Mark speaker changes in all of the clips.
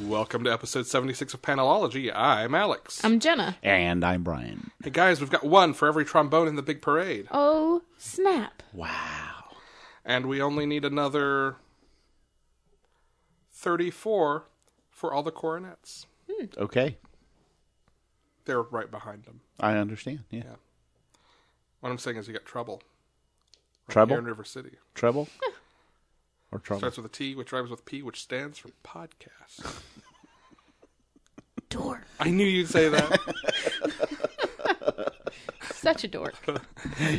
Speaker 1: Welcome to episode 76 of Panelology. I'm Alex.
Speaker 2: I'm Jenna.
Speaker 3: And I'm Brian.
Speaker 1: hey guys, we've got one for every trombone in the big parade.
Speaker 2: Oh, snap.
Speaker 3: Wow.
Speaker 1: And we only need another 34 for all the coronets.
Speaker 3: Okay.
Speaker 1: They're right behind them.
Speaker 3: I understand. Yeah.
Speaker 1: Yeah. What I'm saying is you got trouble. Right
Speaker 3: Trouble?
Speaker 1: Here in River City.
Speaker 3: Treble? or trouble?
Speaker 1: Starts with a T, which rhymes with P, which stands for podcast.
Speaker 2: Dork.
Speaker 1: I knew you'd say that.
Speaker 2: Such a dork.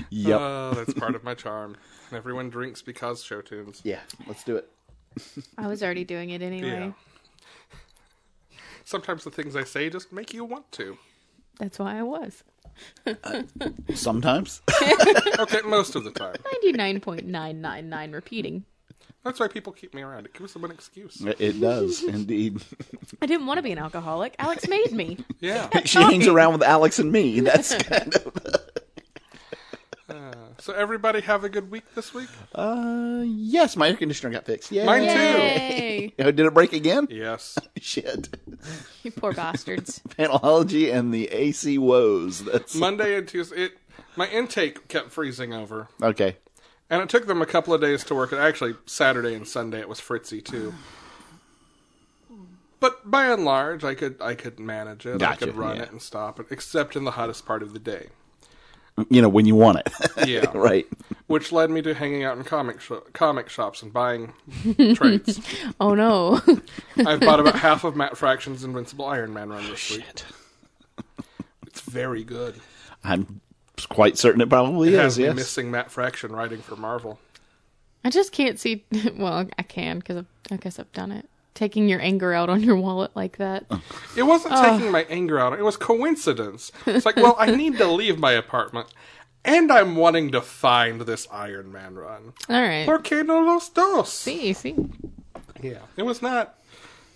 Speaker 3: Yep.
Speaker 1: Oh, that's part of my charm. And everyone drinks because show tunes.
Speaker 3: yeah. Let's do it.
Speaker 2: I was already doing it
Speaker 1: Yeah.
Speaker 2: anyway.
Speaker 1: Sometimes the things I say just make you want to.
Speaker 2: That's why I was.
Speaker 3: Sometimes.
Speaker 1: Okay, most of the time.
Speaker 2: 99.999 repeating.
Speaker 1: That's why people keep me around. It gives them an excuse.
Speaker 3: it does, indeed.
Speaker 2: I didn't want to be an alcoholic. Alex made me.
Speaker 1: Yeah.
Speaker 3: she hangs around with Alex and me. That's kind of.
Speaker 1: So everybody have a good week this week.
Speaker 3: Uh, yes, my air conditioner got fixed. Yeah.
Speaker 1: Mine too.
Speaker 2: Yay.
Speaker 3: Oh, did it break again?
Speaker 1: Yes.
Speaker 3: Shit.
Speaker 2: you poor bastards.
Speaker 3: Panelology and the AC woes. That's
Speaker 1: Monday and Tuesday. It, my intake kept freezing over,
Speaker 3: okay.
Speaker 1: and it took them a couple of days to work it. Actually, Saturday and Sunday it was fritzy too. But by and large, I could I could manage it. I
Speaker 3: Gotcha,
Speaker 1: could run
Speaker 3: yeah.
Speaker 1: it and stop it, except in the hottest part of the day.
Speaker 3: You know when you want it,
Speaker 1: Yeah.
Speaker 3: right?
Speaker 1: Which led me to hanging out in comic sho comic shops and buying trades.
Speaker 2: Oh, no.
Speaker 1: I've bought about half of Matt Fraction's Invincible Iron Man run
Speaker 3: Oh,
Speaker 1: this week. It's very good.
Speaker 3: I'm quite certain it probably
Speaker 1: It
Speaker 3: is.
Speaker 1: has me
Speaker 3: yes.
Speaker 1: missing Matt Fraction writing for Marvel.
Speaker 2: I just can't see. Well, I can because I guess I've done it. Taking your anger out on your wallet like that.
Speaker 1: It wasn't taking my anger out. It was coincidence. It's like, well, I need to leave my apartment, and I'm wanting to find this Iron Man run.
Speaker 2: All right.
Speaker 1: ¿Por qué no los dos?
Speaker 2: See, see.
Speaker 1: Yeah, it was not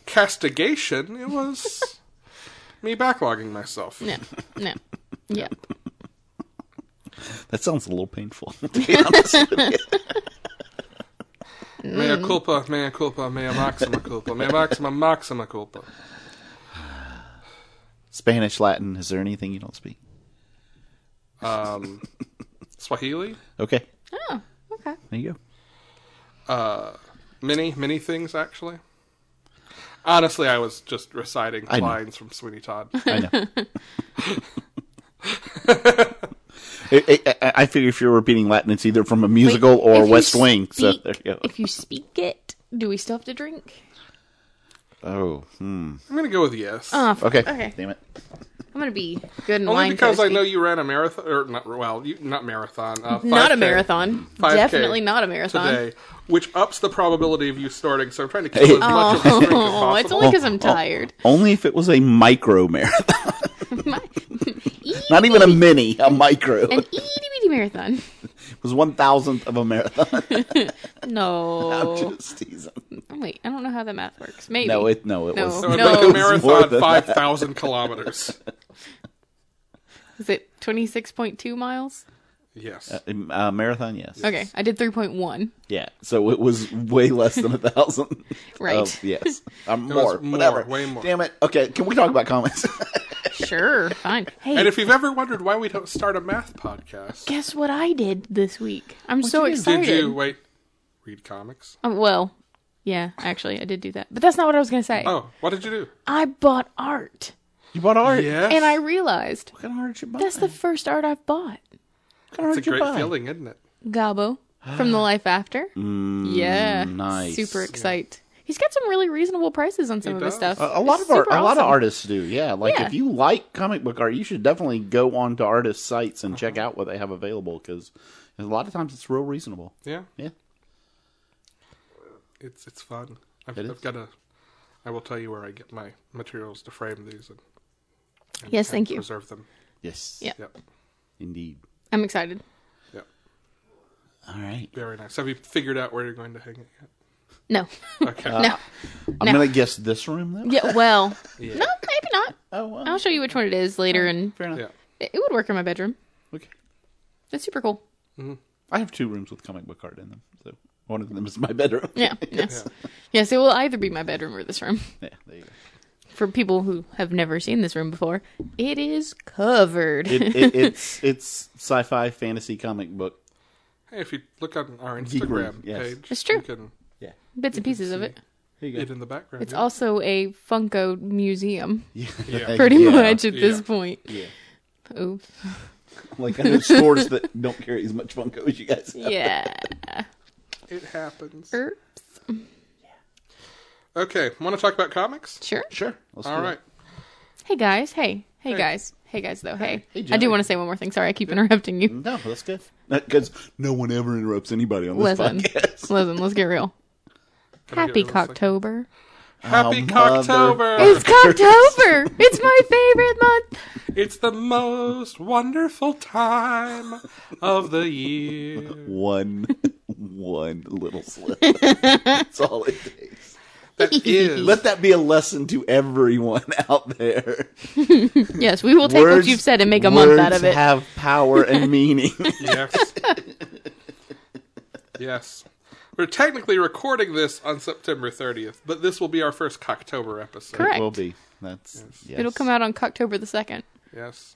Speaker 1: castigation. It was me backlogging myself.
Speaker 2: No, no. Yep.
Speaker 3: That sounds a little painful. To be honest with you.
Speaker 1: Mea culpa, mea culpa, mea maxima culpa, mea maxima maxima culpa.
Speaker 3: Spanish, Latin. Is there anything you don't speak?
Speaker 1: Um, Swahili,
Speaker 3: Okay,
Speaker 2: Oh, okay.
Speaker 3: there you go.
Speaker 1: uh, many many things actually. Honestly, I was just reciting
Speaker 3: I know.
Speaker 1: lines from Sweeney Todd.
Speaker 3: I know. I, I- I, I figure if you're repeating Latin, it's either from a musical
Speaker 2: Wait,
Speaker 3: or
Speaker 2: if you
Speaker 3: West Wing. So
Speaker 2: speak-
Speaker 3: there you go.
Speaker 2: If you speak it, do we still have to drink?
Speaker 3: Oh, hmm.
Speaker 1: I'm gonna go with yes.
Speaker 2: Oh,
Speaker 3: okay.
Speaker 2: Okay.
Speaker 3: Damn it.
Speaker 2: I'm gonna be good and
Speaker 1: Only
Speaker 2: wine
Speaker 1: because I
Speaker 2: toasty.
Speaker 1: know you ran a marathon, or not, well, you, not marathon. Uh,
Speaker 2: Not a
Speaker 1: 5K
Speaker 2: marathon.
Speaker 1: 5K
Speaker 2: Definitely not a marathon.
Speaker 1: Today, which ups the probability of you starting, so I'm trying to keep as much of a streak as
Speaker 2: Oh, it's
Speaker 1: possible.
Speaker 2: only because I'm tired.
Speaker 3: Only if it was a micro marathon. Not even a mini, a micro.
Speaker 2: An itty bitty marathon.
Speaker 3: It was one thousandth of a marathon. I'm
Speaker 2: No. Oh,
Speaker 3: just teasing.
Speaker 2: Wait, I don't know how the math works. Maybe.
Speaker 3: No, it no, it
Speaker 2: No.
Speaker 3: was.
Speaker 1: So I'd
Speaker 2: No.
Speaker 1: make
Speaker 2: It
Speaker 1: a
Speaker 2: was
Speaker 3: more
Speaker 1: marathon
Speaker 3: than
Speaker 1: 5,000 kilometers.
Speaker 2: Is it 26.2 miles?
Speaker 1: Yes.
Speaker 3: Uh, marathon, yes.
Speaker 2: Okay, I did 3.1.
Speaker 3: Yeah. So it was way less than a thousand.
Speaker 2: Right.
Speaker 3: Of- yes. Um,
Speaker 1: It
Speaker 3: more.
Speaker 1: was more,
Speaker 3: Whatever.
Speaker 1: way more.
Speaker 3: Damn it. Okay. Can we talk about comments?
Speaker 2: Sure, fine. Hey,
Speaker 1: and if you've ever wondered why we don't start a math podcast,
Speaker 2: guess what I did this week? I'm so excited.
Speaker 1: did you, wait, read comics?
Speaker 2: Um, well, yeah, actually, I did do that. But that's not what I was going to say.
Speaker 1: Oh, what did you do?
Speaker 2: I bought art,
Speaker 3: you bought art.
Speaker 1: Yes.
Speaker 2: and I realized
Speaker 3: What kind of art you buy?
Speaker 2: that's the first art I've bought.
Speaker 3: What kind
Speaker 1: It's a
Speaker 3: of art you
Speaker 1: great
Speaker 3: buy?
Speaker 1: feeling, isn't it?
Speaker 2: Gabo from The Life After. yeah.
Speaker 3: Mm, nice.
Speaker 2: Super excite. He's got some really reasonable prices on some
Speaker 1: He
Speaker 2: of his
Speaker 1: does.
Speaker 2: stuff.
Speaker 3: A, a lot
Speaker 2: It's
Speaker 3: of art,
Speaker 2: super
Speaker 3: a lot of
Speaker 2: awesome.
Speaker 3: artists do. Yeah, like
Speaker 2: Yeah.
Speaker 3: if you like comic book art, you should definitely go on to artist sites and
Speaker 2: Uh-huh.
Speaker 3: check out what they have available because a lot of times it's real reasonable.
Speaker 1: Yeah,
Speaker 3: Yeah.
Speaker 1: it's it's fun. I've,
Speaker 3: It
Speaker 1: I've
Speaker 3: is.
Speaker 1: got to. I will tell you where I get my materials to frame these and, and
Speaker 2: Yes,
Speaker 1: and
Speaker 2: thank you.
Speaker 1: Preserve them.
Speaker 3: Yes.
Speaker 2: Yeah.
Speaker 1: Yep,
Speaker 3: Indeed.
Speaker 2: I'm excited.
Speaker 1: yep.
Speaker 3: All right.
Speaker 1: Very nice. Have you figured out where you're going to hang it yet?
Speaker 2: No.
Speaker 1: Okay.
Speaker 3: Uh,
Speaker 2: no.
Speaker 3: I'm gonna guess this room then.
Speaker 2: Yeah, well.
Speaker 1: Yeah.
Speaker 2: No, maybe not.
Speaker 3: Oh well.
Speaker 2: I'll show you which one it is later, and
Speaker 3: Fair enough.
Speaker 1: Yeah.
Speaker 2: it it would work in my bedroom.
Speaker 3: Okay.
Speaker 2: It's super cool.
Speaker 3: I have two rooms with comic book art in them, so one of them is my bedroom.
Speaker 2: Yeah. Yeah.
Speaker 1: Yeah.
Speaker 2: Yes, it will either be my bedroom or this room.
Speaker 3: yeah there you go.
Speaker 2: For people who have never seen this room before, it is covered.
Speaker 3: It, it, it's it's sci-fi fantasy comic book.
Speaker 1: Hey, if you look on our
Speaker 3: Geek Room,
Speaker 1: Instagram
Speaker 3: yes.
Speaker 1: page,
Speaker 2: It's true.
Speaker 1: You can
Speaker 3: Yeah.
Speaker 2: Bits and pieces of it.
Speaker 3: Here you
Speaker 1: it
Speaker 3: go.
Speaker 1: in the background.
Speaker 2: It's
Speaker 1: yeah.
Speaker 2: also a Funko museum,
Speaker 3: Yeah.
Speaker 1: Yeah.
Speaker 2: pretty
Speaker 3: Yeah.
Speaker 2: much at this
Speaker 1: Yeah.
Speaker 2: point.
Speaker 3: Yeah.
Speaker 2: Oops.
Speaker 3: Like other stores that don't carry as much Funko as you guys. Have.
Speaker 2: Yeah.
Speaker 1: It happens.
Speaker 2: Er,
Speaker 1: Okay, want to talk about comics?
Speaker 2: sure.
Speaker 3: Sure. Let's
Speaker 1: All
Speaker 3: do it.
Speaker 1: right.
Speaker 2: Hey guys. Hey. Hey, guys. Hey guys though. Hey.
Speaker 3: Hey,
Speaker 2: I
Speaker 3: Joey.
Speaker 2: do want to say one more thing. Sorry, I keep interrupting you.
Speaker 3: No, that's good. Because no one ever interrupts anybody on this
Speaker 2: Listen.
Speaker 3: podcast.
Speaker 2: Listen, let's get real.
Speaker 1: Can I get
Speaker 2: Happy
Speaker 1: a little second?
Speaker 2: Cocktober.
Speaker 1: Happy
Speaker 3: Oh,
Speaker 1: Cocktober!
Speaker 2: It's Cocktober. It's my favorite month.
Speaker 1: It's the most wonderful time of the year.
Speaker 3: One, one little slip. That's all it takes.
Speaker 1: That is
Speaker 3: Let that be a lesson to everyone out there.
Speaker 2: Yes, we will take what you've said and make a month out of
Speaker 3: words
Speaker 2: it.
Speaker 3: Have power and meaning.
Speaker 1: yes. yes. We're technically recording this on September 30th, but this will be our first Cocktober episode.
Speaker 2: Correct.
Speaker 3: It will be. That's yes.
Speaker 2: It'll come out on Cocktober the second.
Speaker 1: Yes.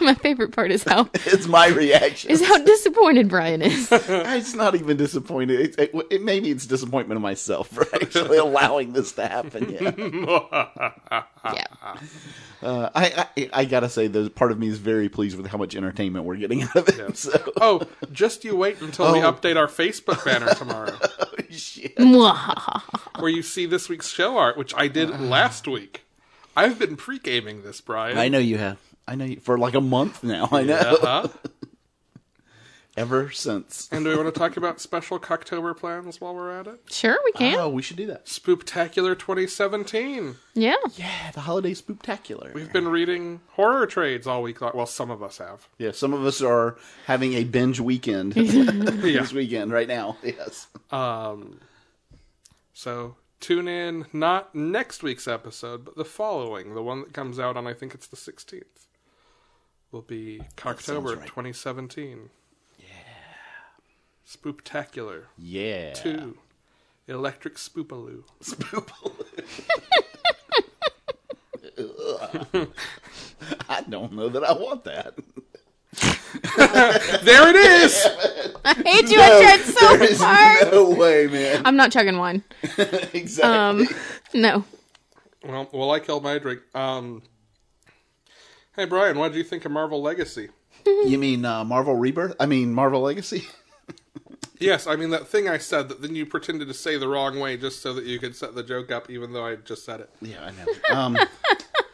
Speaker 2: My favorite part is how
Speaker 3: It's my reaction.
Speaker 2: is how disappointed Brian is.
Speaker 3: it's not even disappointed. It's- It, it- maybe it's disappointment of myself for actually allowing this to happen. Yeah.
Speaker 2: yeah.
Speaker 3: Uh, I, I I gotta say, there's part of me is very pleased with how much entertainment we're getting out of it.
Speaker 1: Yes.
Speaker 3: So
Speaker 1: Oh, just you wait until we
Speaker 3: Oh.
Speaker 1: update our Facebook banner tomorrow,
Speaker 3: shit.
Speaker 2: Mwahaha.
Speaker 1: where you see this week's show art, which I
Speaker 3: Uh-huh.
Speaker 1: did last week. I've been pre gaming this, Brian.
Speaker 3: I know you have. I know you for like a month now. I know.
Speaker 1: Uh-huh.
Speaker 3: Ever since.
Speaker 1: And do we want to talk about special Cocktober plans while we're at it?
Speaker 2: Sure, we can.
Speaker 3: Oh, we should do that.
Speaker 1: Spooktacular 2017.
Speaker 2: Yeah.
Speaker 3: Yeah, the holiday spooktacular.
Speaker 1: We've been reading horror trades all week long. Well, some of us have.
Speaker 3: yeah, some of us are having a binge weekend this weekend right now. Yes.
Speaker 1: Um, so tune in not next week's episode, but the following, the one that comes out on I think it's the 16th, will be Cocktober
Speaker 3: right.
Speaker 1: 2017. Yeah. Spooptacular
Speaker 3: Yeah.
Speaker 1: 2. Electric Spoopaloo.
Speaker 3: I don't know that I want that.
Speaker 1: There it is!
Speaker 2: I hate you. I tried
Speaker 3: There
Speaker 2: so
Speaker 3: is
Speaker 2: hard.
Speaker 3: no way, man.
Speaker 2: I'm not chugging wine.
Speaker 3: exactly.
Speaker 2: Um, No.
Speaker 1: well, well, I killed my drink. Um, hey, Brian, what did you think of Marvel Legacy?
Speaker 3: you mean uh, Marvel Rebirth? I mean Marvel Legacy?
Speaker 1: Yes, I mean that thing I said that then you pretended to say the wrong way just so that you could set the joke up, even though I just said it.
Speaker 3: yeah, I know.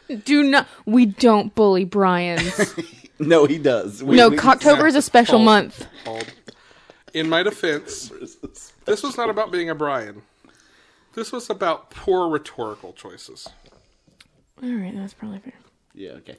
Speaker 3: Um,
Speaker 2: Do not. We don't bully Brian's.
Speaker 3: no, he does. We,
Speaker 2: No,
Speaker 3: we-
Speaker 2: Cocktober is a special
Speaker 1: Hold.
Speaker 2: month.
Speaker 1: Called. In my defense, this was not about being a Brian. This was about poor rhetorical choices.
Speaker 2: All right, that's probably fair.
Speaker 3: Yeah, okay.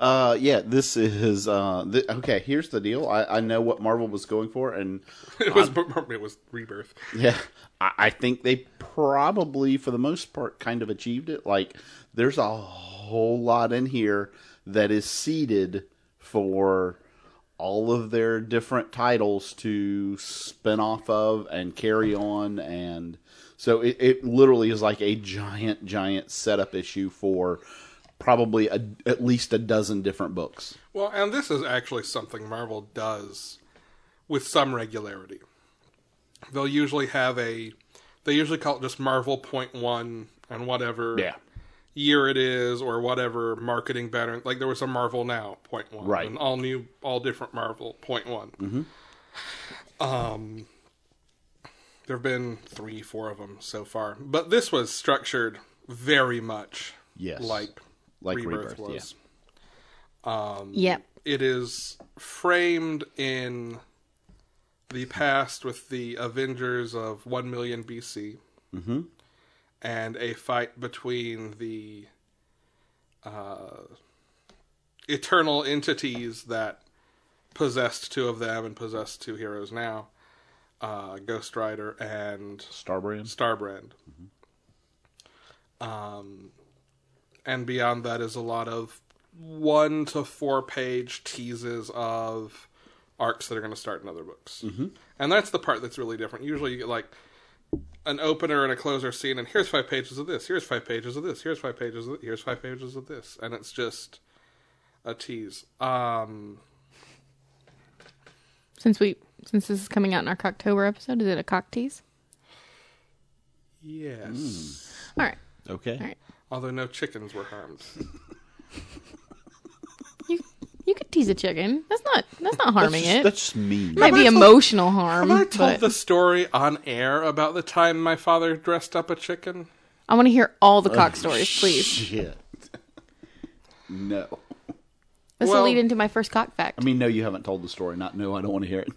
Speaker 3: Uh, yeah, this is uh, th- okay. Here's the deal. I, I know what Marvel was going for, and
Speaker 1: It was it was rebirth.
Speaker 3: yeah, I, I think they probably, for the most part, kind of achieved it. Like, there's a whole lot in here that is seeded for all of their different titles to spin off of and carry on and so it, it literally is like a giant giant setup issue for probably a, at least a dozen different books
Speaker 1: Well, and this is actually something Marvel does with some regularity. They'll usually have a they usually call it just Marvel point one and whatever
Speaker 3: Yeah.
Speaker 1: year it is or whatever marketing banner like there was a Marvel Now point one
Speaker 3: Right. Mm-hmm.
Speaker 1: and all new all different Marvel point one. Um, there have been three, four of them so far, but this was structured very much
Speaker 3: Yes.
Speaker 1: like
Speaker 3: Like
Speaker 1: Rebirth,
Speaker 3: Rebirth,
Speaker 1: was. Um,
Speaker 2: Yep.
Speaker 1: It is framed in the past with the Avengers of 1 million BC
Speaker 3: Mm-hmm.
Speaker 1: and a fight between the uh, eternal entities that possessed two of them and possessed two heroes now uh, Ghost Rider and
Speaker 3: Starbrand.
Speaker 1: Starbrand. Um, and beyond that is a lot of one to four page teases of arcs that are going to start in other books. Mm-hmm. And that's the part that's really different. Usually you get like an opener and a closer scene, and here's five pages of this, here's five pages of this, here's five pages of th- here's five pages of this. And it's just a tease. Um,
Speaker 2: Since we since this is coming out in our Cocktober episode, is it a cock tease?
Speaker 1: yes.
Speaker 2: All right.
Speaker 3: Okay.
Speaker 2: All right.
Speaker 1: Mm. Although no chickens were harmed.
Speaker 2: You you could tease a chicken. That's not that's not harming
Speaker 3: that's just,
Speaker 2: it.
Speaker 3: That's just mean.
Speaker 2: it might be emotional harm.
Speaker 1: Have I told
Speaker 2: but
Speaker 1: the story on air about the time my father dressed up a chicken?
Speaker 2: I want to hear all the cock stories, please.
Speaker 3: Shit. no.
Speaker 2: This
Speaker 1: Well-
Speaker 2: will lead into my first cock fact.
Speaker 3: I mean, no, you haven't told the story. Not no, I don't want to hear it.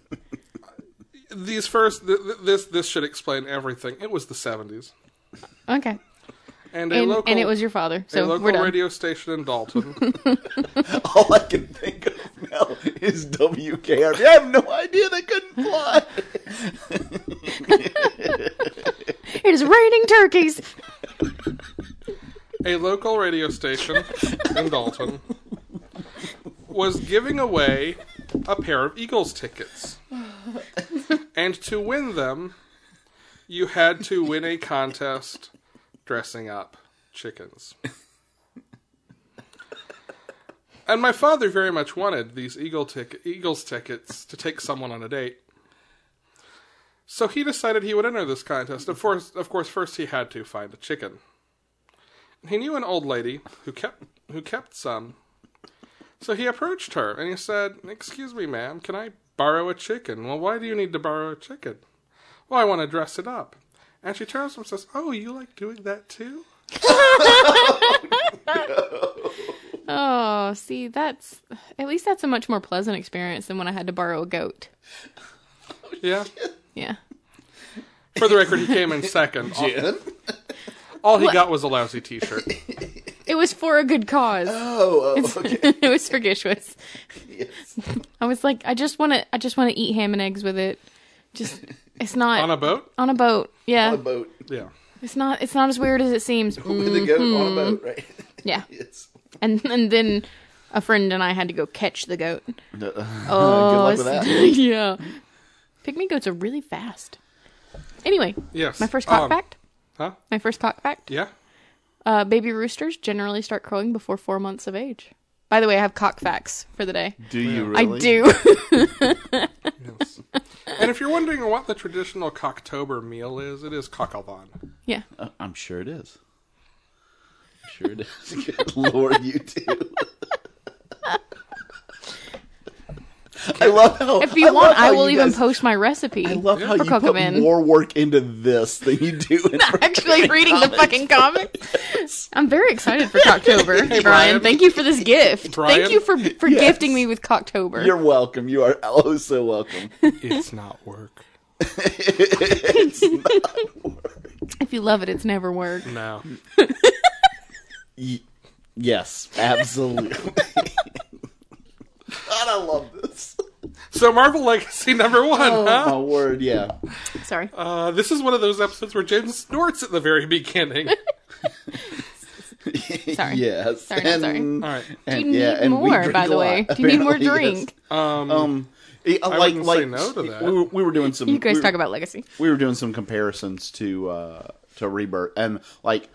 Speaker 1: These first, th- th- this this should explain everything. It was the seventies,
Speaker 2: okay.
Speaker 1: and a
Speaker 2: And,
Speaker 1: local
Speaker 2: and it was your
Speaker 1: a
Speaker 2: father, so
Speaker 1: local
Speaker 2: we're done.
Speaker 1: radio station in Dalton.
Speaker 3: All I can think of now is WKRP. I have no idea they couldn't fly.
Speaker 2: It is raining turkeys.
Speaker 1: a local radio station in Dalton was giving away a pair of Eagles tickets. And to win them, you had to win a contest dressing up chickens. And my father very much wanted these Eagle tic- Eagles tickets to take someone on a date. So he decided he would enter this contest. Of course, of course first he had to find a chicken he knew an old lady who kept who kept some. So he approached her and he said, "Excuse me, ma'am, can I borrow a chicken?" Well, why do you need to borrow a chicken? Well, I want to dress it up. And she turns to him and says, "Oh, you like doing that too?"
Speaker 2: Oh, see, that's at least that's a much more pleasant experience than when I had to borrow a goat.
Speaker 1: Yeah.
Speaker 2: Yeah.
Speaker 1: For the record, he came in second. All, all he got was a lousy T-shirt.
Speaker 2: It was for a good cause.
Speaker 3: Oh, oh, okay.
Speaker 2: it was for Gishwitz.
Speaker 3: Yes.
Speaker 2: I was like, I just want to, I just want to eat ham and eggs with it. Just, it's not
Speaker 1: On a boat.
Speaker 2: on a boat. Yeah,
Speaker 3: On a boat.
Speaker 1: Yeah.
Speaker 2: it's not, it's not as weird as it seems.
Speaker 3: With a goat
Speaker 2: Mm-hmm.
Speaker 3: on a boat, right?
Speaker 2: Yeah,
Speaker 3: Yes.
Speaker 2: and and then a friend and I had to go catch the goat.
Speaker 3: No,
Speaker 2: Oh,
Speaker 3: Uh, good luck with
Speaker 2: it's-
Speaker 3: that.
Speaker 2: yeah. Pygmy goats are really fast. Anyway,
Speaker 1: Yes.
Speaker 2: my first cock
Speaker 1: Um,
Speaker 2: fact.
Speaker 1: Huh?
Speaker 2: My first cock fact.
Speaker 1: Yeah.
Speaker 2: Uh, baby roosters generally start crowing before four months of age. By the way, I have cock facts for the day.
Speaker 3: Do you
Speaker 2: I do.
Speaker 1: Yes. and if you're wondering what the traditional Cocktober meal is, it is cockalvan.
Speaker 2: yeah.
Speaker 3: I- I'm sure it is. I'm sure it is. Good lord, you two. I love how.
Speaker 2: If you
Speaker 3: I love
Speaker 2: want,
Speaker 3: how
Speaker 2: I will
Speaker 3: you
Speaker 2: even
Speaker 3: guys-
Speaker 2: post my recipe.
Speaker 3: I love how
Speaker 2: for
Speaker 3: you put
Speaker 2: Kokomin.
Speaker 3: more work into this than you do. In
Speaker 2: Actually, reading the fucking comic. I'm very excited for Cocktober, Brian.
Speaker 1: Brian.
Speaker 2: Thank you for this gift.
Speaker 1: Brian.
Speaker 2: Thank you for for
Speaker 3: Yes.
Speaker 2: gifting me with Cocktober.
Speaker 3: You're welcome. You are oh so welcome.
Speaker 1: It's not work.
Speaker 2: if you love it, it's never work.
Speaker 1: No.
Speaker 3: Y- yes, absolutely. God, I love this.
Speaker 1: So Marvel Legacy number one, huh?
Speaker 3: Oh my word, yeah.
Speaker 2: Sorry.
Speaker 1: Uh, this is one of those episodes where James snorts at the very beginning.
Speaker 2: Sorry.
Speaker 3: Yes.
Speaker 2: Sorry, not sorry.
Speaker 3: and-
Speaker 1: All right.
Speaker 2: Do
Speaker 3: and-
Speaker 2: you need
Speaker 3: yeah, and we
Speaker 2: more,
Speaker 3: drink
Speaker 2: by
Speaker 3: a
Speaker 2: the
Speaker 3: lot,
Speaker 2: way? Do you need more
Speaker 3: apparently, yes.
Speaker 2: drink?
Speaker 1: Um,
Speaker 3: Um, eh, like,
Speaker 1: wouldn't
Speaker 3: like
Speaker 1: say no to that.
Speaker 3: We, were- we were doing some.
Speaker 2: You guys
Speaker 3: we, were-
Speaker 2: talk about legacy.
Speaker 3: We were doing some comparisons to uh, to Rebirth, and like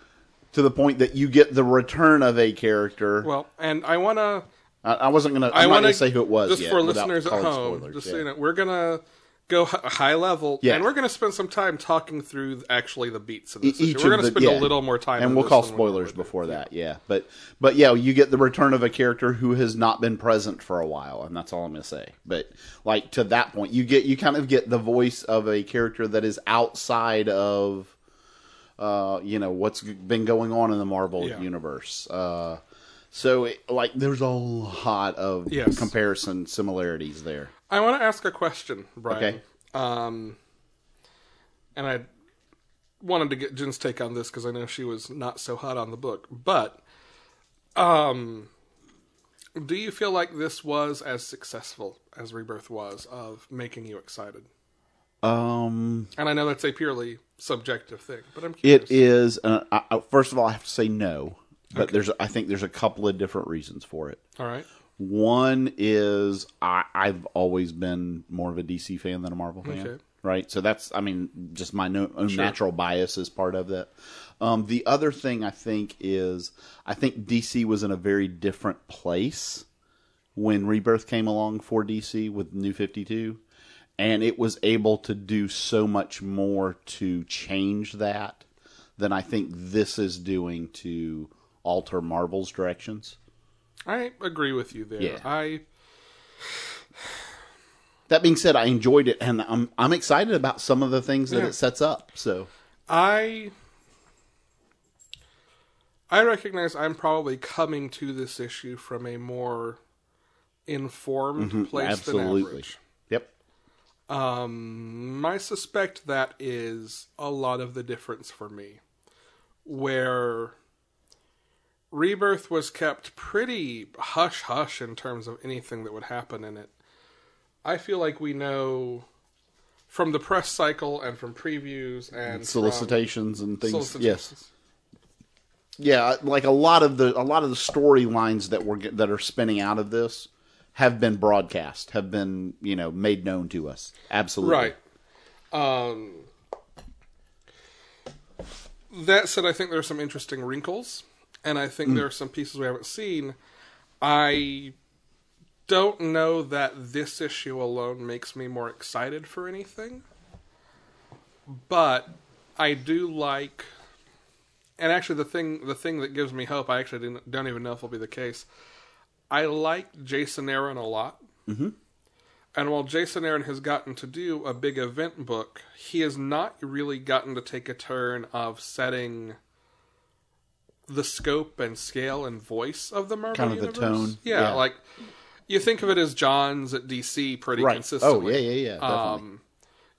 Speaker 3: to the point that you get the return of a character.
Speaker 1: well, and I want to
Speaker 3: I, I wasn't gonna. I'm
Speaker 1: I
Speaker 3: not
Speaker 1: want
Speaker 3: gonna
Speaker 1: to
Speaker 3: say who it was
Speaker 1: Just
Speaker 3: yet
Speaker 1: for
Speaker 3: without
Speaker 1: listeners at
Speaker 3: calling
Speaker 1: home,
Speaker 3: spoilers,
Speaker 1: just
Speaker 3: yeah.
Speaker 1: so you know, we're gonna go h- high level,
Speaker 3: Yeah.
Speaker 1: and we're going to spend some time talking through actually the beats of this.
Speaker 3: E-
Speaker 1: issue. we're
Speaker 3: of
Speaker 1: going to
Speaker 3: the-
Speaker 1: spend
Speaker 3: yeah.
Speaker 1: a little more time, on
Speaker 3: and we'll
Speaker 1: this
Speaker 3: call
Speaker 1: than we
Speaker 3: spoilers
Speaker 1: would.
Speaker 3: before that. Yeah, but but yeah, you get the return of a character who has not been present for a while, and that's all I'm gonna say. But like to that point, you get you kind of get the voice of a character that is outside of. Uh, you know what's g- been going on in the Marvel
Speaker 1: Yeah.
Speaker 3: universe. Uh, so it, like, there's a lot of
Speaker 1: Yes.
Speaker 3: comparison similarities there.
Speaker 1: I want to ask a question, Brian.
Speaker 3: Okay.
Speaker 1: Um, and I wanted to get Jen's take on this because I know she was not so hot on the book. But um, do you feel like this was as successful as Rebirth was of making you excited?
Speaker 3: Um,
Speaker 1: And I know that's a purely subjective thing, but I'm curious.
Speaker 3: It is. Uh, I, I- first of all, I have to say no, but there's. I think there's a couple of different reasons for it.
Speaker 1: All right.
Speaker 3: One is I, I've always been more of a DC fan than a Marvel fan,
Speaker 1: Okay.
Speaker 3: right? So that's, I mean, just my no, own natural bias is part of that. Um, the other thing I think is I think DC was in a very different place when Rebirth came along for DC with New 52, and it was able to do so much more to change that than I think this is doing to alter Marvel's directions.
Speaker 1: I agree with you there.
Speaker 3: Yeah.
Speaker 1: I
Speaker 3: That being said, I enjoyed it, and I'm I'm excited about some of the things that
Speaker 1: Yeah.
Speaker 3: it sets up. So
Speaker 1: I I recognize I'm probably coming to this issue from a more informed place than
Speaker 3: Mm-hmm. absolutely,
Speaker 1: average.
Speaker 3: yep,
Speaker 1: Um, I suspect that is a lot of the difference for me, where Rebirth was kept pretty hush hush in terms of anything that would happen in it. I feel like we know from the press cycle and from previews and from-
Speaker 3: solicitations and things. Yes,
Speaker 1: solicitations.
Speaker 3: yeah, like a lot of the a lot of the storylines that were that are spinning out of this have been broadcast, have been you know made known to us. Absolutely,
Speaker 1: Right. Um, that said, I think there are some interesting wrinkles, and I think there are some pieces we haven't seen. I don't know that this issue alone makes me more excited for anything, but I do like. And actually, the thing the thing that gives me hope, I actually didn't, don't even know if will be the case. I like Jason Aaron a lot.
Speaker 3: Mm-hmm.
Speaker 1: And while Jason Aaron has gotten to do a big event book, he has not really gotten to take a turn of setting the scope and scale and voice of the Marvel
Speaker 3: Kind of the
Speaker 1: universe.
Speaker 3: tone,
Speaker 1: Yeah,
Speaker 3: yeah.
Speaker 1: like you think of it as John's at DC pretty
Speaker 3: right.
Speaker 1: consistently.
Speaker 3: Oh yeah, yeah, yeah, definitely.
Speaker 1: Um,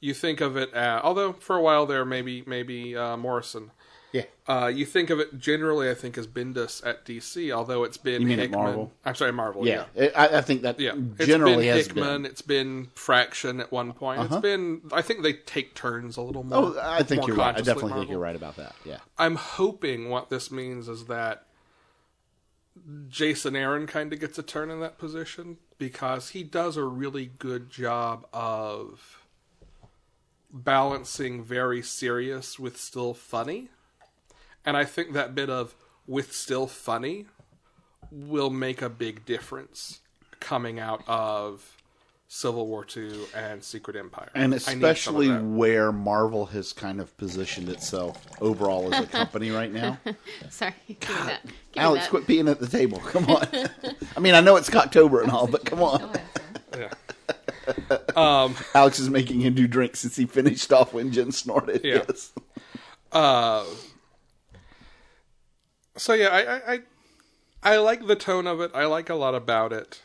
Speaker 1: you think of it, uh, although for a while there, maybe maybe uh, Morrison.
Speaker 3: yeah.
Speaker 1: Uh, you think of it generally, I think, as Bendis at DC, although it's been
Speaker 3: You mean at
Speaker 1: Hickman.
Speaker 3: Marvel?
Speaker 1: I'm sorry, Marvel.
Speaker 3: Yeah, It- I, I think that
Speaker 1: Yeah, it's
Speaker 3: generally
Speaker 1: been
Speaker 3: has
Speaker 1: Hickman.
Speaker 3: been. Uh-huh.
Speaker 1: It's been Fraction at one point. It's been. I think they take turns a little more.
Speaker 3: Oh, I think
Speaker 1: more
Speaker 3: you're right. I
Speaker 1: consciously
Speaker 3: definitely think
Speaker 1: Marvel.
Speaker 3: you're right about that. Yeah,
Speaker 1: I'm hoping what this means is that Jason Aaron kind of gets a turn in that position because he does a really good job of balancing very serious with still funny. And I think that bit of with still funny will make a big difference coming out of Civil War II and Secret Empire.
Speaker 3: and
Speaker 1: I need some of
Speaker 3: especially
Speaker 1: that.
Speaker 3: where Marvel has kind of positioned itself overall as a company right now.
Speaker 2: Sorry. Give me that. Give me
Speaker 3: Alex,
Speaker 2: that.
Speaker 3: quit being at the table. Come on. I mean, I know it's October and all, but come
Speaker 2: Go
Speaker 3: on.
Speaker 2: ahead, sir.
Speaker 1: Yeah. Um,
Speaker 3: Alex is making him do drinks since he finished off when Jen snorted.
Speaker 1: Yeah.
Speaker 3: Yes.
Speaker 1: Uh, So yeah, I, I I I like the tone of it. I like a lot about it.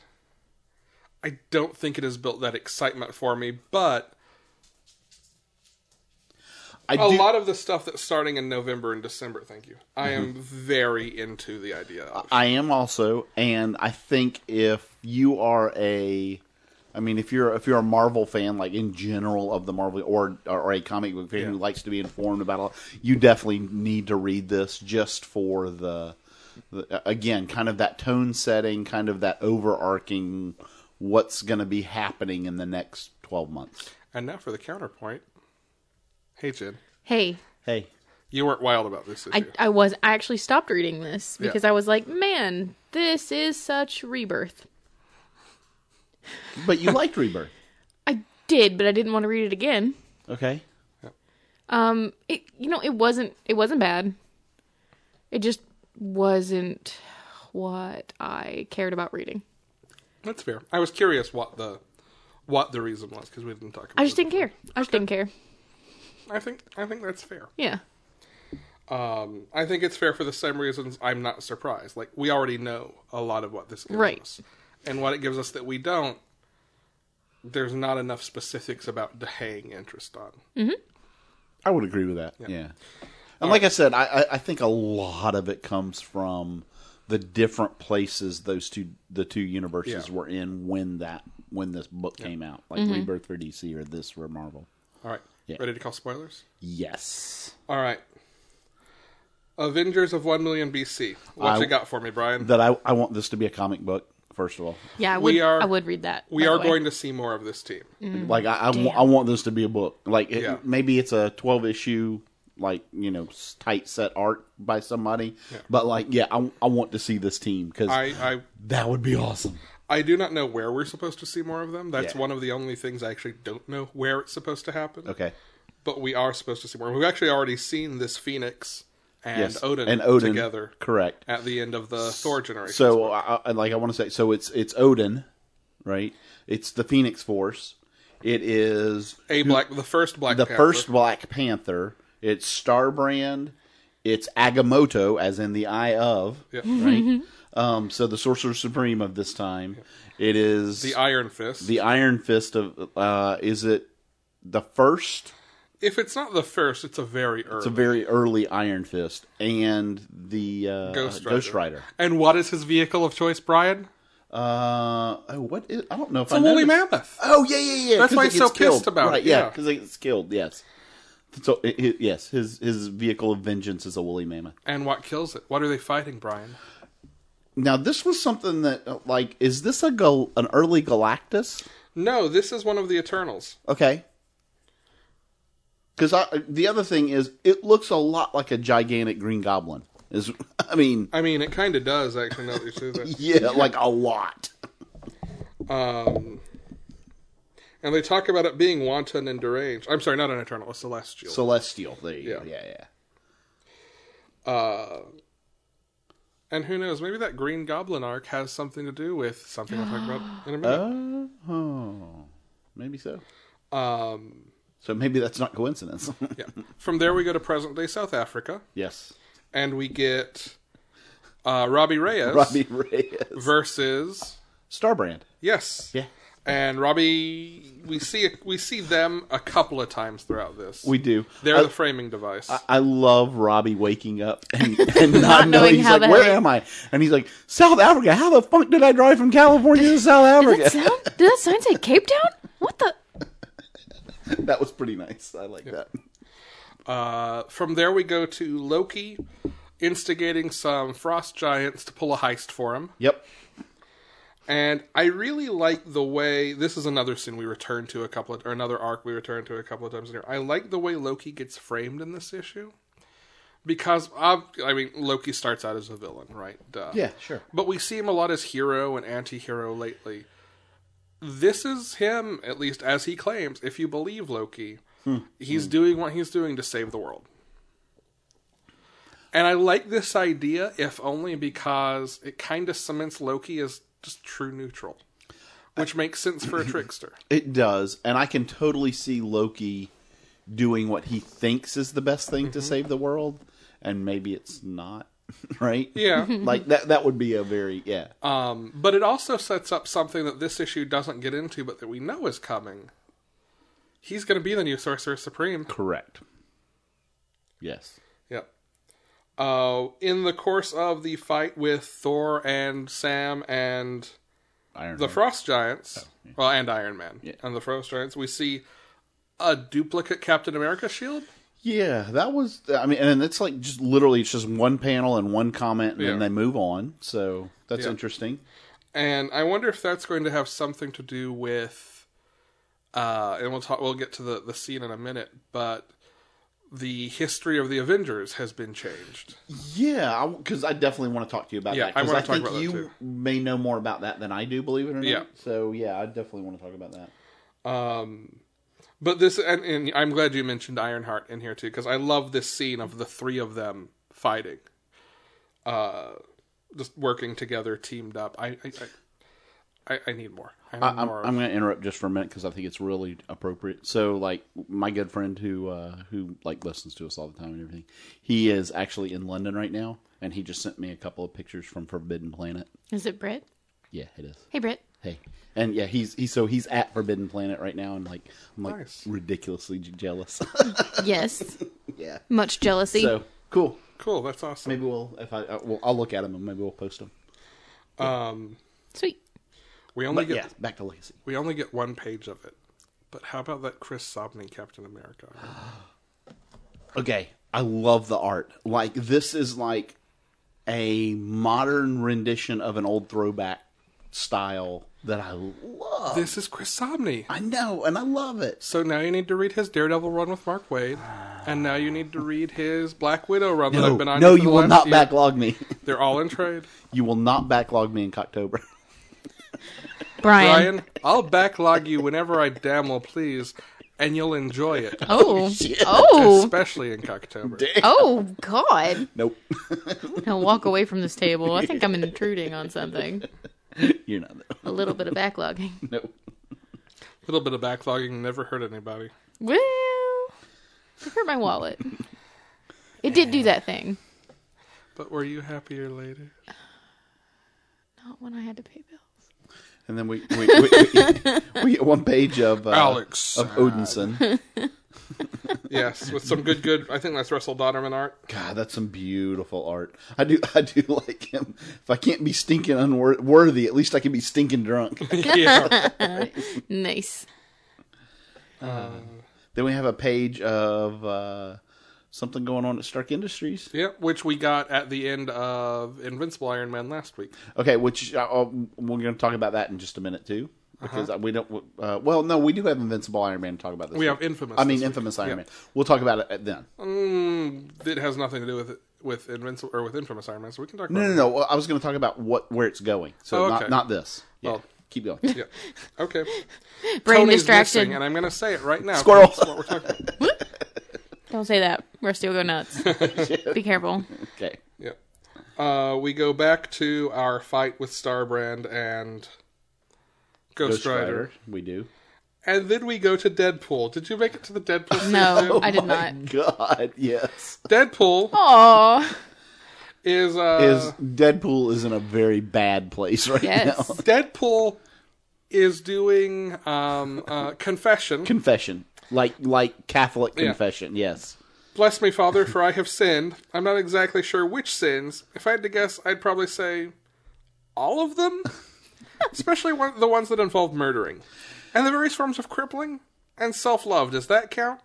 Speaker 1: I don't think it has built that excitement for me, but
Speaker 3: I
Speaker 1: a
Speaker 3: do,
Speaker 1: lot of the stuff that's starting in November and December, thank you. I am very into the idea of.
Speaker 3: I am also, and I think if you are a, I mean, if you're if you're a Marvel fan, like in general of the Marvel or or a comic book fan who likes to be informed about all, you definitely need to read this just for the, the again, kind of that tone setting, kind of that overarching, what's going to be happening in the next twelve months.
Speaker 1: and now for the counterpoint. Hey Jen,
Speaker 2: Hey,
Speaker 3: Hey,
Speaker 1: you weren't wild about this issue.
Speaker 2: I, I was I actually stopped reading this
Speaker 1: Yeah.
Speaker 2: because I was like, man, this is such rebirth.
Speaker 3: but you liked Rebirth.
Speaker 2: I did, but I didn't want to read it again.
Speaker 3: Okay.
Speaker 2: Um, it you know it wasn't it wasn't bad. It just wasn't what I cared about reading.
Speaker 1: That's fair. I was curious what the what the reason was because we didn't talk. about
Speaker 2: I just
Speaker 1: it.
Speaker 2: didn't care. I just didn't care.
Speaker 1: I think I think that's fair.
Speaker 2: Yeah.
Speaker 1: Um, I think it's fair for the same reasons. I'm not surprised. Like we already know a lot of what this gives
Speaker 2: Right.
Speaker 1: us, and what it gives us that we don't. There's not enough specifics about decaying interest on.
Speaker 3: I would agree with that. Yeah. And like I said, I, I, I think a lot of it comes from the different places those two the two universes
Speaker 1: Yeah.
Speaker 3: were in when that when this book came out, like Rebirth for DC or this for Marvel.
Speaker 1: All right,
Speaker 3: Yeah.
Speaker 1: ready to call spoilers?
Speaker 3: Yes.
Speaker 1: All right. Avengers of one million BC. What
Speaker 3: I-
Speaker 1: you got for me, Brian?
Speaker 3: That I I want this to be a comic book first of all.
Speaker 2: Yeah, I would
Speaker 1: We are-
Speaker 2: I would read that.
Speaker 1: we
Speaker 2: by the
Speaker 1: are
Speaker 2: way.
Speaker 1: going to see more of this team.
Speaker 3: Like I I wa- I want this to be a book. Like it,
Speaker 1: Yeah.
Speaker 3: maybe it's a twelve issue like you know s- tight set art by somebody, but like yeah, I I want to see this team because
Speaker 1: I, I
Speaker 3: that would be awesome.
Speaker 1: I do not know where we're supposed to see more of them. That's
Speaker 3: Yeah.
Speaker 1: one of the only things I actually don't know where it's supposed to happen.
Speaker 3: Okay.
Speaker 1: But we are supposed to see more. We've actually already seen this Phoenix and
Speaker 3: Yes.
Speaker 1: Odin
Speaker 3: And Odin.
Speaker 1: together
Speaker 3: Correct.
Speaker 1: at the end of the Thor generation.
Speaker 3: So, I, I, like, I want to say, so it's it's Odin, right? It's the Phoenix Force. It is
Speaker 1: a black, the first Black
Speaker 3: the
Speaker 1: Panther.
Speaker 3: first Black Panther. It's Starbrand. It's Agamotto, as in the Eye of,
Speaker 1: Yep.
Speaker 3: right? um, so the Sorcerer Supreme of this time. It is
Speaker 1: the Iron Fist.
Speaker 3: the Iron Fist of. Uh, is it the first?
Speaker 1: if it's not the first, it's a very early.
Speaker 3: It's a very early Iron Fist, and the uh,
Speaker 1: Ghost
Speaker 3: Ghost
Speaker 1: Rider.
Speaker 3: Rider.
Speaker 1: and what is his vehicle of choice, Brian?
Speaker 3: Uh, oh, what is? I don't know if
Speaker 1: The
Speaker 3: I
Speaker 1: woolly
Speaker 3: noticed.
Speaker 1: mammoth.
Speaker 3: Oh yeah, yeah, yeah.
Speaker 1: That's
Speaker 3: 'cause
Speaker 1: why
Speaker 3: it
Speaker 1: he's so
Speaker 3: gets killed.
Speaker 1: pissed about it,
Speaker 3: right, Yeah,
Speaker 1: yeah.
Speaker 3: because it gets killed. Yes. So it, it- yes, his his vehicle of vengeance is a woolly mammoth.
Speaker 1: And what kills it? What are they fighting, Brian?
Speaker 3: Now this was something that uh, like is this a gal- an early Galactus?
Speaker 1: No, this is one of the Eternals.
Speaker 3: Okay. Because the other thing is, it looks a lot like a gigantic green goblin. Is I mean,
Speaker 1: I mean, it kind of does actually. Now that you say that,
Speaker 3: yeah, like a lot.
Speaker 1: Um, and they talk about it being wanton and deranged. I'm sorry, not an eternal, a celestial.
Speaker 3: Celestial. There you go.
Speaker 1: Yeah.
Speaker 3: Yeah, yeah.
Speaker 1: uh, and who knows? Maybe that Green Goblin arc has something to do with something we'll talk about in a minute.
Speaker 3: Uh, oh, maybe so.
Speaker 1: Um,
Speaker 3: So maybe that's not coincidence.
Speaker 1: yeah. From there, we go to present day South Africa,
Speaker 3: yes,
Speaker 1: and we get uh, Robbie Reyes
Speaker 3: Robbie Reyes,
Speaker 1: versus
Speaker 3: Starbrand.
Speaker 1: yes,
Speaker 3: Yeah.
Speaker 1: and Robbie. We see we see them a couple of times throughout this.
Speaker 3: We do.
Speaker 1: They're
Speaker 3: I,
Speaker 1: the framing device.
Speaker 3: I love Robbie waking up and, and not, knowing.
Speaker 2: knowing
Speaker 3: He's
Speaker 2: how
Speaker 3: like,
Speaker 2: the
Speaker 3: "Where
Speaker 2: heck-
Speaker 3: am I?" And he's like, "South Africa. How the fuck did I drive from California to South
Speaker 2: Did that
Speaker 3: Africa?"
Speaker 2: sound? Did that sign say Cape Town? What the?
Speaker 3: that was pretty nice. I like that.
Speaker 1: Uh, from there, we go to Loki instigating some frost giants to pull a heist for him.
Speaker 3: Yep.
Speaker 1: And I really like the way this is another scene we return to a couple of, or another arc we return to a couple of times in here. I like the way Loki gets framed in this issue because, ob- I mean, Loki starts out as a villain, right? Duh.
Speaker 3: Yeah. Sure.
Speaker 1: But we see him a lot as hero and anti hero lately. This is him, at least as he claims, if you believe Loki. He's doing what he's doing to save the world. And I like this idea, if only because it kind of cements Loki as just true neutral, which makes sense for a trickster.
Speaker 3: It does, and I can totally see Loki doing what he thinks is the best thing
Speaker 1: Mm-hmm.
Speaker 3: to save the world, and maybe it's not. Right?
Speaker 1: Yeah.
Speaker 3: like that. That would be a very yeah.
Speaker 1: Um, but it also sets up something that this issue doesn't get into, but that we know is coming. He's going to be the new Sorcerer Supreme.
Speaker 3: Correct. Yes.
Speaker 1: Yep. Uh, in the course of the fight with Thor and Sam and
Speaker 3: Iron.
Speaker 1: the
Speaker 3: Man.
Speaker 1: Frost Giants, well, and Iron Man and the Frost Giants, we see a duplicate Captain America shield.
Speaker 3: Yeah, that was. I mean, and it's like just literally, it's just one panel and one comment, and
Speaker 1: Yeah.
Speaker 3: then they move on. So that's interesting.
Speaker 1: And I wonder if that's going to have something to do with, uh, and we'll talk. We'll get to the the scene in a minute, but the history of the Avengers has been changed.
Speaker 3: Yeah, because I, definitely want to talk to you about
Speaker 1: Yeah,
Speaker 3: that.
Speaker 1: I
Speaker 3: 'cause
Speaker 1: wanna
Speaker 3: I
Speaker 1: talk
Speaker 3: think
Speaker 1: about that
Speaker 3: you
Speaker 1: too.
Speaker 3: may know more about that than I do, believe it or not.
Speaker 1: Yeah.
Speaker 3: So yeah, I definitely want to talk about that.
Speaker 1: Um, But this, and, and I'm glad you mentioned Ironheart in here too, because I love this scene of the three of them fighting, uh, just working together, teamed up. I, I, I, I, I need more. I need
Speaker 3: I, I'm,
Speaker 1: more. of-
Speaker 3: I'm going to interrupt just for a minute because I think it's really appropriate. So, like my good friend who uh, who like listens to us all the time and everything, he is actually in London right now, and he just sent me a couple of pictures from Forbidden Planet.
Speaker 2: Is it Brit?
Speaker 3: Yeah, it is.
Speaker 2: Hey, Brit.
Speaker 3: Hey, and yeah, he's he's so he's at Forbidden Planet right now, and like I'm like
Speaker 1: Nice.
Speaker 3: ridiculously j- jealous.
Speaker 2: Yes.
Speaker 3: yeah.
Speaker 2: Much jealousy.
Speaker 3: So cool.
Speaker 1: cool. That's awesome.
Speaker 3: Maybe we'll if I uh, well, I'll look at him and maybe we'll post him.
Speaker 1: Um,
Speaker 2: Sweet.
Speaker 1: we only
Speaker 3: But
Speaker 1: get
Speaker 3: yeah, back to legacy.
Speaker 1: we only get one page of it. But how about that Chris Sobney Captain America?
Speaker 3: okay i love the art like this is like a modern rendition of an old throwback style that i love
Speaker 1: This is Chris Sobney.
Speaker 3: i know and i love it
Speaker 1: So now you need to read his Daredevil run with Mark Wade, and now you need to read his Black Widow run that I've
Speaker 3: no,
Speaker 1: been on.
Speaker 3: no
Speaker 1: for the
Speaker 3: you will
Speaker 1: last
Speaker 3: not
Speaker 1: year.
Speaker 3: backlog me
Speaker 1: They're all in trade.
Speaker 3: you will not backlog me in october
Speaker 2: Brian.
Speaker 1: Brian, I'll backlog you whenever I damn well please, and you'll enjoy it,
Speaker 2: Oh. Oh.
Speaker 1: especially in Cocktober.
Speaker 2: Oh, God.
Speaker 3: nope
Speaker 2: Now walk away from this table. I think I'm intruding on something.
Speaker 3: you're not there.
Speaker 2: A little bit of backlogging.
Speaker 3: no
Speaker 1: A little bit of backlogging never hurt anybody.
Speaker 2: Well, it hurt my wallet. It did do that thing.
Speaker 1: But were you happier later?
Speaker 2: Not when I had to pay bills.
Speaker 3: and then we we, we, we, we get one page of uh,
Speaker 1: Alex.
Speaker 3: of odinson
Speaker 1: Yes, with some good, good. I think that's Russell Donovan art.
Speaker 3: God, that's some beautiful art. I do, I do like him. If I can't be stinking unworthy, at least I can be stinking drunk.
Speaker 1: yeah.
Speaker 2: Nice.
Speaker 3: Then we have a page of uh, something going on at Stark Industries.
Speaker 1: yeah, which we got at the end of Invincible Iron Man last week.
Speaker 3: Okay, which uh, uh, we're going to talk about that in just a minute too,
Speaker 1: Uh-huh.
Speaker 3: because we don't. Uh, well, no, we do have Invincible Iron Man to talk about this.
Speaker 1: We
Speaker 3: week.
Speaker 1: have Infamous
Speaker 3: I mean,
Speaker 1: this week.
Speaker 3: Infamous Iron
Speaker 1: Yeah. Oh,
Speaker 3: Man. We'll talk about it then.
Speaker 1: Mm, it has nothing to do with with Invincible or with Infamous Iron Man, so we can talk about
Speaker 3: No, no,
Speaker 1: it.
Speaker 3: no. well, I was going to talk about what where it's going. So
Speaker 1: Oh, okay.
Speaker 3: not not this. Yeah.
Speaker 1: Well-
Speaker 3: keep going.
Speaker 1: Yeah. Okay.
Speaker 2: Brain
Speaker 1: Tony's
Speaker 2: distraction.
Speaker 1: missing, and I'm going to say it right now. 'cause
Speaker 3: Squirrel.
Speaker 1: That's what we're talking about.
Speaker 2: Don't say that. Rusty will go nuts. Be careful.
Speaker 3: Okay.
Speaker 1: Yeah. Uh, we go back to our fight with Starbrand and Ghost,
Speaker 3: Ghost
Speaker 1: Rider.
Speaker 3: Rider, we do.
Speaker 1: And then we go to Deadpool. Did you make it to the Deadpool?
Speaker 2: No, I did
Speaker 3: My
Speaker 2: not.
Speaker 3: God, yes.
Speaker 1: Deadpool
Speaker 2: Aw.
Speaker 1: is uh
Speaker 3: is Deadpool is in a very bad place right now.
Speaker 2: Yes.
Speaker 1: Deadpool is doing um uh confession.
Speaker 3: Confession, like like Catholic confession. Yes.
Speaker 1: Bless me, Father, for I have sinned. I'm not exactly sure which sins. If I had to guess, I'd probably say all of them, especially one, the ones that involve murdering, and the various forms of crippling and self-love. Does that count?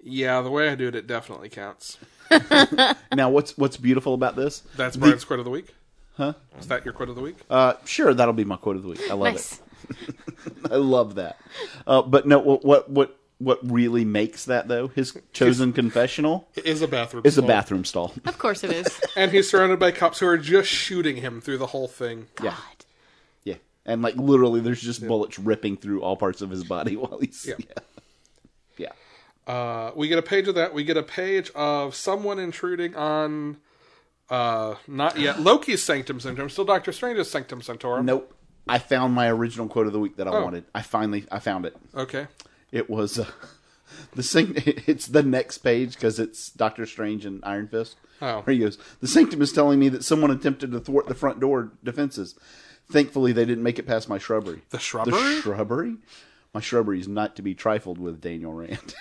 Speaker 1: Yeah, the way I do it, it definitely counts.
Speaker 3: Now, what's what's beautiful about this?
Speaker 1: That's Brian's quote of the week. Huh? Is that your quote of the week?
Speaker 3: Uh, sure, that'll be my quote of the week. I love
Speaker 2: Nice.
Speaker 3: it. I love that. Uh, but no, what what what what really makes that though? His chosen confessional
Speaker 1: It is a bathroom.
Speaker 3: is a bathroom stall.
Speaker 2: Of course it is.
Speaker 1: and he's surrounded by cops who are just shooting him through the whole thing.
Speaker 3: Yeah. Yeah, and like literally, there's just bullets ripping through all parts of his body while he's yeah. yeah.
Speaker 1: Uh, we get a page of that. We get a page of someone intruding on, uh, not yet Loki's Sanctum Sanctorum, still Doctor Strange's Sanctum Sanctorum.
Speaker 3: Nope. I found my original quote of the week that I wanted. I finally I found it.
Speaker 1: Okay.
Speaker 3: it was uh, the sing- it's the next page because it's doctor strange and iron fist
Speaker 1: Oh.
Speaker 3: where he goes the sanctum is telling me that someone attempted to thwart the front door defenses thankfully they didn't make it past my shrubbery
Speaker 1: The shrubbery?
Speaker 3: the shrubbery my shrubbery is not to be trifled with daniel rand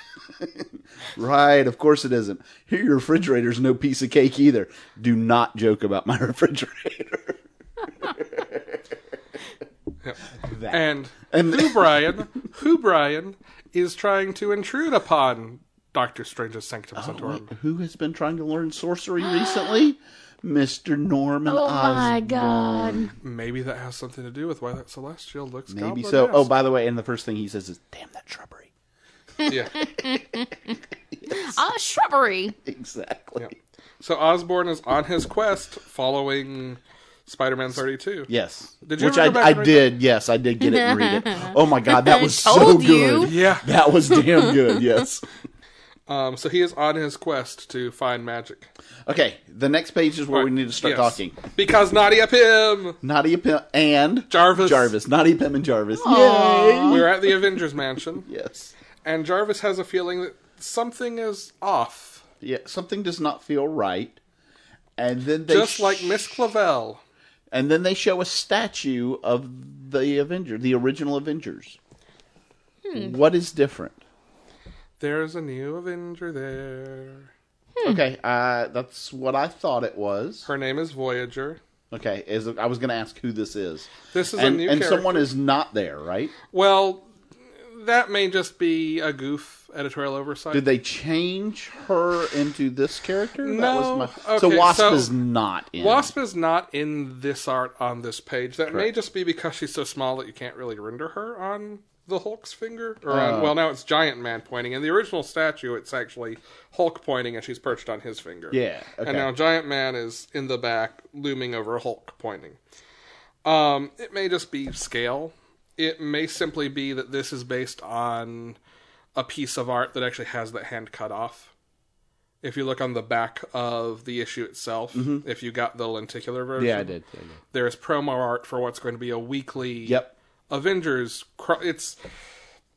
Speaker 3: right of course it isn't here your refrigerator's no piece of cake either do not joke about my refrigerator That.
Speaker 1: And,
Speaker 3: And-
Speaker 1: who Brian, who Brian is trying to intrude upon Doctor Strange's
Speaker 3: Oh,
Speaker 1: Sanctum Sanctorum.
Speaker 3: Wait, who has been trying to learn sorcery recently? Mr. Norman
Speaker 2: Oh my
Speaker 3: Osborn.
Speaker 2: god.
Speaker 1: Maybe that has something to do with why that celestial looks
Speaker 3: Maybe
Speaker 1: goblin-esque.
Speaker 3: so. Oh, by the way, and the first thing he says is, "Damn that shrubbery."
Speaker 1: yeah.
Speaker 2: Ah, shrubbery.
Speaker 3: Exactly.
Speaker 1: So Osborne is on his quest following Spider-Man 32.
Speaker 3: Yes.
Speaker 1: Did you
Speaker 3: Which
Speaker 1: ever
Speaker 3: I,
Speaker 1: go back
Speaker 3: I
Speaker 1: and read
Speaker 3: did. Yes, I did get it and read it. Oh my god, that was so
Speaker 2: Told you.
Speaker 3: good.
Speaker 1: Yeah.
Speaker 3: That was damn good. Yes.
Speaker 1: Um, so he is on his quest to find magic.
Speaker 3: Okay, the next page is where we need to start
Speaker 1: Yes.
Speaker 3: talking.
Speaker 1: Because Nadia Pym.
Speaker 3: Nadia Pym and
Speaker 1: Jarvis.
Speaker 3: Jarvis. Nadia Pym and Jarvis. Yay!
Speaker 1: We're at the Avengers mansion,
Speaker 3: Yes.
Speaker 1: and Jarvis has a feeling that something is off,
Speaker 3: Yeah, something does not feel right. And then they
Speaker 1: just
Speaker 3: sh-
Speaker 1: like Miss Clavel.
Speaker 3: and then they show a statue of the Avenger, the original Avengers. What is different?
Speaker 1: There's a new Avenger there.
Speaker 3: Okay, uh, that's what I thought it was.
Speaker 1: Her name is Voyager.
Speaker 3: Okay, is I was going to ask who this is,
Speaker 1: This is
Speaker 3: and,
Speaker 1: a new
Speaker 3: and
Speaker 1: character.
Speaker 3: someone is not there, right?
Speaker 1: Well, that may just be a goof editorial oversight.
Speaker 3: Did they change her into this character?
Speaker 1: No,
Speaker 3: So
Speaker 1: okay,
Speaker 3: Wasp
Speaker 1: so-
Speaker 3: is not in.
Speaker 1: Wasp is not in this art on this page. That may just be because she's so small that you can't really render her on the Hulk's finger. Or on, well, now it's Giant Man pointing. In the original statue, it's actually Hulk pointing, and she's perched on his finger.
Speaker 3: Yeah. Okay.
Speaker 1: And now Giant Man is in the back, looming over Hulk pointing. Um, it may just be scale. It may simply be that this is based on a piece of art that actually has that hand cut off. If you look on the back of the issue itself, if you got the lenticular version,
Speaker 3: Mm-hmm. yeah, I did. I did.
Speaker 1: There's promo art for what's going to be a weekly
Speaker 3: Yep.
Speaker 1: Avengers. Cro- it's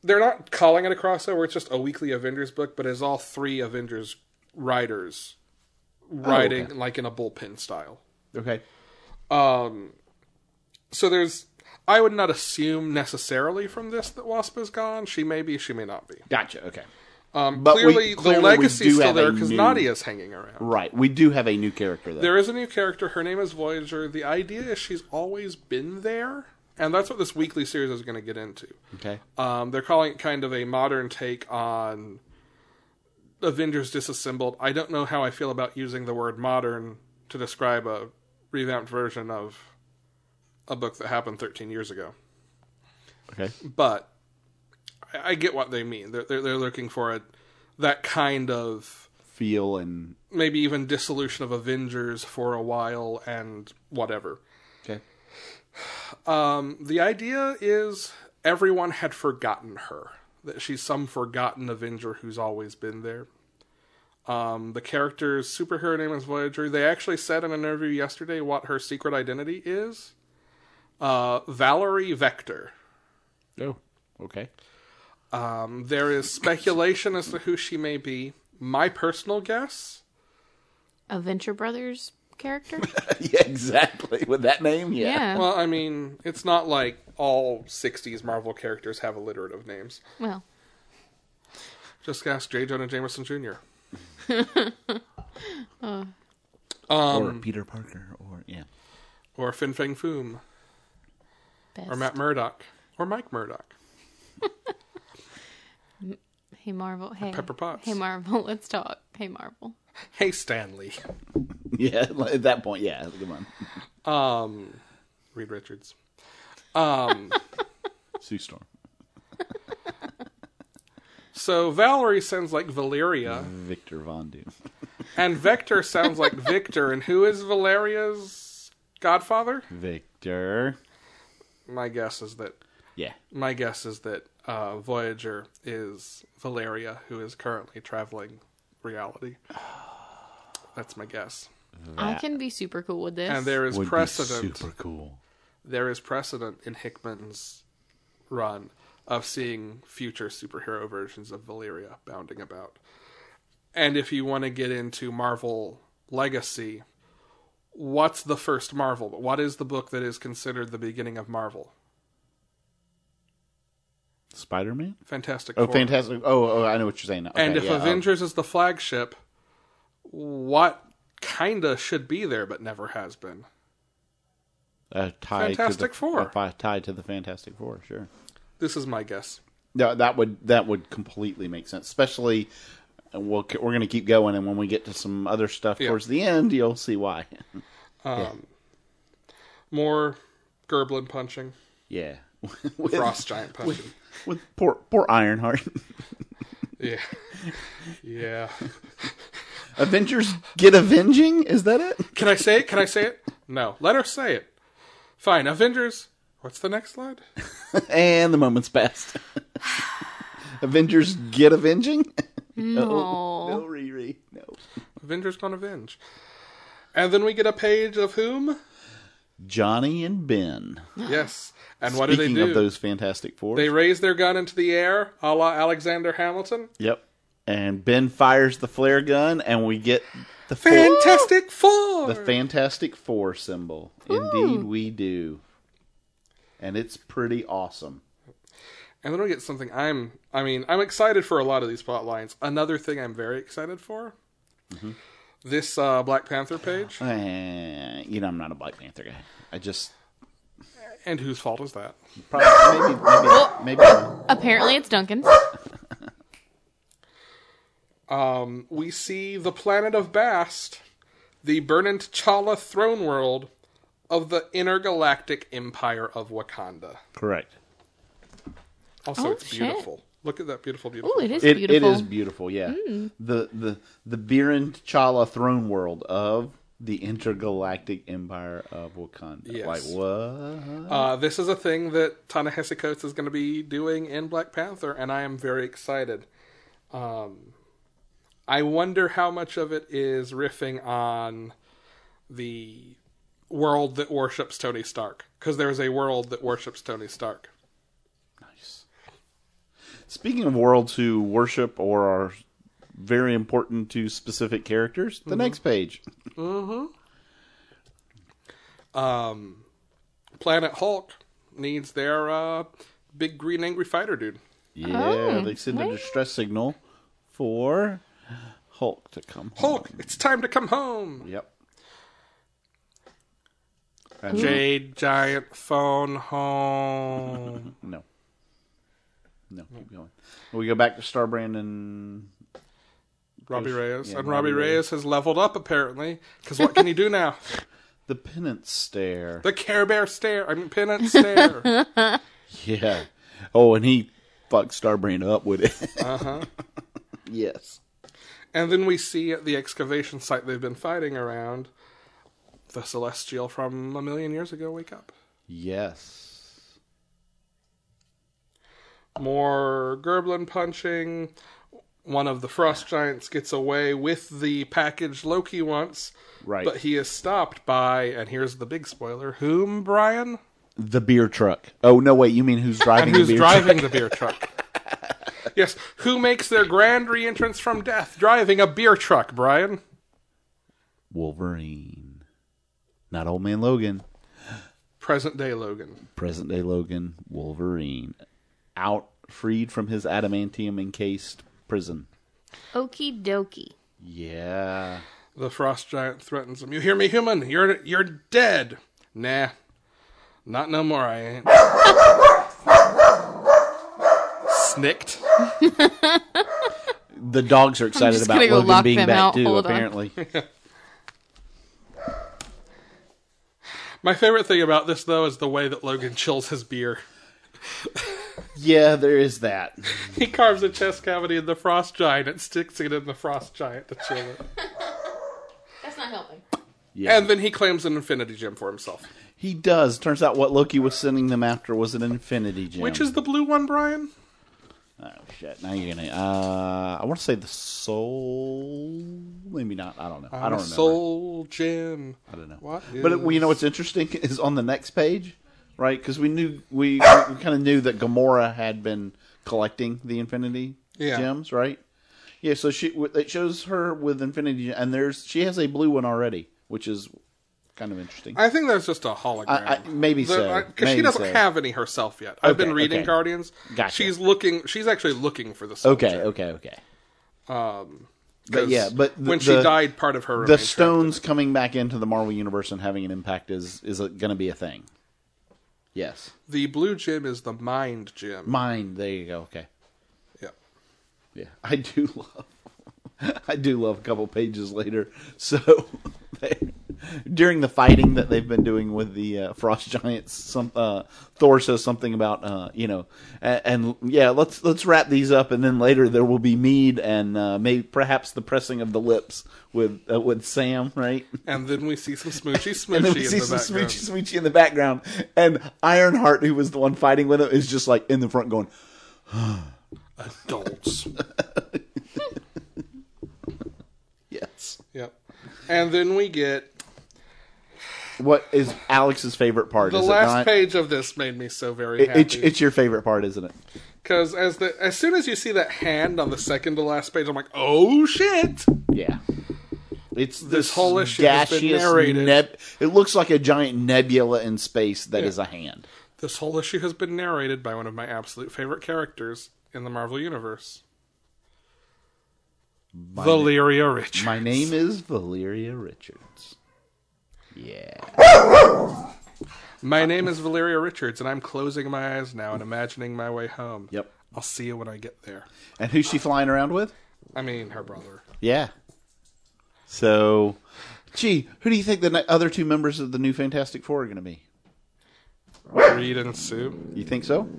Speaker 1: they're not calling it a crossover. It's just a weekly Avengers book, but it's all three Avengers writers
Speaker 3: Oh,
Speaker 1: writing like in a bullpen style.
Speaker 3: Okay.
Speaker 1: So there's. I would not assume necessarily from this that Wasp is gone. She may be. She may not be.
Speaker 3: Gotcha. Okay.
Speaker 1: Um,
Speaker 3: But we-
Speaker 1: clearly,
Speaker 3: clearly we
Speaker 1: the legacy's
Speaker 3: do
Speaker 1: still
Speaker 3: have a
Speaker 1: there because
Speaker 3: new-
Speaker 1: Nadia's hanging around.
Speaker 3: Right. We do have a new character though.
Speaker 1: There is a new character. Her name is Voyager. The idea is she's always been there, and that's what this weekly series is going to get into.
Speaker 3: okay.
Speaker 1: Um, they're calling it kind of a modern take on Avengers Disassembled. I don't know how I feel about using the word modern to describe a revamped version of a book that happened 13 years ago,
Speaker 3: Okay.
Speaker 1: but I, I get what they mean. They're, they're, they're looking for a, that kind of
Speaker 3: Feel and
Speaker 1: maybe even dissolution of Avengers for a while and whatever.
Speaker 3: okay.
Speaker 1: Um, the idea is everyone had forgotten her. That she's some forgotten Avenger who's always been there. Um, the character's superhero name is Voyager. They actually said in an interview yesterday what her secret identity is. Uh, Valerie Vector.
Speaker 3: Oh. Okay.
Speaker 1: Um, there is speculation as to who she may be. My personal guess,
Speaker 2: A Venture Brothers character?
Speaker 3: yeah. Exactly. With that name. Yeah.
Speaker 2: yeah. Well,
Speaker 1: well, I mean, it's not like all 60s Marvel characters have alliterative names. Just ask J. Jonah Jameson Jr.
Speaker 3: or Peter Parker. Or yeah.
Speaker 1: or Fin Fang Foom,
Speaker 2: best.
Speaker 1: or Matt Murdock, or Mike Murdock.
Speaker 2: hey Marvel. Hey
Speaker 3: Oh,
Speaker 1: Pepper Potts.
Speaker 2: Hey Marvel. Let's talk. Hey Marvel.
Speaker 1: Hey, Stanley.
Speaker 3: Yeah. At that point. Yeah. Come on.
Speaker 1: Um, Reed Richards. Um,
Speaker 3: Sue Storm.
Speaker 1: so Valerie sounds like Valeria,
Speaker 3: Victor Von Doom.
Speaker 1: and Vector sounds like Victor, and who is Valeria's godfather?
Speaker 3: Victor.
Speaker 1: My guess is that
Speaker 3: Yeah.
Speaker 1: my guess is that uh, Voyager is Valeria, who is currently traveling reality. That's my guess.
Speaker 2: I can be super cool with this.
Speaker 1: And there is
Speaker 3: Would be
Speaker 1: precedent.
Speaker 3: super cool.
Speaker 1: there is precedent in Hickman's run of seeing future superhero versions of Valeria bounding about. And if you want to get into Marvel Legacy, what's the first Marvel? What is the book that is considered the beginning of Marvel?
Speaker 3: Spider Man.
Speaker 1: Fantastic
Speaker 3: Oh,
Speaker 1: Four.
Speaker 3: fantastic! Oh, oh, I know what you're saying. now. Okay,
Speaker 1: and if
Speaker 3: yeah, um,
Speaker 1: Avengers is the flagship, what kinda should be there but never has been?
Speaker 3: a tie
Speaker 1: Fantastic
Speaker 3: oh, uh, to the,
Speaker 1: Four.
Speaker 3: a fi- tie to the Fantastic Four, sure.
Speaker 1: This is my guess.
Speaker 3: No, that would that would completely make sense. Especially, uh, we'll, we're going to keep going, and when we get to some other stuff
Speaker 1: Yeah.
Speaker 3: towards the end, you'll see why.
Speaker 1: Um, More Gerblin punching,
Speaker 3: yeah, with,
Speaker 1: Frost Giant punching.
Speaker 3: with poor poor Ironheart.
Speaker 1: Yeah. Yeah.
Speaker 3: Avengers get avenging. Is that it?
Speaker 1: Can I say it? Can I say it? No. Let her say it. Fine. Avengers. What's the next slide?
Speaker 3: and the moment's passed. Avengers get avenging?
Speaker 2: No.
Speaker 3: No, Riri. No.
Speaker 1: Avengers gonna avenge. And then we get a page of whom?
Speaker 3: Johnny and Ben.
Speaker 1: Yes. And what do they
Speaker 3: Speaking
Speaker 1: do?
Speaker 3: of those Fantastic Four.
Speaker 1: They raise their gun into the air, a la Alexander Hamilton.
Speaker 3: Yep. And Ben fires the flare gun, and we get the four,
Speaker 1: Fantastic Four.
Speaker 3: the Fantastic Four symbol. Indeed, we do. And it's pretty awesome.
Speaker 1: and then we get something I'm. I mean, I'm excited for a lot of these plot lines. Another thing I'm very excited for.
Speaker 3: Mm-hmm.
Speaker 1: This uh, Black Panther page.
Speaker 3: Eh, you know, I'm not a Black Panther guy. I just
Speaker 1: And whose fault is that?
Speaker 3: probably maybe maybe maybe. I'm-
Speaker 2: Apparently, it's Duncan's.
Speaker 1: Um, we see the planet of Bast, the Burnin T'Challa throne world of the intergalactic empire of Wakanda.
Speaker 3: Correct.
Speaker 1: Also,
Speaker 2: Oh,
Speaker 1: it's
Speaker 2: shit.
Speaker 1: beautiful. Look at that beautiful, beautiful.
Speaker 2: Ooh, it is
Speaker 3: It, it
Speaker 2: beautiful.
Speaker 3: is beautiful, yeah. The the the Birin T'Challa throne world of the intergalactic empire of Wakanda.
Speaker 1: Yes.
Speaker 3: Like what?
Speaker 1: Uh, this is a thing that Ta-Nehisi Coates is going to be doing in Black Panther, and I am very excited. Um, I wonder how much of it is riffing on the world that worships Tony Stark, because there is a world that worships Tony Stark.
Speaker 3: Speaking of worlds who worship or are very important to specific characters, the next page.
Speaker 1: Planet Hulk needs their uh, big green angry fighter dude.
Speaker 3: Yeah,
Speaker 2: Oh,
Speaker 3: they send a
Speaker 2: wow.
Speaker 3: distress signal for Hulk to come home.
Speaker 1: Hulk, it's time to come home.
Speaker 3: Yep.
Speaker 1: Mm-hmm. Jade Giant phone home.
Speaker 3: No. No, keep going. We go back to Starbrand and
Speaker 1: Robbie Reyes.
Speaker 3: yeah,
Speaker 1: and Robbie
Speaker 3: Robbie
Speaker 1: Reyes has leveled up apparently, because what can he do now?
Speaker 3: the Penance Stare.
Speaker 1: The Care Bear stare. I mean, Pennant stare.
Speaker 3: Yeah. Oh, and he fucked Starbrand up with it. Uh
Speaker 1: Uh-huh.
Speaker 3: huh. yes.
Speaker 1: and then we see at the excavation site they've been fighting around the Celestial from a million years ago wake up.
Speaker 3: Yes.
Speaker 1: More Gerblin punching. One of the Frost Giants gets away with the package Loki wants,
Speaker 3: Right.
Speaker 1: but he is stopped by, and here's the big spoiler, whom, Brian?
Speaker 3: the beer truck. Oh no, wait. You mean who's driving?
Speaker 1: And who's
Speaker 3: the beer
Speaker 1: driving the beer truck? yes, who makes their grand reentrance from death driving a beer truck, Brian?
Speaker 3: Wolverine. Not old man Logan.
Speaker 1: Present day Logan.
Speaker 3: Present day Logan. Wolverine. Out, freed from his adamantium encased prison.
Speaker 2: Okie dokie.
Speaker 3: Yeah.
Speaker 1: The frost giant threatens him. You hear me, human? You're you're dead. Nah, not no more. I ain't. Snicked.
Speaker 3: The dogs are excited
Speaker 2: just
Speaker 3: about
Speaker 2: gonna go
Speaker 3: Logan
Speaker 2: lock
Speaker 3: being
Speaker 2: them
Speaker 3: back
Speaker 2: out.
Speaker 3: too.
Speaker 2: Hold on.
Speaker 3: apparently.
Speaker 1: My favorite thing about this though is the way that Logan chills his beer.
Speaker 3: yeah, there is that.
Speaker 1: He carves a chest cavity in the frost giant and sticks it in the frost giant to chill it.
Speaker 2: That's not helping.
Speaker 3: Yeah.
Speaker 1: And then he claims an infinity gem for himself,
Speaker 3: he does. Turns out what Loki was sending them after was an infinity gem.
Speaker 1: which is the blue one, Brian.
Speaker 3: Oh shit! Now you're gonna. Uh, I want to say the soul. Maybe not. I don't know. I don't
Speaker 1: Uh,
Speaker 3: remember.
Speaker 1: Soul gem.
Speaker 3: I don't know.
Speaker 1: What
Speaker 3: But it,
Speaker 1: is-
Speaker 3: well, you know what's interesting is on the next page, right? Because we knew we, we kind of knew that Gamora had been collecting the Infinity
Speaker 1: Yeah.
Speaker 3: gems, right? Yeah. So she it shows her with Infinity, and there's she has a blue one already, which is kind of interesting.
Speaker 1: I think that's just a hologram.
Speaker 3: I- I- maybe so.
Speaker 1: Because she
Speaker 3: Maybe
Speaker 1: doesn't
Speaker 3: so.
Speaker 1: have any herself yet. I've
Speaker 3: Okay,
Speaker 1: been reading
Speaker 3: okay.
Speaker 1: Guardians.
Speaker 3: Gotcha.
Speaker 1: She's looking. She's actually looking for the soldier.
Speaker 3: okay. Okay. Okay. But
Speaker 1: 'Cause
Speaker 3: yeah, but the-
Speaker 1: when she
Speaker 3: the-
Speaker 1: died, part of her
Speaker 3: The
Speaker 1: remained trapped
Speaker 3: stones coming back into the Marvel universe and having an impact is is going to be a thing. Yes.
Speaker 1: in- The blue gem is the mind gem.
Speaker 3: Mine. There you go. Okay.
Speaker 1: Yeah.
Speaker 3: Yeah, I do love. I do love a couple pages later. So they, during the fighting that they've been doing with the uh, frost giants, some uh, Thor says something about uh, you know, and, and yeah, let's let's wrap these up, and then later there will be mead and uh, maybe perhaps the pressing of the lips with uh, with Sam, right?
Speaker 1: And then we see some smoochy smoochy
Speaker 3: And then
Speaker 1: in
Speaker 3: we see
Speaker 1: the
Speaker 3: some
Speaker 1: background.
Speaker 3: smoochy smoochy in the background, and Ironheart, who was the one fighting with him, is just like in the front going,
Speaker 1: Adults.
Speaker 3: "Yes."
Speaker 1: yep. And then we get
Speaker 3: What is Alex's favorite part?
Speaker 1: the
Speaker 3: is
Speaker 1: last
Speaker 3: it not?
Speaker 1: page of this made me so very
Speaker 3: It- it's,
Speaker 1: happy
Speaker 3: it's your favorite part, isn't it?
Speaker 1: because as the as soon as you see that hand on the second to last page, I'm like, oh shit!
Speaker 3: Yeah. It's this,
Speaker 1: whole issue has been
Speaker 3: gaseous
Speaker 1: narrated.
Speaker 3: neb- it looks like a giant nebula in space that is
Speaker 1: Yeah.
Speaker 3: a hand.
Speaker 1: This whole issue has been narrated by one of my absolute favorite characters in the Marvel universe, Valeria Richards.
Speaker 3: My name is Valeria Richards. Yeah.
Speaker 1: My name is Valeria Richards, and I'm closing my eyes now and imagining my way home.
Speaker 3: Yep.
Speaker 1: I'll see you when I get there.
Speaker 3: And who's she flying around with?
Speaker 1: I mean, her brother.
Speaker 3: Yeah. So, gee, who do you think the ne- other two members of the new Fantastic Four are going to be?
Speaker 1: Reed and Sue.
Speaker 3: You think so?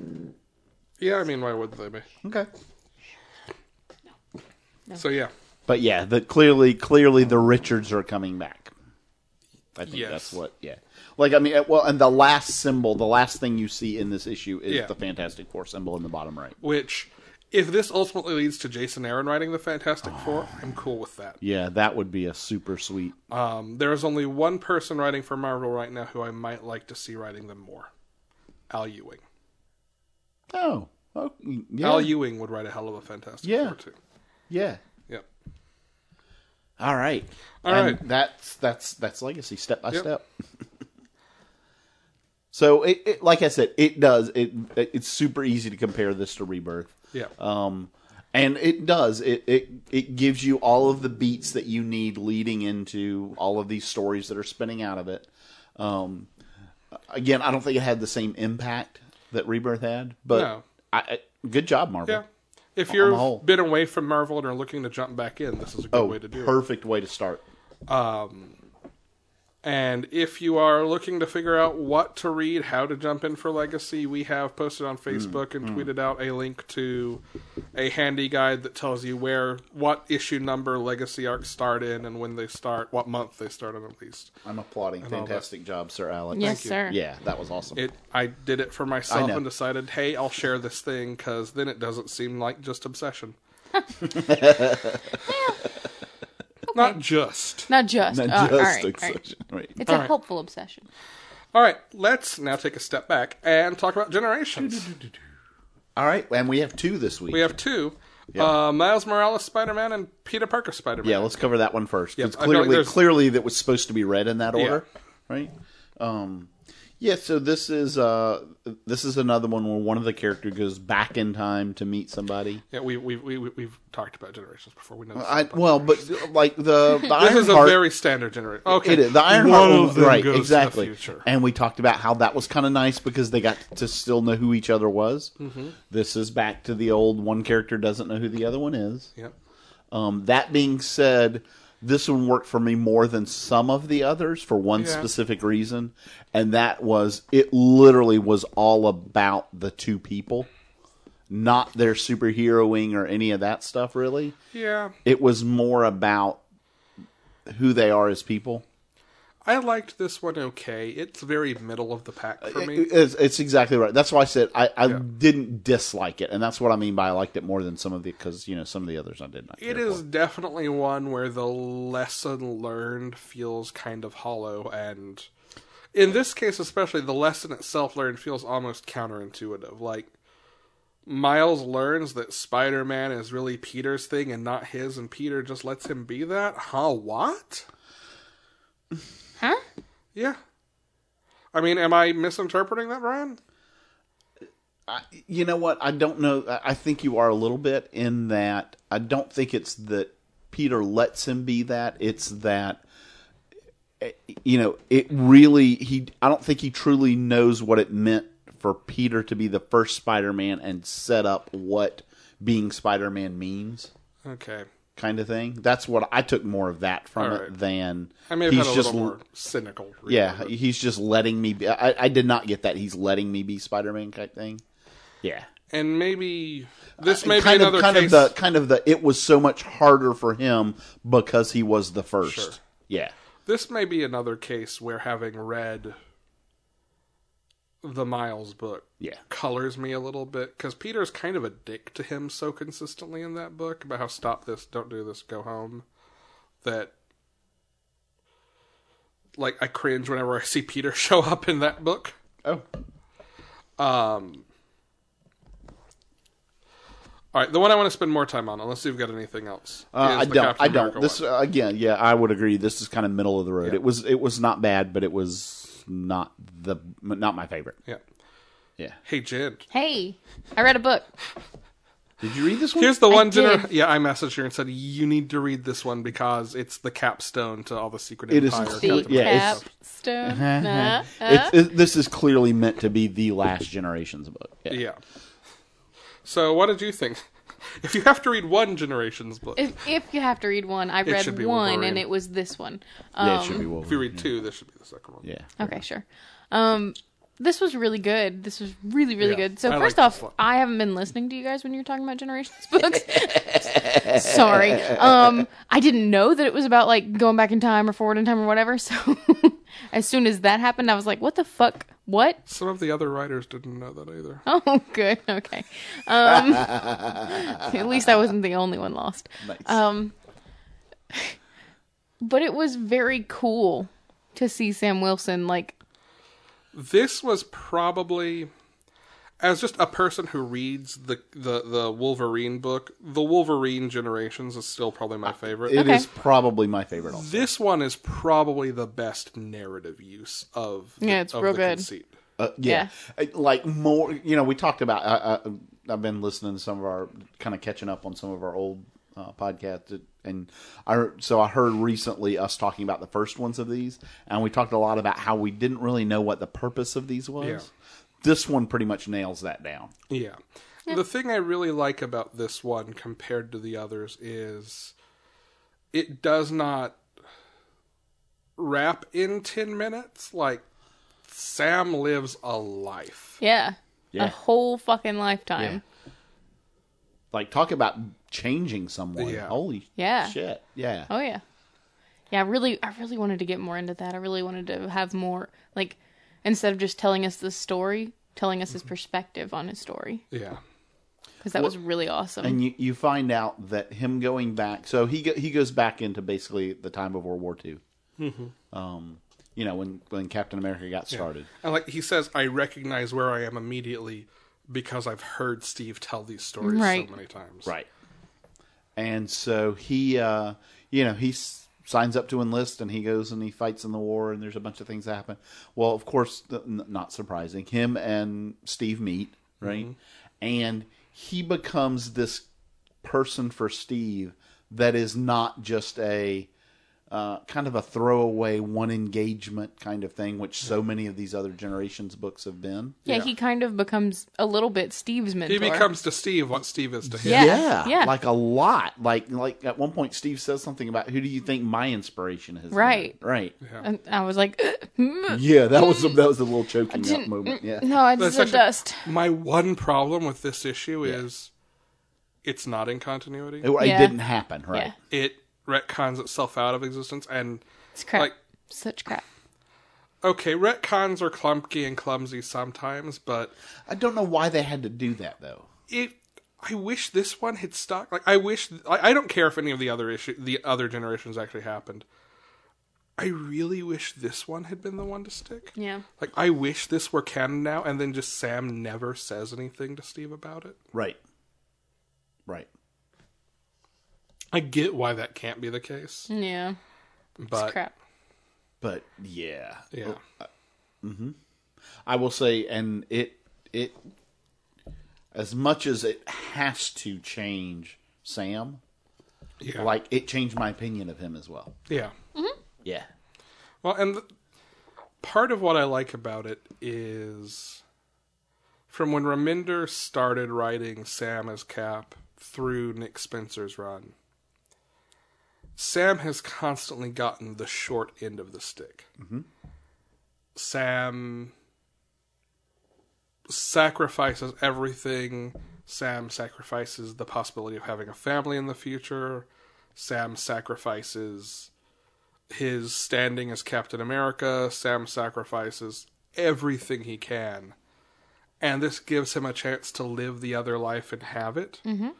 Speaker 1: Yeah, I mean, why wouldn't they be?
Speaker 3: Okay.
Speaker 1: So, yeah.
Speaker 3: But yeah, the clearly, clearly the Richards are coming back. I think
Speaker 1: Yes.
Speaker 3: that's what. Yeah, like I mean, uh, well, and the last symbol, the last thing you see in this issue is
Speaker 1: Yeah.
Speaker 3: the Fantastic Four symbol in the bottom right.
Speaker 1: Which, if this ultimately leads to Jason Aaron writing the
Speaker 3: Oh,
Speaker 1: Fantastic Four, I'm cool with that.
Speaker 3: Yeah, that would be a super sweet.
Speaker 1: Um, there is only one person writing for Marvel right now who I might like to see writing them more Al Ewing.
Speaker 3: Oh, oh yeah,
Speaker 1: Al Ewing would write a hell of a Fantastic
Speaker 3: Yeah.
Speaker 1: Four, too.
Speaker 3: yeah.
Speaker 1: Yep.
Speaker 3: All right,
Speaker 1: All
Speaker 3: And
Speaker 1: right.
Speaker 3: That's that's that's legacy step by
Speaker 1: Yep.
Speaker 3: step. so it, it, like I said, it does. It it's super easy to compare this to Rebirth.
Speaker 1: Yeah.
Speaker 3: Um, and it does. It, it it gives you all of the beats that you need leading into all of these stories that are spinning out of it. Um, again, I don't think it had the same impact that Rebirth had, but
Speaker 1: No.
Speaker 3: I, I, good job, Marvel.
Speaker 1: yeah. If
Speaker 3: the whole.
Speaker 1: you've been away from Marvel and are looking to jump back in, this is a good
Speaker 3: Oh,
Speaker 1: way to do it.
Speaker 3: perfect way to start.
Speaker 1: And if you are looking to figure out what to read, how to jump in for Legacy, we have posted on Facebook and
Speaker 3: Mm,
Speaker 1: tweeted out a link to a handy guide that tells you where, what issue number Legacy arcs start in and when they start, what month they start in at least.
Speaker 3: I'm applauding.
Speaker 1: all that.
Speaker 3: Fantastic job, Sir Alex.
Speaker 2: Yes, Thank you. sir.
Speaker 3: Yeah, that was awesome.
Speaker 1: It, I did it for myself
Speaker 3: know.
Speaker 1: and decided, hey, I'll share this thing because then it doesn't seem like just obsession. Not just.
Speaker 2: Not just.
Speaker 3: Not
Speaker 2: Uh,
Speaker 3: just
Speaker 2: all right, all right.
Speaker 3: obsession. Right.
Speaker 2: It's a helpful obsession.
Speaker 1: All right, let's now take a step back and talk about generations.
Speaker 3: All right, and we have two this week.
Speaker 1: We have two. Uh, Miles Morales Spider Man and Peter Parker Spider Man.
Speaker 3: Yeah, let's cover that one first.
Speaker 1: Yep,
Speaker 3: It's
Speaker 1: I feel like
Speaker 3: clearly
Speaker 1: there's-
Speaker 3: clearly that was supposed to be read in that order, right? Um, yeah. So this is uh, this is another one where one of the character goes back in time to meet somebody.
Speaker 1: yeah we, we, we, we, we've talked about generations before. We know this.
Speaker 3: I, well, but like the, the
Speaker 1: this is a
Speaker 3: Ironheart-
Speaker 1: very standard generation. Okay.
Speaker 3: It is. The Iron
Speaker 1: One
Speaker 3: Heart
Speaker 1: of them
Speaker 3: right,
Speaker 1: goes to the
Speaker 3: exactly.
Speaker 1: future.
Speaker 3: And we talked about how that was kind of nice because they got to still know who each other was.
Speaker 1: Mm-hmm.
Speaker 3: This is back to the old one character doesn't know who the other one is.
Speaker 1: Yep.
Speaker 3: Um, that being said, this one worked for me more than some of the others for one
Speaker 1: Yeah.
Speaker 3: specific reason, and that was it literally was all about the two people, not their superheroing or any of that stuff, really.
Speaker 1: Yeah.
Speaker 3: It was more about who they are as people.
Speaker 1: I liked this one okay. It's very middle of the pack
Speaker 3: Uh,
Speaker 1: for me.
Speaker 3: It's, it's exactly right. That's why I said I, I didn't dislike it, and that's what I mean by I liked it more than some of the because you know some of the others I did not.
Speaker 1: It
Speaker 3: care
Speaker 1: is
Speaker 3: for.
Speaker 1: definitely one where the lesson learned feels kind of hollow, and in this case, especially, the lesson itself learned feels almost counterintuitive. Like, Miles learns that Spider Man is really Peter's thing and not his, and Peter just lets him be that? Huh? What?
Speaker 2: Huh?
Speaker 1: Yeah. I mean, am I misinterpreting that, Brian?
Speaker 3: you know what i don't know I- i think you are a little bit in that i don't think it's that peter lets him be that it's that eh, you know it really he i don't think he truly knows what it meant for peter to be the first spider-man and set up what being spider-man means
Speaker 1: Okay.
Speaker 3: kind of thing. That's what I took more of that from
Speaker 1: All
Speaker 3: it
Speaker 1: right.
Speaker 3: than
Speaker 1: I may have
Speaker 3: he's
Speaker 1: had a
Speaker 3: just
Speaker 1: little
Speaker 3: l-
Speaker 1: more cynical. reading
Speaker 3: yeah,
Speaker 1: of it.
Speaker 3: he's just letting me. Be, I I did not get that he's letting me be Spider Man type thing. Yeah,
Speaker 1: and maybe this may
Speaker 3: Uh, kind
Speaker 1: be
Speaker 3: of
Speaker 1: another
Speaker 3: kind
Speaker 1: case.
Speaker 3: of the kind of the it was so much harder for him because he was the first.
Speaker 1: Sure.
Speaker 3: Yeah,
Speaker 1: This may be another case where having read the Miles book
Speaker 3: yeah,
Speaker 1: colors me a little bit because Peter's kind of a dick to him so consistently in that book about how stop this, don't do this, go home. That like I cringe whenever I see Peter show up in that book.
Speaker 3: Oh.
Speaker 1: Um. All right, the one I want to spend more time on, unless you've got anything else.
Speaker 3: Uh,
Speaker 1: is
Speaker 3: I
Speaker 1: the
Speaker 3: don't.
Speaker 1: Captain
Speaker 3: I don't.
Speaker 1: America
Speaker 3: This
Speaker 1: one.
Speaker 3: uh, again. Yeah, I would agree. This is kind of middle of the road. It was. It was not bad, but it was not the not my favorite.
Speaker 1: Yeah.
Speaker 3: Yeah.
Speaker 1: Hey, Jen.
Speaker 2: Hey, I read a book.
Speaker 3: Did you read this one?
Speaker 1: Here's the one. Jen,
Speaker 2: did.
Speaker 1: yeah, I messaged her and said you need to read this one because it's the capstone to all the secret
Speaker 3: It is
Speaker 1: empire.
Speaker 3: the
Speaker 1: Captain
Speaker 2: The
Speaker 1: America
Speaker 3: yeah, it's-
Speaker 1: stuff.
Speaker 2: capstone.
Speaker 1: Uh-huh.
Speaker 2: Uh, uh.
Speaker 3: It's, it, this is clearly meant to be the last generation's book. Yeah.
Speaker 1: Yeah. So, what did you think? If you have to read one generation's book, if,
Speaker 2: If, if you have to read one, I read
Speaker 1: should
Speaker 2: one
Speaker 1: be Wolverine.
Speaker 2: and it was this one. Um,
Speaker 3: Yeah, it should be Wolverine.
Speaker 1: you read two, this should be the second one.
Speaker 3: Mhm. Yeah.
Speaker 2: Okay, sure. Um, this was really good. This was really, really
Speaker 1: Yeah,
Speaker 2: good. So
Speaker 1: I
Speaker 2: first
Speaker 1: like this
Speaker 2: off,
Speaker 1: one.
Speaker 2: I haven't been listening to you guys when you're talking about generations books. Sorry. Um, I didn't know that it was about like going back in time or forward in time or whatever. So as soon as that happened, I was like, "What the fuck? What?"
Speaker 1: Some of the other writers didn't know that either.
Speaker 2: Oh, good. Okay. Um, at least I wasn't the only one lost. Um, but it was very cool to see Sam Wilson like
Speaker 1: This was probably, as just a person who reads the the the Wolverine book, the Wolverine generations is still probably my favorite.
Speaker 3: Uh, It is
Speaker 2: Okay.
Speaker 3: probably my favorite. Also.
Speaker 1: this one is probably the best narrative use of the,
Speaker 2: Yeah, it's
Speaker 1: of
Speaker 2: real
Speaker 1: the
Speaker 2: good.
Speaker 1: conceit.
Speaker 3: Uh, yeah. Uh, Like more, you know, we talked about. I, I, I've been listening to some of our kind of catching up on some of our old uh, podcasts, and I so I heard recently us talking about the first ones of these, and we talked a lot about how we didn't really know what the purpose of these was.
Speaker 1: Yeah.
Speaker 3: This one pretty much nails that down.
Speaker 1: Yeah. The thing I really like about this one compared to the others is it does not wrap in 10 minutes. Like, Sam lives a life.
Speaker 2: yeah,
Speaker 3: Yeah.
Speaker 2: a whole fucking lifetime.
Speaker 3: Like talk about changing someone.
Speaker 1: Yeah.
Speaker 3: Holy
Speaker 2: Yeah.
Speaker 3: shit! Yeah.
Speaker 2: Oh yeah, yeah. I really, I really wanted to get more into that. I really wanted to have more like instead of just telling us the story, telling
Speaker 3: Mm-hmm.
Speaker 2: us his perspective on his story
Speaker 1: Yeah.
Speaker 2: because that was really awesome.
Speaker 3: And you, you find out that him going back, so he go, he goes back into basically the time of World War II. Um, you know when when Captain America got started.
Speaker 1: And, like, he says, I recognize where I am immediately because I've heard Steve tell these stories
Speaker 2: Right.
Speaker 1: so many times.
Speaker 3: Right. And so he, uh, you know, he s- signs up to enlist and he goes and he fights in the war and there's a bunch of things that happen. Well, of course, th- n- not surprising, him and Steve meet, right? And he becomes this person for Steve that is not just a uh, kind of a throwaway one engagement kind of thing, which so many of these other generations books have been.
Speaker 2: yeah, he kind of becomes a little bit Steve's mentor.
Speaker 1: He becomes to Steve what Steve is to him.
Speaker 2: Yeah.
Speaker 3: yeah,
Speaker 2: yeah.
Speaker 3: like a lot. Like like at one point, Steve says something about who do you think my inspiration has been?"
Speaker 2: Right.
Speaker 3: right.
Speaker 2: And I was like,
Speaker 3: Yeah, that was a, that was a little choking up
Speaker 2: didn't-
Speaker 3: moment. Yeah,
Speaker 2: mm, no, I
Speaker 1: That's
Speaker 2: just
Speaker 1: actually-
Speaker 2: said dust.
Speaker 1: My one problem with this issue is it's not in continuity.
Speaker 3: it, it
Speaker 2: Yeah.
Speaker 3: didn't happen. Right.
Speaker 2: Yeah,
Speaker 1: it retcons itself out of existence and
Speaker 2: it's crap.
Speaker 1: Like-
Speaker 2: Such crap.
Speaker 1: okay retcons are clunky and clumsy sometimes but
Speaker 3: I don't know why they had to do that though.
Speaker 1: it i wish this one had stuck like i wish i, I don't care if any of the other issue the other generations actually happened i really wish this one had been the one to stick
Speaker 2: Yeah.
Speaker 1: like i wish this were canon now and then just sam never says anything to steve about it
Speaker 3: Right. Right.
Speaker 1: i get why that can't be the case
Speaker 2: Yeah.
Speaker 1: but
Speaker 2: crap.
Speaker 3: But yeah,
Speaker 1: yeah
Speaker 3: I will say, and it it as much as it has to change Sam,
Speaker 1: yeah
Speaker 3: like it changed my opinion of him as well.
Speaker 1: yeah
Speaker 3: Yeah.
Speaker 1: Well, and th part of what I like about it is from when Reminder started writing Sam as Cap through Nick Spencer's run, Sam has constantly gotten the short end of the stick. Sam sacrifices everything. Sam sacrifices the possibility of having a family in the future. Sam sacrifices his standing as Captain America. Sam sacrifices everything he can. And this gives him a chance to live the other life and have it. Mm-hmm.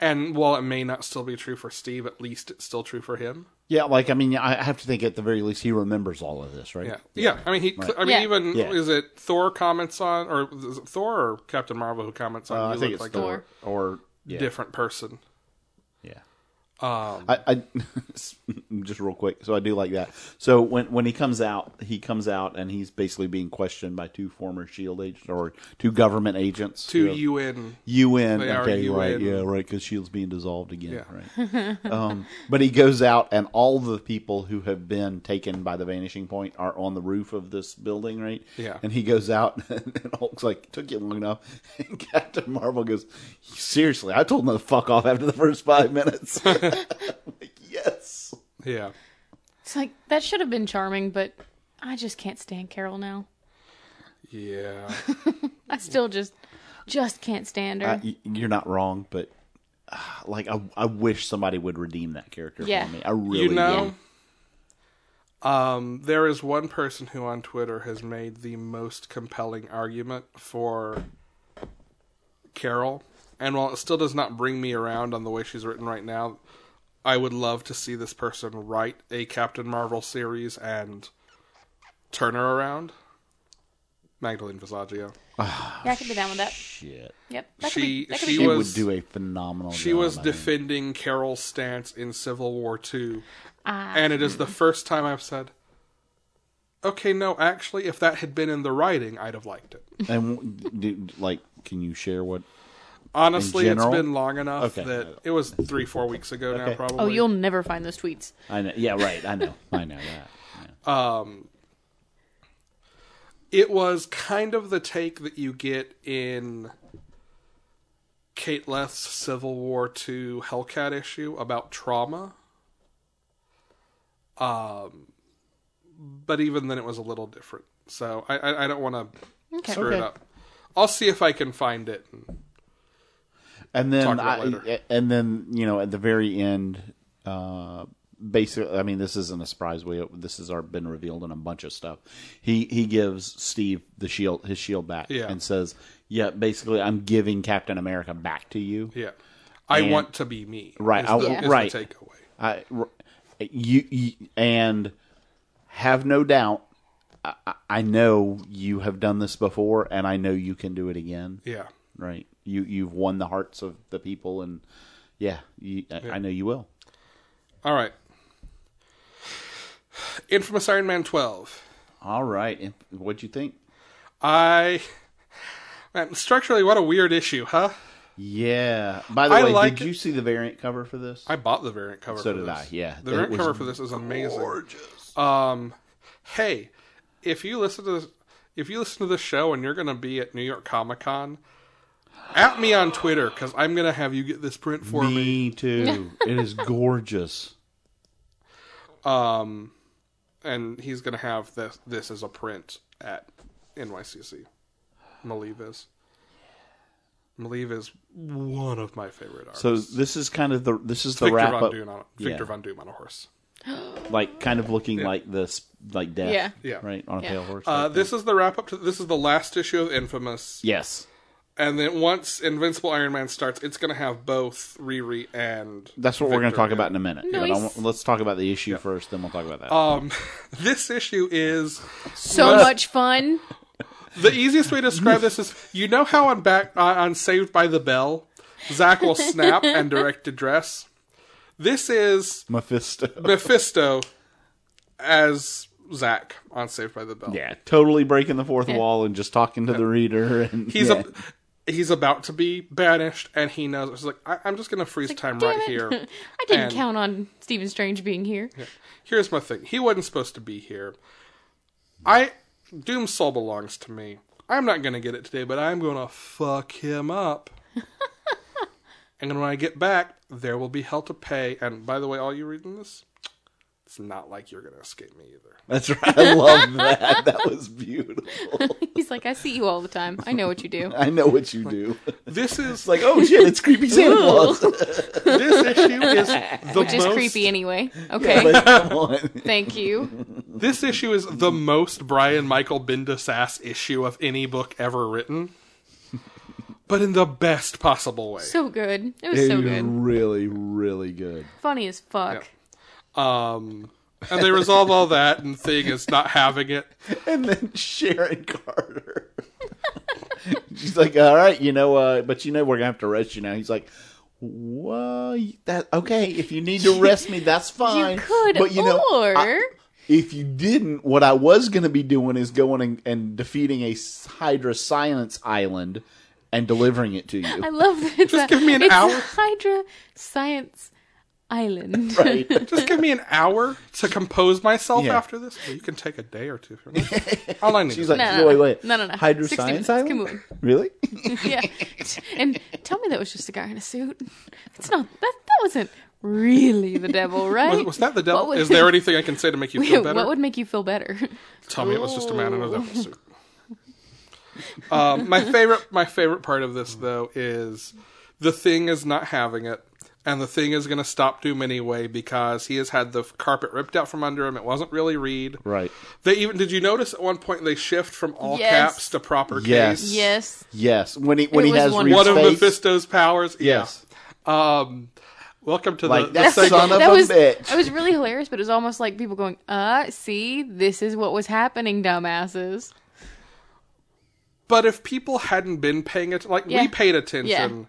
Speaker 1: And while it may not still be true for Steve, at least it's still true for him.
Speaker 3: Yeah, like I mean, I have to think at the very least he remembers all of this, right?
Speaker 1: Yeah, yeah. I mean, he. cl- I mean,
Speaker 2: Yeah.
Speaker 1: even
Speaker 3: Yeah.
Speaker 1: is it Thor comments on, or is it Thor or Captain Marvel who comments on?
Speaker 4: Uh, I
Speaker 1: "You
Speaker 4: think
Speaker 1: look
Speaker 4: it's
Speaker 1: like
Speaker 4: Thor. Or
Speaker 1: a
Speaker 4: yeah,
Speaker 1: different person.
Speaker 3: Yeah.
Speaker 1: Um,
Speaker 4: I, I
Speaker 3: just real quick. So I do like that. So when when he comes out, he comes out and he's basically being questioned by two former Shield E agents or two government agents.
Speaker 1: to
Speaker 3: who-
Speaker 1: UN,
Speaker 3: UN.
Speaker 1: They are
Speaker 3: okay, right.
Speaker 1: UN.
Speaker 3: Yeah, right. Because Shield's being dissolved again.
Speaker 1: Yeah.
Speaker 3: Right. um, but he goes out, and all the people who have been taken by the vanishing point are on the roof of this building, right?
Speaker 1: Yeah.
Speaker 3: And he goes out, and, Hulk's like, "Took you long enough." And Captain Marvel goes, "Seriously, I told him to fuck off after the first five minutes." like, yes.
Speaker 1: yeah,
Speaker 2: It's like that should have been charming, but I just can't stand Carol now.
Speaker 1: yeah.
Speaker 2: I still just just can't stand her.
Speaker 3: I- y-
Speaker 1: Mm-hmm.
Speaker 3: you're not wrong, but ah, like I, I wish somebody would redeem that character
Speaker 2: Yeah.
Speaker 3: for me. I really
Speaker 1: you know,
Speaker 3: do.
Speaker 1: um, there is one person who on Twitter has made the most compelling argument for Carol, and while it still does not bring me around on the way she's written right now, I would love to see this person write a Captain Marvel series and turn her around. Magdalene Visaggio.
Speaker 2: yeah, I could be down with that.
Speaker 3: Shit.
Speaker 2: Yep, that could
Speaker 1: She
Speaker 2: be. That could
Speaker 1: she
Speaker 3: She
Speaker 2: be.
Speaker 1: was
Speaker 3: would do a phenomenal.
Speaker 1: She
Speaker 3: job,
Speaker 1: was
Speaker 3: I think.
Speaker 1: defending Carol's stance in Civil War II.
Speaker 3: Ah.
Speaker 1: and it is the first time I've said, okay, no, actually, if that had been in the writing, I'd have liked it.
Speaker 3: And w- do, like, can you share what?
Speaker 1: Honestly, it's
Speaker 3: general?
Speaker 1: been long enough
Speaker 3: Okay.
Speaker 1: that it was three, four weeks ago now,
Speaker 3: Okay.
Speaker 1: probably.
Speaker 2: Oh, you'll never find those tweets.
Speaker 3: I know. Yeah, right. I know. I know that.
Speaker 1: it was kind of the take that you get in Kate Leth's Civil War II Hellcat issue about trauma. Um, but even then, it was a little different. So I, I, I don't want to
Speaker 2: Okay.
Speaker 1: screw it up. I'll see if I can find it.
Speaker 3: And
Speaker 1: Talk
Speaker 3: then,
Speaker 1: about
Speaker 3: I,
Speaker 1: later.
Speaker 3: and then you know, at the very end, uh, basically, I mean, this isn't a surprise. We this has already been revealed in a bunch of stuff. He he gives Steve the shield, his shield back,
Speaker 1: Yeah.
Speaker 3: and says, "Yeah, basically, I'm giving Captain America back to you."
Speaker 1: Yeah, I
Speaker 3: And-
Speaker 1: want to be me.
Speaker 3: Right,
Speaker 1: is
Speaker 3: I-
Speaker 1: the-
Speaker 3: yeah.
Speaker 1: is the
Speaker 3: right.
Speaker 1: takeaway.
Speaker 3: I, r- you, you and have no doubt. I, I- I know you have done this before, and I know you can do it again.
Speaker 1: Yeah,
Speaker 3: Right? You you've won the hearts of the people, and yeah, you, I, I know you will.
Speaker 1: all right. Infamous Iron Man twelve.
Speaker 3: All right. and What'd you think?
Speaker 1: I man, structurally, what a weird issue, huh?
Speaker 3: Yeah. By the
Speaker 1: I
Speaker 3: way,
Speaker 1: like-
Speaker 3: did you see the variant cover for this?
Speaker 1: I bought the variant cover.
Speaker 3: So
Speaker 1: for
Speaker 3: did
Speaker 1: this.
Speaker 3: I, yeah.
Speaker 1: the
Speaker 3: It
Speaker 1: variant
Speaker 3: was
Speaker 1: cover for this is amazing. Gorgeous. Um, hey, if you listen to this, if you listen to this show and you're going to be at New York Comic Con, at me on Twitter because I'm going to have you get this print for me.
Speaker 3: Me too. it is gorgeous.
Speaker 1: Um, and he's going to have this this as a print at NYCC. Maliv is. Maliv is one of my favorite artists.
Speaker 3: So this is kind of the this is the
Speaker 1: Victor
Speaker 3: wrap
Speaker 1: Von
Speaker 3: up,
Speaker 1: Doom on Victor
Speaker 3: Yeah.
Speaker 1: Von Doom on a horse.
Speaker 3: like kind of looking like this, like death,
Speaker 2: Yeah.
Speaker 1: Yeah.
Speaker 3: right on a
Speaker 2: Yeah.
Speaker 3: pale horse.
Speaker 1: Uh, this is the wrap up to this is the last issue of Infamous,
Speaker 3: yes,
Speaker 1: and then once Invincible Iron Man starts, it's going to have both Riri and
Speaker 3: that's what we're going to
Speaker 1: Victor
Speaker 3: talk
Speaker 1: in
Speaker 3: about
Speaker 1: it.
Speaker 3: in a minute.
Speaker 2: No,
Speaker 3: But I
Speaker 2: he's-
Speaker 3: want, let's talk about the issue first, then we'll talk about that.
Speaker 1: Um, this issue is
Speaker 2: So much fun.
Speaker 1: the easiest way to describe this is you know how on back uh, on Saved by the Bell, Zach will snap and direct address. This is
Speaker 3: Mephisto.
Speaker 1: Mephisto as Zach on Saved by the Bell.
Speaker 3: yeah, totally breaking the fourth wall and just talking to the reader. And
Speaker 1: He's
Speaker 3: yeah.
Speaker 1: a, he's about to be banished, and he knows. He's like, I, I'm just gonna freeze time
Speaker 2: Damn
Speaker 1: right
Speaker 2: it.
Speaker 1: here.
Speaker 2: I didn't
Speaker 1: And-
Speaker 2: count on Stephen Strange being here.
Speaker 1: here's my thing. He wasn't supposed to be here. I Doom Soul belongs to me. I'm not gonna get it today, but I'm gonna fuck him up. And when I get back, there will be hell to pay. And by the way, all you reading this, it's not like you're going to escape me either.
Speaker 3: That's right. I love that. That was beautiful.
Speaker 2: He's like, I see you all the time. I know what you do.
Speaker 3: I know what you do.
Speaker 1: This is
Speaker 3: Like, oh shit, it's creepy Santa Claus.
Speaker 1: this issue is the
Speaker 2: Which is
Speaker 1: most
Speaker 2: creepy anyway. Okay.
Speaker 3: Like, come on.
Speaker 2: Thank you.
Speaker 1: This issue is the most Brian Michael Bendis ass issue of any book ever written, but in the best possible way.
Speaker 2: So good. It was so
Speaker 3: It was
Speaker 2: good.
Speaker 3: Really, really good.
Speaker 2: Funny as fuck.
Speaker 1: Um, and they resolve all that, and Thing is not having it.
Speaker 3: And then Sharon Carter. She's like, all right, you know, uh, but you know we're gonna have to arrest you now. He's like, well, that okay? If you need to arrest me, that's fine.
Speaker 2: could,
Speaker 3: but you know,
Speaker 2: or-
Speaker 3: I- if you didn't, what I was gonna be doing is going and, and defeating a Hydra Silence Island and delivering it to you.
Speaker 2: I love that. It's
Speaker 1: Just
Speaker 2: a,
Speaker 1: give me an
Speaker 2: it's
Speaker 1: hour.
Speaker 2: a Hydra Science Island.
Speaker 3: right?
Speaker 1: Just give me an hour to compose myself
Speaker 3: Yeah.
Speaker 1: after this. Well, you can take a day or two. If you all I need
Speaker 3: She's
Speaker 1: is
Speaker 3: like,
Speaker 2: No, no,
Speaker 3: wait, wait,
Speaker 2: no, no, no.
Speaker 3: Hydra
Speaker 2: 60
Speaker 3: Science
Speaker 2: minutes. Keep
Speaker 3: Island,
Speaker 2: moving.
Speaker 3: really?
Speaker 2: yeah. And tell me that was just a guy in a suit. It's not that that wasn't really the devil, right?
Speaker 1: was, was that the devil?
Speaker 2: What would-
Speaker 1: is there anything I can say to make you feel better?
Speaker 2: What would Oh. make you feel better?
Speaker 1: Tell me it was just a man in a devil suit. um, my favorite, my favorite part of this though is the thing is not having it, and the thing is going to stop Doom anyway because he has had the carpet ripped out from under him. It wasn't really Reed.
Speaker 3: Right.
Speaker 1: They even did you notice at one point they shift from all
Speaker 2: Yes.
Speaker 1: caps to proper
Speaker 3: Yes.
Speaker 1: case.
Speaker 2: Yes.
Speaker 3: Yes. When he when
Speaker 2: It
Speaker 3: he
Speaker 2: was
Speaker 3: has
Speaker 2: wonderful.
Speaker 3: Reed's
Speaker 1: One of
Speaker 3: face,
Speaker 1: Mephisto's powers.
Speaker 3: Yes.
Speaker 1: Yeah. Um, welcome to
Speaker 3: Like,
Speaker 1: the, the
Speaker 3: that's
Speaker 1: segment.
Speaker 3: son of
Speaker 2: that
Speaker 3: a
Speaker 2: was
Speaker 3: bitch.
Speaker 2: it was really hilarious, but it was almost like people going, "Uh, see, this is what was happening, dumbasses."
Speaker 1: But if people hadn't been paying attention, like
Speaker 2: Yeah.
Speaker 1: we paid attention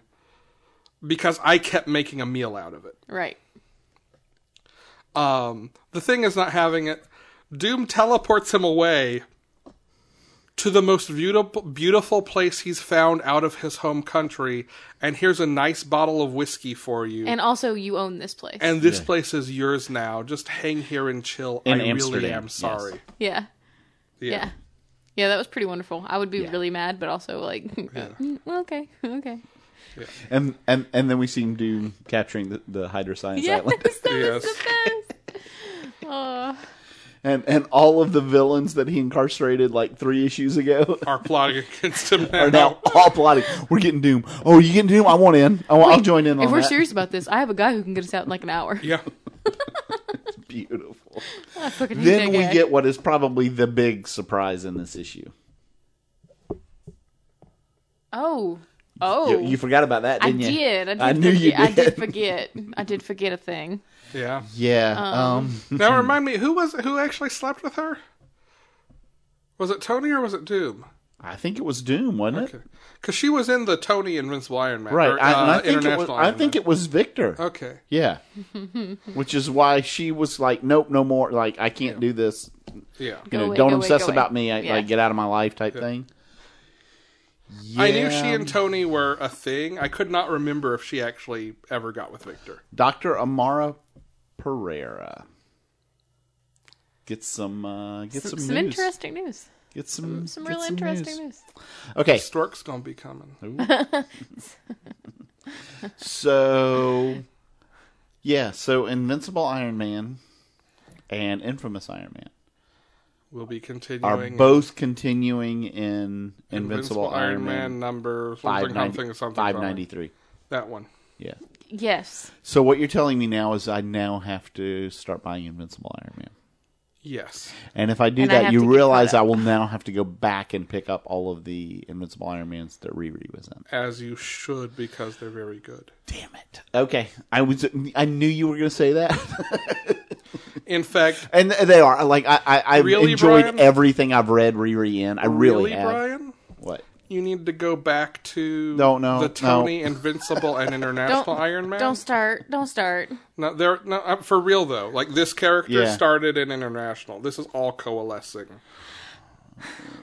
Speaker 1: because I kept making a meal out of it.
Speaker 2: Right.
Speaker 1: Um, the thing is not having it. Doom teleports him away to the most beautiful, beautiful place he's found out of his home country, and here's a nice bottle of whiskey for you. And,
Speaker 2: And also, you own this place.
Speaker 1: this place is yours now. Just hang here and chill.
Speaker 3: In
Speaker 1: I really
Speaker 3: Amsterdam,
Speaker 1: am
Speaker 3: yes.
Speaker 1: sorry.
Speaker 2: yeah.
Speaker 1: Yeah.
Speaker 2: Yeah. Yeah, that was pretty wonderful. I would be really mad, but also like, "Mm, okay, okay.
Speaker 3: and and and then we see him do capturing the, the Hydra Science
Speaker 2: Yes,
Speaker 3: Island.
Speaker 2: that was
Speaker 1: Yes.
Speaker 2: the best. Oh,
Speaker 3: and and all of the villains that he incarcerated like three issues ago
Speaker 1: Are plotting against him now.
Speaker 3: are now all plotting. We're getting Doom. Oh, are you getting Doom? I want in. I want, I'll join in on
Speaker 2: if we're
Speaker 3: that.
Speaker 2: serious about this, I have a guy who can get us out in like an hour.
Speaker 1: Yeah.
Speaker 3: Beautiful.
Speaker 2: I fucking hate
Speaker 3: Then
Speaker 2: that
Speaker 3: we
Speaker 2: guy.
Speaker 3: get what is probably the big surprise in this issue.
Speaker 2: Oh, oh,
Speaker 3: You, you forgot about that,
Speaker 2: I
Speaker 3: didn't you?
Speaker 2: did. I did.
Speaker 3: I knew
Speaker 2: forget,
Speaker 3: you
Speaker 2: I did
Speaker 3: did.
Speaker 2: forget. I did forget a thing.
Speaker 1: Yeah.
Speaker 3: Yeah. Um.
Speaker 1: Now remind me, who was who actually slept with her? Was it Tony or was it Doom?
Speaker 3: I think it was Doom, wasn't it?
Speaker 1: Because she was in the Tony Invincible Iron Man,
Speaker 3: Right.
Speaker 1: or,
Speaker 3: I, and
Speaker 1: uh,
Speaker 3: I think it was.
Speaker 1: International
Speaker 3: I
Speaker 1: Iron
Speaker 3: think
Speaker 1: Man.
Speaker 3: it was Victor.
Speaker 1: Okay.
Speaker 3: Yeah. Which is why she was like, nope, no more. Like, I can't do this.
Speaker 1: Yeah.
Speaker 3: You know,
Speaker 2: away,
Speaker 3: don't
Speaker 2: go away,
Speaker 3: obsess
Speaker 2: go away.
Speaker 3: about me. I,
Speaker 2: Yeah.
Speaker 3: Like, get out of my life type thing.
Speaker 1: I knew she
Speaker 3: Yeah.
Speaker 1: and Tony were a thing. I could not remember if she actually ever got with Victor.
Speaker 3: Dr. Amara Pereira. Get some, uh, get some,
Speaker 2: Some,
Speaker 3: news.
Speaker 2: interesting news.
Speaker 3: Get some,
Speaker 2: Some
Speaker 3: get
Speaker 2: real interesting
Speaker 3: news.
Speaker 2: news.
Speaker 3: Okay,
Speaker 1: Stork's gonna be coming.
Speaker 3: so yeah, so Invincible Iron Man and Infamous Iron Man
Speaker 1: We'll be
Speaker 3: are
Speaker 1: continuing
Speaker 3: both continuing in Invincible, Iron, Man,
Speaker 1: number
Speaker 3: five
Speaker 1: something
Speaker 3: ninety
Speaker 1: something something
Speaker 3: five
Speaker 1: something.
Speaker 3: ninety three.
Speaker 1: That one.
Speaker 3: Yeah.
Speaker 2: Yes.
Speaker 3: So what you're telling me now is I now have to start buying Invincible Iron Man.
Speaker 1: Yes.
Speaker 3: And if I do
Speaker 2: And I
Speaker 3: that,
Speaker 2: have to
Speaker 3: you
Speaker 2: get caught
Speaker 3: realize I
Speaker 2: up.
Speaker 3: will now have to go back and pick up all of the Invincible Iron Mans that Riri was in.
Speaker 1: As you should because they're very good.
Speaker 3: Damn it. Okay. I was I knew you were going to say that.
Speaker 1: In fact,
Speaker 3: and they are like I I I've
Speaker 1: Really,
Speaker 3: enjoyed
Speaker 1: Brian?
Speaker 3: everything I've read Riri in. I really,
Speaker 1: really,
Speaker 3: have.
Speaker 1: Brian?
Speaker 3: What?
Speaker 1: You need to go back to
Speaker 3: No, no,
Speaker 1: the
Speaker 3: no.
Speaker 1: Tony Invincible and International
Speaker 2: Don't
Speaker 1: Iron Man.
Speaker 2: Don't start. Don't start.
Speaker 1: No, they're no, uh, for real though. Like this character
Speaker 3: Yeah.
Speaker 1: started in International. This is all coalescing.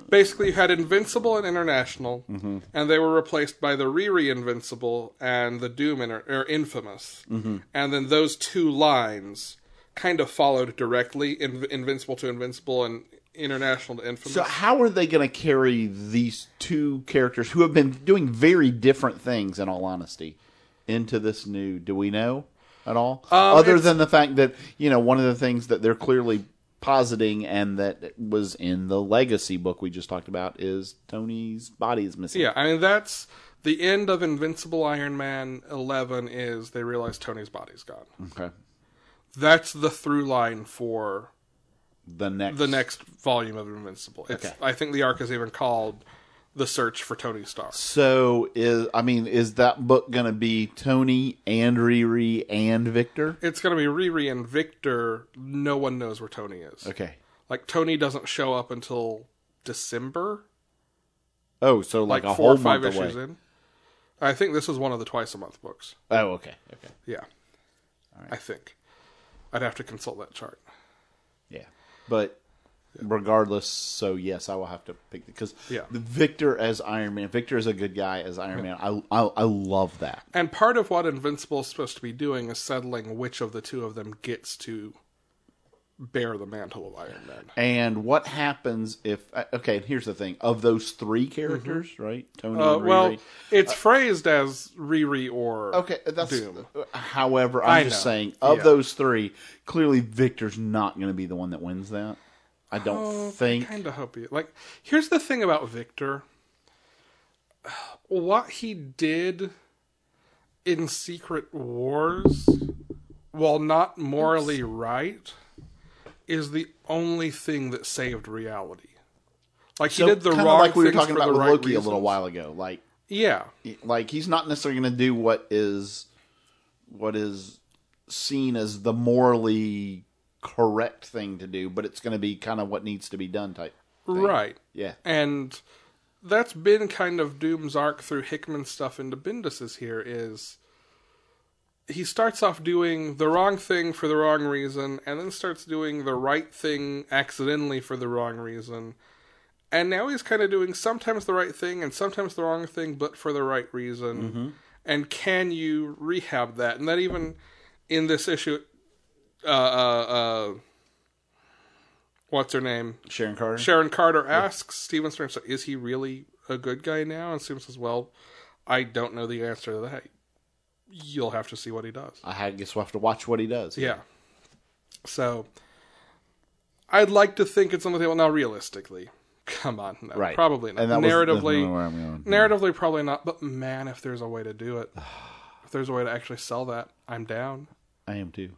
Speaker 1: Basically, you had Invincible and International,
Speaker 3: Mm-hmm.
Speaker 1: and they were replaced by the Riri Invincible and the Doom Inter- or Infamous,
Speaker 3: Mm-hmm.
Speaker 1: and then those two lines kind of followed directly: in- Invincible to Invincible and International to Infamous.
Speaker 3: So how are they going to carry these two characters who have been doing very different things in all honesty into this new? Do we know at all?
Speaker 1: Um,
Speaker 3: Other
Speaker 1: it's-
Speaker 3: than the fact that you know one of the things that they're clearly positing and that was in the legacy book we just talked about is Tony's body is missing.
Speaker 1: Yeah, I mean that's the end of Invincible Iron Man eleven is they realize Tony's body's gone.
Speaker 3: Okay.
Speaker 1: That's the through line for
Speaker 3: The next.
Speaker 1: the next volume of Invincible. It's,
Speaker 3: Okay.
Speaker 1: I think the arc is even called the search for Tony Stark.
Speaker 3: So is I mean is that book going to be Tony and Riri and Victor?
Speaker 1: It's going to be Riri and Victor. No one knows where Tony is.
Speaker 3: Okay.
Speaker 1: Like Tony doesn't show up until December,
Speaker 3: Oh, so like,
Speaker 1: like,
Speaker 3: a
Speaker 1: four
Speaker 3: whole
Speaker 1: or five
Speaker 3: month
Speaker 1: issues
Speaker 3: away.
Speaker 1: in. I think this is one of the twice a month books.
Speaker 3: Oh, okay. Okay.
Speaker 1: Yeah, I think I'd have to consult that chart.
Speaker 3: Yeah. But regardless, so yes, I will have to pick because
Speaker 1: Yeah.
Speaker 3: the Victor as Iron Man. Victor is a good guy as Iron Man. I, I I love that.
Speaker 1: And part of what Invincible is supposed to be doing is settling which of the two of them gets to bear the mantle of Iron Man.
Speaker 3: And what happens if uh, okay? and Here's the thing: of those three characters, right? Tony,
Speaker 1: Uh,
Speaker 3: and Riri.
Speaker 1: well, it's phrased as Riri or
Speaker 3: Okay, that's.
Speaker 1: Doom.
Speaker 3: However,
Speaker 1: I
Speaker 3: I'm just
Speaker 1: know.
Speaker 3: saying, of
Speaker 1: Yeah.
Speaker 3: those three, clearly Victor's not going to be the one that wins that. I don't
Speaker 1: Oh,
Speaker 3: think.
Speaker 1: kind of hope you like. Here's the thing about Victor: what he did in Secret Wars, while not morally right, is the only thing that saved reality. Like
Speaker 3: So,
Speaker 1: he did the
Speaker 3: kinda
Speaker 1: wrong
Speaker 3: like we were
Speaker 1: things
Speaker 3: talking
Speaker 1: for
Speaker 3: about
Speaker 1: the
Speaker 3: with
Speaker 1: right
Speaker 3: Loki
Speaker 1: reasons.
Speaker 3: a little while ago. Like,
Speaker 1: Yeah,
Speaker 3: like he's not necessarily going to do what is what is seen as the morally correct thing to do, but it's going to be kind of what needs to be done type.
Speaker 1: right.
Speaker 3: Yeah.
Speaker 1: and that's been kind of Doom's arc through Hickman stuff into Bendis's here is he starts off doing the wrong thing for the wrong reason and then starts doing the right thing accidentally for the wrong reason. And now he's kind of doing sometimes the right thing and sometimes the wrong thing but for the right reason. And can you rehab that? And that even in this issue uh uh uh what's her name?
Speaker 3: Sharon Carter.
Speaker 1: Sharon Carter asks Steven Stern, so is he really a good guy now? And Steven says, well, I don't know the answer to that. You'll have to see what he does.
Speaker 3: I had- guess we'll have to watch what he does.
Speaker 1: Yeah. So I'd like to think it's on the table now, realistically. Come on, no,
Speaker 3: Right.
Speaker 1: probably not.
Speaker 3: And that was- that's
Speaker 1: narratively,
Speaker 3: where I'm going.
Speaker 1: narratively, probably not. But man, if there's a way to do it, if there's a way to actually sell that, I'm down.
Speaker 3: I am too.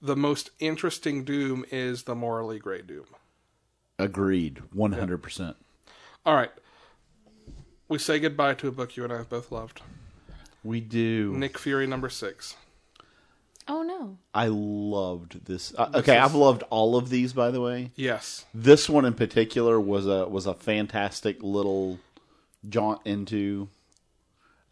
Speaker 1: The most interesting Doom is the morally gray Doom.
Speaker 3: Agreed, one hundred percent.
Speaker 1: All right. We say goodbye to a book you and I have both loved.
Speaker 3: We do.
Speaker 1: Nick Fury number six.
Speaker 2: Oh no.
Speaker 3: I loved this. Uh, okay, I've loved all of these, by the way.
Speaker 1: Yes.
Speaker 3: This one in particular was a was a fantastic little jaunt into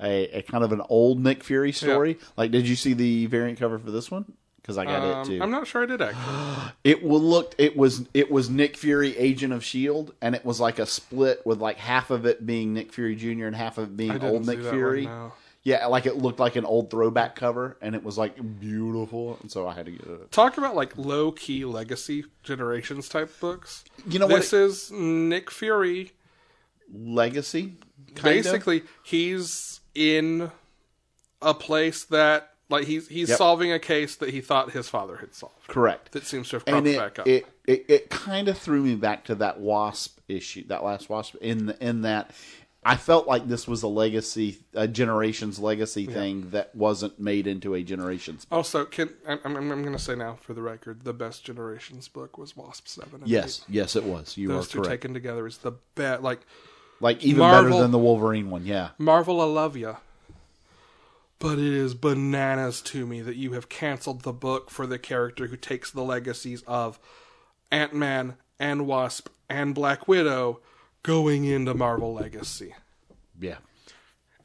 Speaker 3: a, a kind of an old Nick Fury story. Like, did you see the variant cover for this one? Because I got
Speaker 1: Um,
Speaker 3: it too.
Speaker 1: I'm not sure I did actually.
Speaker 3: It will looked. It was it was Nick Fury, Agent of Shield, E and it was like a split with like half of it being Nick Fury Jr. and half of it
Speaker 1: I
Speaker 3: being
Speaker 1: didn't
Speaker 3: old
Speaker 1: see
Speaker 3: Nick
Speaker 1: that one,
Speaker 3: Fury.
Speaker 1: no.
Speaker 3: Yeah, like it looked like an old throwback cover, and it was like beautiful, and so I had to get it.
Speaker 1: Talk about like low key legacy generations type books.
Speaker 3: You know
Speaker 1: this
Speaker 3: what?
Speaker 1: is Nick Fury.
Speaker 3: Legacy, kinda?
Speaker 1: Basically, he's in a place that like he's he's
Speaker 3: Yep.
Speaker 1: solving a case that he thought his father had solved.
Speaker 3: correct.
Speaker 1: That seems to have cropped
Speaker 3: and it,
Speaker 1: back up.
Speaker 3: it it it kind of threw me back to that wasp issue, that last wasp. In the, in that, I felt like this was a legacy, a generation's legacy thing that wasn't made into a generation's.
Speaker 1: also, can I'm, I'm, I'm going to say now for the record, the best generations book was Wasp Seven. and
Speaker 3: Yes, yes, it was. You
Speaker 1: eight.
Speaker 3: are
Speaker 1: those two
Speaker 3: correct.
Speaker 1: taken together is the best. Like
Speaker 3: like even
Speaker 1: Marvel-
Speaker 3: better than the Wolverine one. Yeah,
Speaker 1: Marvel, I love you. But it is bananas to me that you have canceled the book for the character who takes the legacies of Ant Man and Wasp and Black Widow going into Marvel Legacy.
Speaker 3: yeah.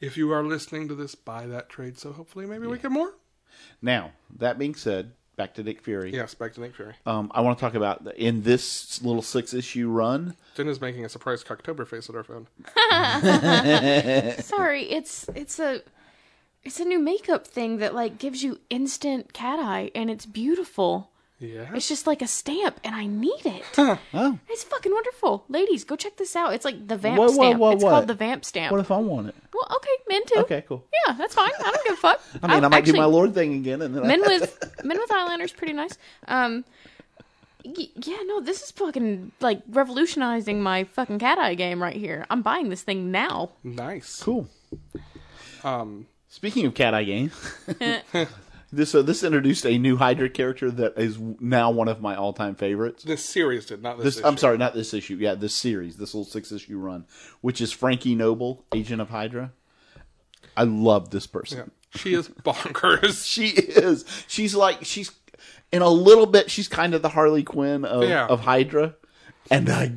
Speaker 1: If you are listening to this, buy that trade so hopefully maybe we get more.
Speaker 3: Now that being said, back to Nick Fury.
Speaker 1: Yes, back to Nick Fury.
Speaker 3: Um, I want to talk about the- in this little six issue run.
Speaker 1: Jen is making a surprise Cocktober face at our phone.
Speaker 2: Sorry, it's it's a it's a new makeup thing that like gives you instant cat eye and it's beautiful.
Speaker 1: Yeah.
Speaker 2: It's just like a stamp and I need it.
Speaker 3: Oh,
Speaker 2: It's fucking wonderful. Ladies, go check this out. It's like the vamp
Speaker 3: Whoa, whoa,
Speaker 2: stamp.
Speaker 3: whoa,
Speaker 2: it's
Speaker 3: what?
Speaker 2: called the vamp stamp.
Speaker 3: what if I want it?
Speaker 2: Well, Well, okay, men too.
Speaker 3: Okay, cool.
Speaker 2: Yeah, that's fine. I don't give a fuck.
Speaker 3: I mean, I, might do my
Speaker 2: actually-
Speaker 3: Lord thing again, and then
Speaker 2: men with men with eyeliners pretty nice. Um, y- yeah, no, this is fucking like revolutionizing my fucking cat eye game right here. I'm buying this thing now.
Speaker 1: Nice.
Speaker 3: cool.
Speaker 1: Um,
Speaker 3: Speaking of cat eye game, this uh, this introduced a new Hydra character that is now one of my all time favorites.
Speaker 1: this series did not this.
Speaker 3: This, I'm
Speaker 1: issue.
Speaker 3: sorry, not this issue. Yeah, this series, this little six issue run, which is Frankie Noble, Agent of Hydra. I love this person.
Speaker 1: Yeah. She is bonkers.
Speaker 3: She is. She's like she's in a little bit. She's kind of the Harley Quinn of,
Speaker 1: Yeah.
Speaker 3: of Hydra, and I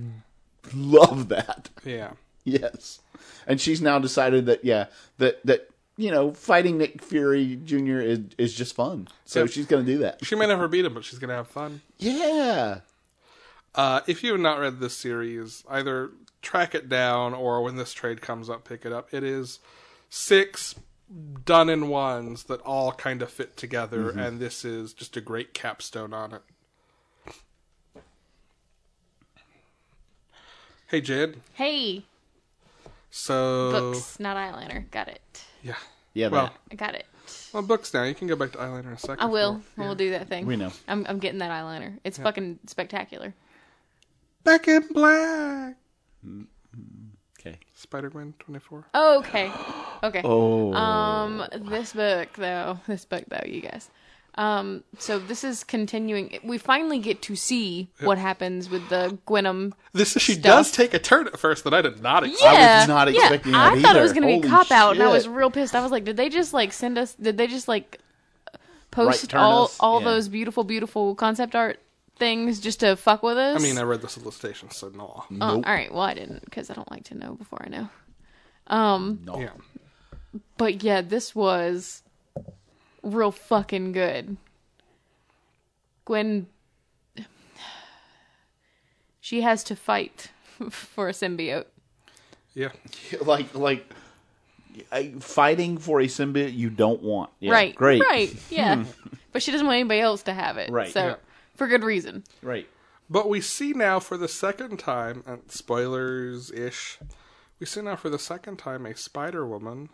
Speaker 3: love that.
Speaker 1: yeah.
Speaker 3: Yes, and she's now decided that yeah that that you know fighting Nick Fury Jr. is is just fun. So
Speaker 1: Yeah.
Speaker 3: she's going to do that.
Speaker 1: She may never beat him, but she's gonna have fun.
Speaker 3: Yeah.
Speaker 1: Uh, if you have not read this series, either track it down or when this trade comes up, pick it up. It is six done in ones that all kind of fit together, and this is just a great capstone on it. Hey, Jed.
Speaker 2: Hey,
Speaker 1: So
Speaker 2: books, not eyeliner. Got it.
Speaker 1: yeah,
Speaker 3: Yeah.
Speaker 1: well,
Speaker 2: I got it.
Speaker 1: well, books now. You can go back to eyeliner in a second.
Speaker 2: I
Speaker 1: if you
Speaker 2: will.
Speaker 1: want.
Speaker 2: We'll do that thing.
Speaker 3: We know.
Speaker 2: I'm, I'm getting that eyeliner. It's fucking spectacular.
Speaker 1: Back in black.
Speaker 3: Okay.
Speaker 1: Spider Gwen twenty four.
Speaker 2: Oh, Okay. Okay.
Speaker 3: Oh.
Speaker 2: Um, this book though, this book though, you guys. Um, so this is continuing. We finally get to see what happens with the Gwenum.
Speaker 1: This she does take a turn at first that I did not expect.
Speaker 2: Yeah,
Speaker 3: not
Speaker 2: yeah.
Speaker 3: expecting that
Speaker 2: I thought it was
Speaker 3: either.
Speaker 2: going to be a
Speaker 3: Holy
Speaker 2: cop out, and I was
Speaker 3: shit.
Speaker 2: real pissed. I was like, did they just like send us? Did they just like post
Speaker 3: turn
Speaker 2: all
Speaker 3: us?
Speaker 2: all
Speaker 3: Yeah.
Speaker 2: those beautiful, beautiful concept art things just to fuck with us?
Speaker 1: I mean, I read the solicitation, so no.
Speaker 2: Oh, all right. Well, I didn't because I don't like to know before I know.
Speaker 1: Yeah.
Speaker 2: But yeah, this was real fucking good. Gwen she has to fight for a symbiote.
Speaker 1: Yeah.
Speaker 3: like like I- fighting for a symbiote you don't want. Yeah,
Speaker 2: right.
Speaker 3: Great.
Speaker 2: Right. Yeah. but she doesn't want anybody else to have it.
Speaker 3: Right,
Speaker 2: So
Speaker 1: yeah.
Speaker 2: for good reason.
Speaker 3: Right.
Speaker 1: But we see now for the second time, and spoilers ish, we see now for the second time a Spider Woman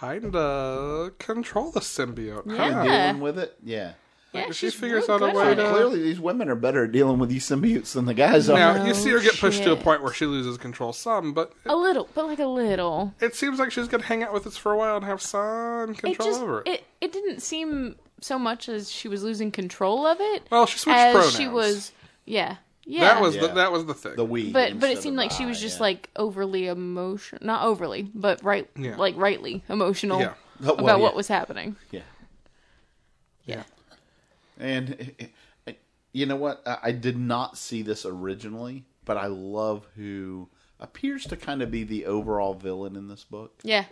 Speaker 1: kinda control the symbiote.
Speaker 2: Yeah.
Speaker 1: Huh?
Speaker 3: Dealing with it. Yeah.
Speaker 2: Yeah,
Speaker 1: She
Speaker 2: she's
Speaker 1: figures
Speaker 2: real
Speaker 1: out a
Speaker 2: good
Speaker 1: way
Speaker 2: at
Speaker 1: to-
Speaker 2: it.
Speaker 3: Clearly, these women are better at dealing with these symbiotes than the guys are.
Speaker 1: Now, you see her get pushed to a
Speaker 2: shit.
Speaker 1: point where she loses control some, but
Speaker 2: a little, but like a little.
Speaker 1: it seems like she's going to hang out with us for a while and have some
Speaker 2: It
Speaker 1: control
Speaker 2: just
Speaker 1: over it.
Speaker 2: it it didn't seem so much as she was losing control of it.
Speaker 1: Well, she switched
Speaker 2: as
Speaker 1: pronouns.
Speaker 2: she was yeah. Yeah.
Speaker 1: That was, the,
Speaker 3: Yeah.
Speaker 1: that was the thing.
Speaker 3: The
Speaker 2: but
Speaker 3: we.
Speaker 2: but
Speaker 3: instead
Speaker 2: it
Speaker 3: of
Speaker 2: seemed like she was
Speaker 3: I,
Speaker 2: just
Speaker 3: yeah.
Speaker 2: like overly emotional not overly but right
Speaker 1: Yeah.
Speaker 2: like rightly emotional
Speaker 1: Yeah.
Speaker 3: Oh, well,
Speaker 2: about
Speaker 3: yeah.
Speaker 2: what was happening
Speaker 3: Yeah.
Speaker 1: yeah.
Speaker 3: And uh, uh, you know what? I I did not see this originally, but I love who appears to kind of be the overall villain in this book.
Speaker 2: yeah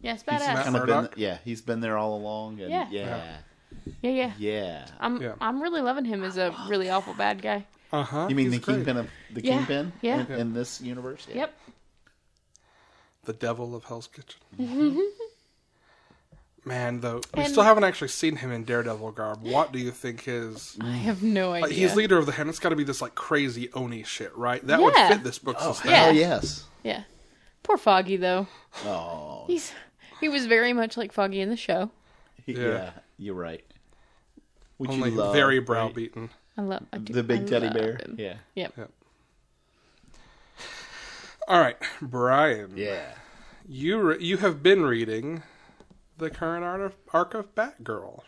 Speaker 2: yeah it's
Speaker 3: He's
Speaker 2: badass
Speaker 1: Matt
Speaker 3: kind of been,
Speaker 1: Murdock?
Speaker 3: yeah, he's been there all along. And
Speaker 2: Yeah.
Speaker 3: yeah. Yeah.
Speaker 2: yeah yeah i'm
Speaker 1: Yeah.
Speaker 2: i'm really loving him as a
Speaker 3: Oh,
Speaker 2: really awful bad guy
Speaker 1: Uh huh.
Speaker 3: You mean the kingpin of the
Speaker 2: Yeah.
Speaker 3: kingpin
Speaker 2: Yeah.
Speaker 3: in, in this universe? Yeah.
Speaker 2: yep
Speaker 1: The devil of Hell's Kitchen. Man, though, we
Speaker 2: Mm-hmm. And-
Speaker 1: still haven't actually seen him in Daredevil garb. What do you think his.
Speaker 2: i have no idea
Speaker 1: Like, Uh, He's leader of the hand. It's got to be this like crazy Oni shit, right? That would
Speaker 2: Yeah.
Speaker 1: fit this book. Oh,
Speaker 3: Oh
Speaker 2: Yeah.
Speaker 3: yes.
Speaker 2: yeah poor foggy though
Speaker 3: Oh
Speaker 2: he's he was very much like foggy in the show
Speaker 3: yeah. You're right. Would
Speaker 1: Only
Speaker 3: love,
Speaker 1: very
Speaker 3: right?
Speaker 1: browbeaten.
Speaker 2: i love I do,
Speaker 3: The big
Speaker 2: I
Speaker 3: teddy
Speaker 2: love
Speaker 3: bear.
Speaker 2: him.
Speaker 3: Yeah.
Speaker 2: yep
Speaker 1: Yep. All right, Brian,
Speaker 3: Yeah.
Speaker 1: you re- you have been reading the current art of, arc of Batgirl,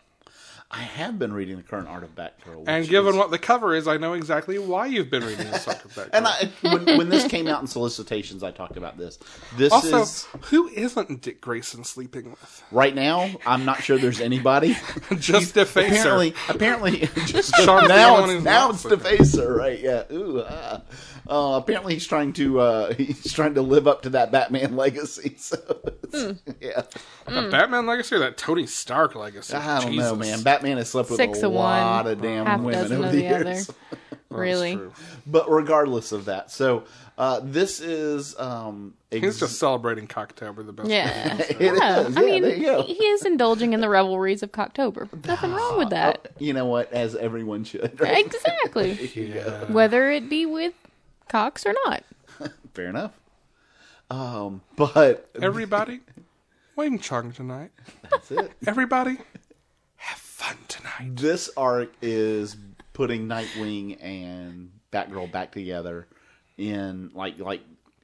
Speaker 3: I have been reading the current art of Batgirl.
Speaker 1: and
Speaker 3: which
Speaker 1: given
Speaker 3: is-
Speaker 1: what the cover is, I know exactly why you've been reading this arc of Batgirl.
Speaker 3: and I, when, when this came out in solicitations, I talked about this. This
Speaker 1: also,
Speaker 3: is
Speaker 1: who isn't Dick Grayson sleeping with?
Speaker 3: right now. I'm not sure there's anybody.
Speaker 1: Just defacer.
Speaker 3: apparently, apparently, just
Speaker 1: Sean's the only
Speaker 3: now
Speaker 1: one who's
Speaker 3: it's, now
Speaker 1: not
Speaker 3: it's
Speaker 1: sleeping.
Speaker 3: Defacer, right? Yeah. Ooh. ah. Uh, apparently, he's trying to uh, he's trying to live up to that Batman legacy. So, it's-
Speaker 2: Hmm.
Speaker 3: yeah.
Speaker 2: Mm.
Speaker 1: That Batman legacy or that Tony Stark legacy?
Speaker 3: I don't
Speaker 1: Jesus.
Speaker 3: know, man. Batman has slept with
Speaker 2: six
Speaker 3: a
Speaker 2: of
Speaker 3: lot
Speaker 2: one
Speaker 3: of damn
Speaker 2: half
Speaker 3: women
Speaker 2: dozen
Speaker 3: over
Speaker 2: of
Speaker 3: the,
Speaker 2: the
Speaker 3: years.
Speaker 2: other really
Speaker 1: true.
Speaker 3: But regardless of that, so uh, this is um,
Speaker 1: He's just celebrating Cocktober the best. way
Speaker 2: yeah
Speaker 3: it is.
Speaker 2: Yeah, Uh, I mean,
Speaker 3: there you go.
Speaker 2: he he is indulging in the revelries of Cocktober. Nothing wrong with that.
Speaker 3: you know what? As everyone should. right?
Speaker 2: Exactly. Whether it be with cocks or not.
Speaker 3: Fair enough. Um, but
Speaker 1: Everybody, Wing Chun tonight.
Speaker 3: that's it.
Speaker 1: Everybody, have fun tonight.
Speaker 3: This arc is putting Nightwing and Batgirl back together in like like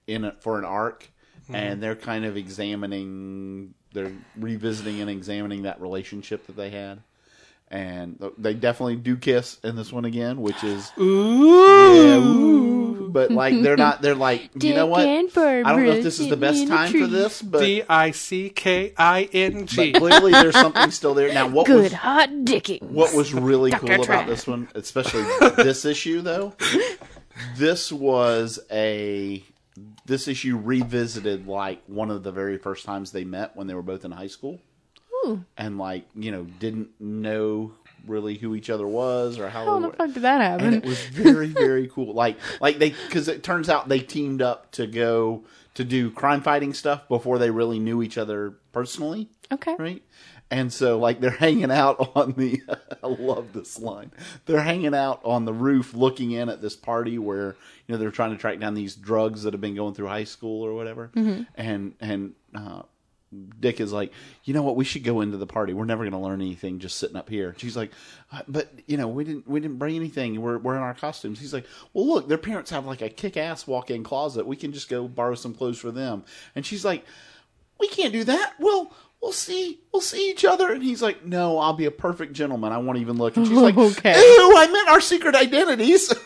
Speaker 3: in a, for an arc,
Speaker 2: Mm-hmm.
Speaker 3: and they're kind of examining, they're revisiting and examining that relationship that they had, and they definitely do kiss in this one again, which is Yeah, ooh. but like they're not, they're like you know
Speaker 2: Dick
Speaker 3: what?
Speaker 2: and Barbara
Speaker 3: I don't know if this is the
Speaker 2: sitting
Speaker 3: best
Speaker 2: in a
Speaker 3: time for
Speaker 2: tree.
Speaker 3: this, but
Speaker 1: D I C K I N G.
Speaker 3: but clearly there's something still there. Now what
Speaker 2: Good
Speaker 3: was
Speaker 2: hot dicking.
Speaker 3: what was really cool about
Speaker 2: Trap.
Speaker 3: this one, especially this issue though, this was a this issue revisited like one of the very first times they met when they were both in high school. And like, you know, didn't know really who each other was or how
Speaker 2: How
Speaker 3: they
Speaker 2: the
Speaker 3: were.
Speaker 2: fuck did that
Speaker 3: and
Speaker 2: happen?
Speaker 3: it was very very cool like like they because it turns out they teamed up to go to do crime fighting stuff before they really knew each other personally
Speaker 2: okay.
Speaker 3: right? And so, like, they're hanging out on the. I love this line. They're hanging out on the roof, looking in at this party where you know they're trying to track down these drugs that have been going through high school or whatever. And and uh, Dick is like, you know what? We should go into the party. We're never going to learn anything just sitting up here. She's like, "Uh, but you know, we didn't we didn't bring anything. We're we're in our costumes. He's like, well, look, their parents have like a kick ass walk in closet. We can just go borrow some clothes for them. And she's like, we can't do that. We'll we'll see we'll see each other. And he's like, no, I'll be a perfect gentleman. I won't even look. And she's like,
Speaker 2: Okay.
Speaker 3: ew, I meant our secret identities.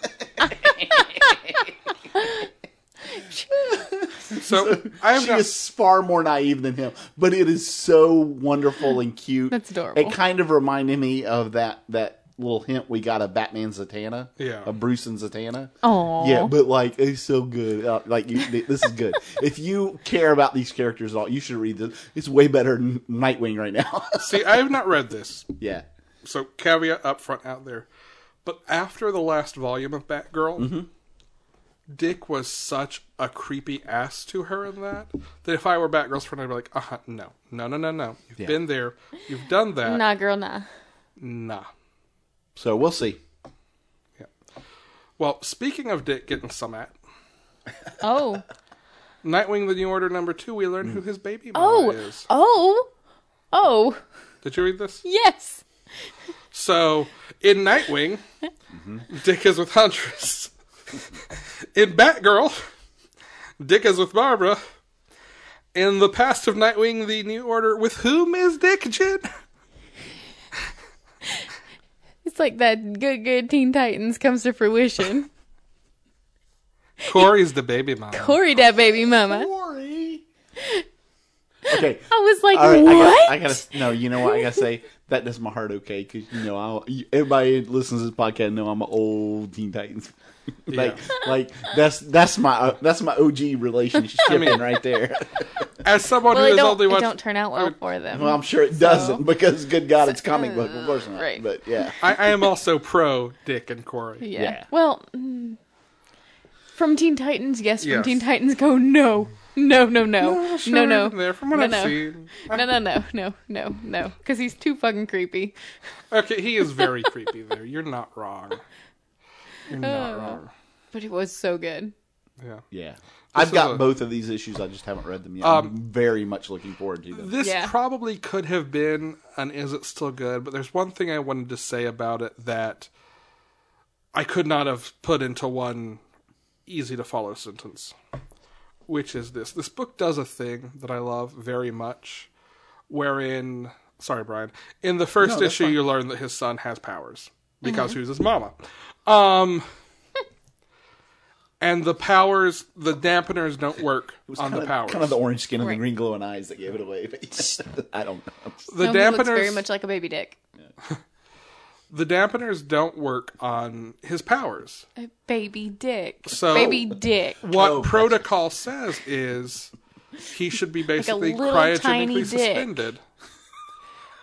Speaker 1: So I have
Speaker 3: she
Speaker 1: not,
Speaker 3: is far more naive than him, but it is so wonderful and cute.
Speaker 2: That's adorable.
Speaker 3: It kind of reminded me of that that little hint we got of Batman Zatanna,
Speaker 1: Yeah.
Speaker 3: of Bruce and Zatanna.
Speaker 2: Aw.
Speaker 3: Yeah, but like it's so good. Uh, like you, th- this is good. if you care about these characters at all, you should read this. It's way better than Nightwing right now.
Speaker 1: see. I have not read this,
Speaker 3: yeah.
Speaker 1: so caveat up front out there. But after the last volume of Batgirl, Dick was such a creepy ass to her in that that if I were Batgirl's friend, I'd be like, uh huh, no, no, no, no, no. You've been there, you've done that.
Speaker 2: Nah, girl, nah.
Speaker 1: Nah.
Speaker 3: So we'll see.
Speaker 1: Well, speaking of Dick getting some at
Speaker 2: Oh.
Speaker 1: Nightwing, the New Order number two, we learn who his baby mama
Speaker 2: Oh.
Speaker 1: is.
Speaker 2: Oh. Oh.
Speaker 1: Did you read this?
Speaker 2: Yes.
Speaker 1: So in Nightwing,
Speaker 2: Mm-hmm.
Speaker 1: Dick is with Huntress. in Batgirl, Dick is with Barbara. In the past of Nightwing, the New Order, with whom is Dick Jin?
Speaker 2: It's like that good, good Teen Titans comes to fruition.
Speaker 1: Corey's the baby mama.
Speaker 2: Corey, that baby mama.
Speaker 3: Sorry. Okay.
Speaker 2: I was like,
Speaker 3: All right,
Speaker 2: what?
Speaker 3: I gotta, I gotta. No, you know what? I gotta say that does my heart okay because you know I, you- everybody that listens to this podcast know I'm an old Teen Titans. like, like that's that's my uh, that's my OG relationship
Speaker 1: mean-
Speaker 3: right there.
Speaker 1: As someone
Speaker 2: well,
Speaker 1: who
Speaker 2: it
Speaker 1: has
Speaker 2: don't,
Speaker 1: only
Speaker 2: it
Speaker 1: watched,
Speaker 2: don't turn out well for them.
Speaker 3: Well, I'm sure it doesn't because good God, it's comic book. Of course not.
Speaker 2: Right.
Speaker 3: But yeah,
Speaker 1: I, I am also pro Dick and Corey.
Speaker 2: yeah.
Speaker 3: yeah.
Speaker 2: Well, mm, from Teen Titans, yes. From
Speaker 1: Yes.
Speaker 2: Teen Titans, go no, no, no, no, no, no,
Speaker 1: There, from what
Speaker 2: no,
Speaker 1: I've
Speaker 2: no.
Speaker 1: seen.
Speaker 2: no, no, no, no, no, no, because he's too fucking creepy.
Speaker 1: Okay, he is very creepy there. You're not wrong. You're not
Speaker 2: Oh.
Speaker 1: wrong.
Speaker 2: But it was so good.
Speaker 1: Yeah.
Speaker 3: yeah. I've
Speaker 1: is
Speaker 3: got
Speaker 1: a-
Speaker 3: both of these issues. I just haven't read them yet.
Speaker 1: Um,
Speaker 3: I'm very much looking forward to them.
Speaker 1: This
Speaker 2: Yeah.
Speaker 1: probably could have been an Is It Still Good, but there's one thing I wanted to say about it that I could not have put into one easy to follow sentence, which is this. This book does a thing that I love very much, wherein, sorry, Brian, in the first issue, you learn that his son has powers
Speaker 2: Mm-hmm.
Speaker 1: because who's his mama? Um. And the powers, the dampeners don't work on
Speaker 3: kind
Speaker 1: the
Speaker 3: of,
Speaker 1: powers.
Speaker 3: kind of the orange skin and
Speaker 2: Right.
Speaker 3: the green glowing eyes that gave it away. But I don't know.
Speaker 1: the
Speaker 2: no, he
Speaker 1: dampeners
Speaker 2: looks very much like a baby dick.
Speaker 1: the dampeners don't work on his powers.
Speaker 2: A baby dick.
Speaker 1: So-
Speaker 2: baby dick.
Speaker 1: What protocol says is he should be basically
Speaker 2: little tiny
Speaker 1: cryogenically
Speaker 2: dick.
Speaker 1: suspended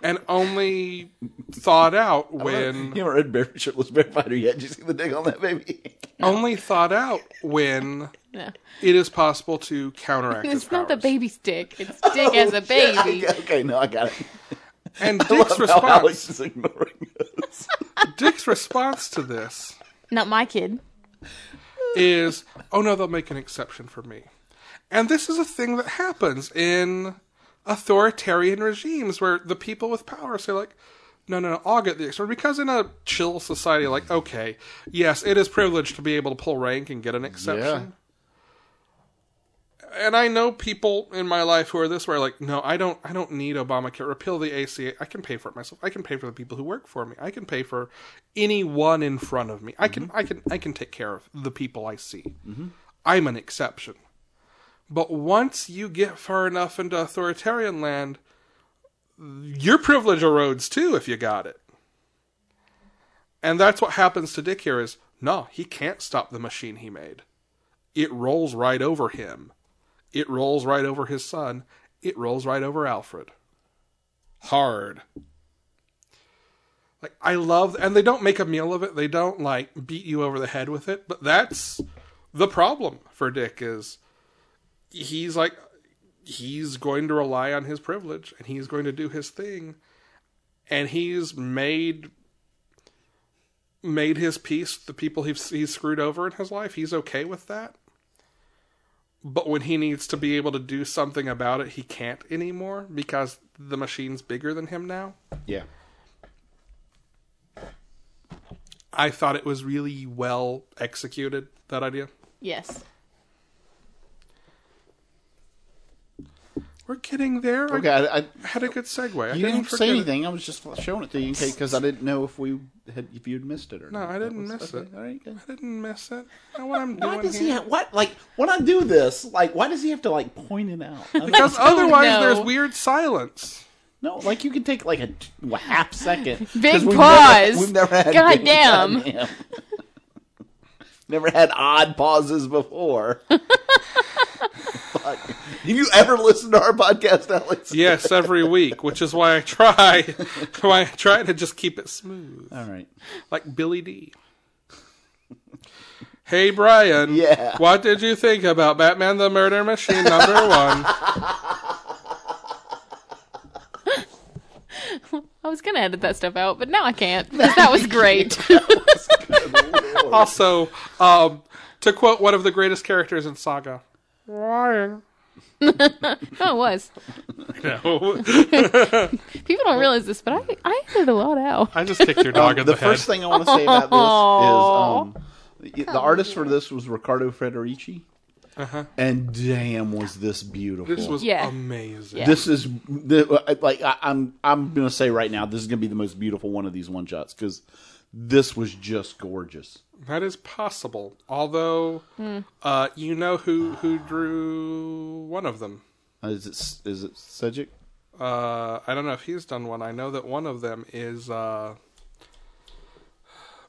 Speaker 1: and only thought out
Speaker 2: Oh,
Speaker 3: You
Speaker 1: when
Speaker 3: haven't read Bear Shirtless Bear Fighter yet. Did you see the dig on that baby?
Speaker 1: only thought out when
Speaker 2: No,
Speaker 1: it is possible to counteract his
Speaker 2: it's not the
Speaker 1: powers.
Speaker 2: baby's dick. It's dick as a baby.
Speaker 3: okay, no, I got it.
Speaker 1: And Dick's
Speaker 3: Now Alex
Speaker 1: response
Speaker 3: is ignoring us.
Speaker 1: Dick's response to this
Speaker 2: Not my kid.
Speaker 1: is, "Oh no, they'll make an exception for me." And this is a thing that happens in authoritarian regimes where the people with power say, like, no, no, no, I'll get the extra. Because in a chill society, like, okay, yes, it is privileged to be able to pull rank and get an exception. And I know people in my life who are this way, like, no, I don't, I don't need Obamacare. Repeal the ACA. I can pay for it myself. I can pay for the people who work for me. I can pay for anyone in front of me. I can, I can, I can take care of the people I see. I'm an exception. But once you get far enough into authoritarian land, your privilege erodes too if you got it. And that's what happens to Dick here is no, he can't stop the machine he made. It rolls right over him. It rolls right over his son. It rolls right over Alfred. Hard. Like I love and they don't make a meal of it. They don't like beat you over the head with it, but that's the problem for Dick is he's like he's going to rely on his privilege and he's going to do his thing and he's made made his peace with the people he's, he's screwed over in his life he's okay with that but when he needs to be able to do something about it he can't anymore because the machine's bigger than him now
Speaker 3: Yeah.
Speaker 1: i thought it was really well executed that idea
Speaker 2: Yes.
Speaker 1: we're getting there
Speaker 3: Okay.
Speaker 1: i
Speaker 3: I, I,
Speaker 1: had a good segue I
Speaker 3: you didn't
Speaker 1: forget
Speaker 3: say
Speaker 1: it.
Speaker 3: anything. I was just showing it to you because I didn't know if we had if you had missed it or
Speaker 1: no
Speaker 3: not.
Speaker 1: i
Speaker 3: That
Speaker 1: didn't
Speaker 3: was-
Speaker 1: miss
Speaker 3: okay,
Speaker 1: it
Speaker 3: All right. Good.
Speaker 1: i didn't miss it Know what i'm
Speaker 5: Why
Speaker 1: doing
Speaker 5: does
Speaker 1: here.
Speaker 5: he have what? Like when I do this, like why does he have to like point it out? I don't-
Speaker 1: Because otherwise,
Speaker 2: no.
Speaker 1: there's weird silence.
Speaker 5: no, like you can take like a t- well, half second.
Speaker 2: Big
Speaker 5: 'cause we've
Speaker 2: pause.
Speaker 5: Never, we've never had.
Speaker 2: God
Speaker 5: big-
Speaker 2: damn.
Speaker 5: goddamn. never had odd pauses before. Fuck. Have you ever listened to our podcast, Alex?
Speaker 1: Yes, every week, which is why I try, why I try to just keep it smooth,
Speaker 5: All right.
Speaker 1: like Billy D. Hey Brian,
Speaker 5: Yeah.
Speaker 1: What did you think about Batman: The Murder Machine number one?
Speaker 2: I was gonna edit that stuff out, but now I can't. 'cause That was great.
Speaker 1: Oh, also, um, to quote one of the greatest characters in Saga,
Speaker 2: no, Oh, it was.
Speaker 1: no,
Speaker 2: People don't realize this, but I I edit a lot out.
Speaker 1: I just kicked your dog in
Speaker 3: the
Speaker 1: Um, the,
Speaker 3: first
Speaker 1: head.
Speaker 3: thing I want to say about this is um, the- the artist for this was Riccardo Federici, and damn, was this beautiful!
Speaker 1: Uh-huh. This was
Speaker 2: Yeah.
Speaker 1: amazing.
Speaker 3: This is the, like I, I'm I'm gonna say right now, this is gonna be the most beautiful one of these one shots because this was just gorgeous.
Speaker 1: That is possible, although
Speaker 2: Hmm.
Speaker 1: uh, you know who who drew one of them.
Speaker 3: Uh, Is it is it Sedgwick?
Speaker 1: Uh, I don't know if he's done one. I know that one of them is uh,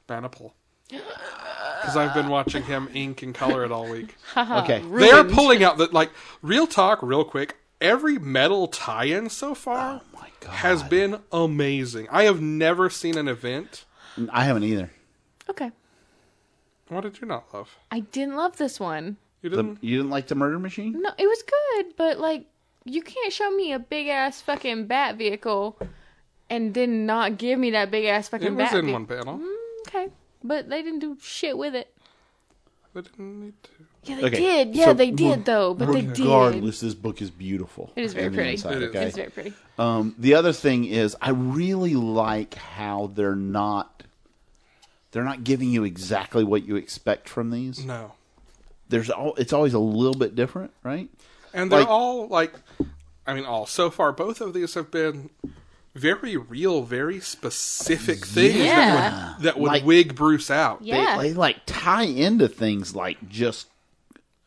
Speaker 1: Maniple. Because I've been watching him ink and color it all week.
Speaker 2: Uh-huh.
Speaker 3: Okay,
Speaker 1: They're pulling out that, like, real talk, real quick. Every metal tie in so far
Speaker 3: Oh my God.
Speaker 1: has been amazing. I have never seen an event.
Speaker 3: I haven't either.
Speaker 2: Okay.
Speaker 1: What did you not love?
Speaker 2: I didn't love this one.
Speaker 1: You
Speaker 3: The,
Speaker 1: didn't.
Speaker 3: you didn't like the Murder Machine?
Speaker 2: No, it was good, but like you can't show me a big ass fucking bat vehicle and then not give me that big ass fucking
Speaker 1: it was
Speaker 2: bat.
Speaker 1: in
Speaker 2: ve-
Speaker 1: one panel.
Speaker 2: Okay, but they didn't do shit with it.
Speaker 1: They didn't need to.
Speaker 2: Yeah, they
Speaker 3: Okay,
Speaker 2: did. Yeah,
Speaker 3: so
Speaker 2: they
Speaker 3: reg-
Speaker 2: did though, but they did.
Speaker 3: Regardless, this book is beautiful.
Speaker 2: It is very
Speaker 3: on the
Speaker 2: pretty.
Speaker 3: inside,
Speaker 1: It is.
Speaker 3: okay?
Speaker 2: It's very pretty.
Speaker 3: Um, the other thing is, I really like how they're not they're not giving you exactly what you expect from these.
Speaker 1: No.
Speaker 3: There's all it's always a little bit different, right?
Speaker 1: And they're
Speaker 3: Like-
Speaker 1: all like, I mean, all so far, both of these have been very real, very specific things
Speaker 2: Yeah.
Speaker 1: that would, that would
Speaker 3: Like-
Speaker 1: wig Bruce out.
Speaker 2: Yeah,
Speaker 3: They, they like tie into things like just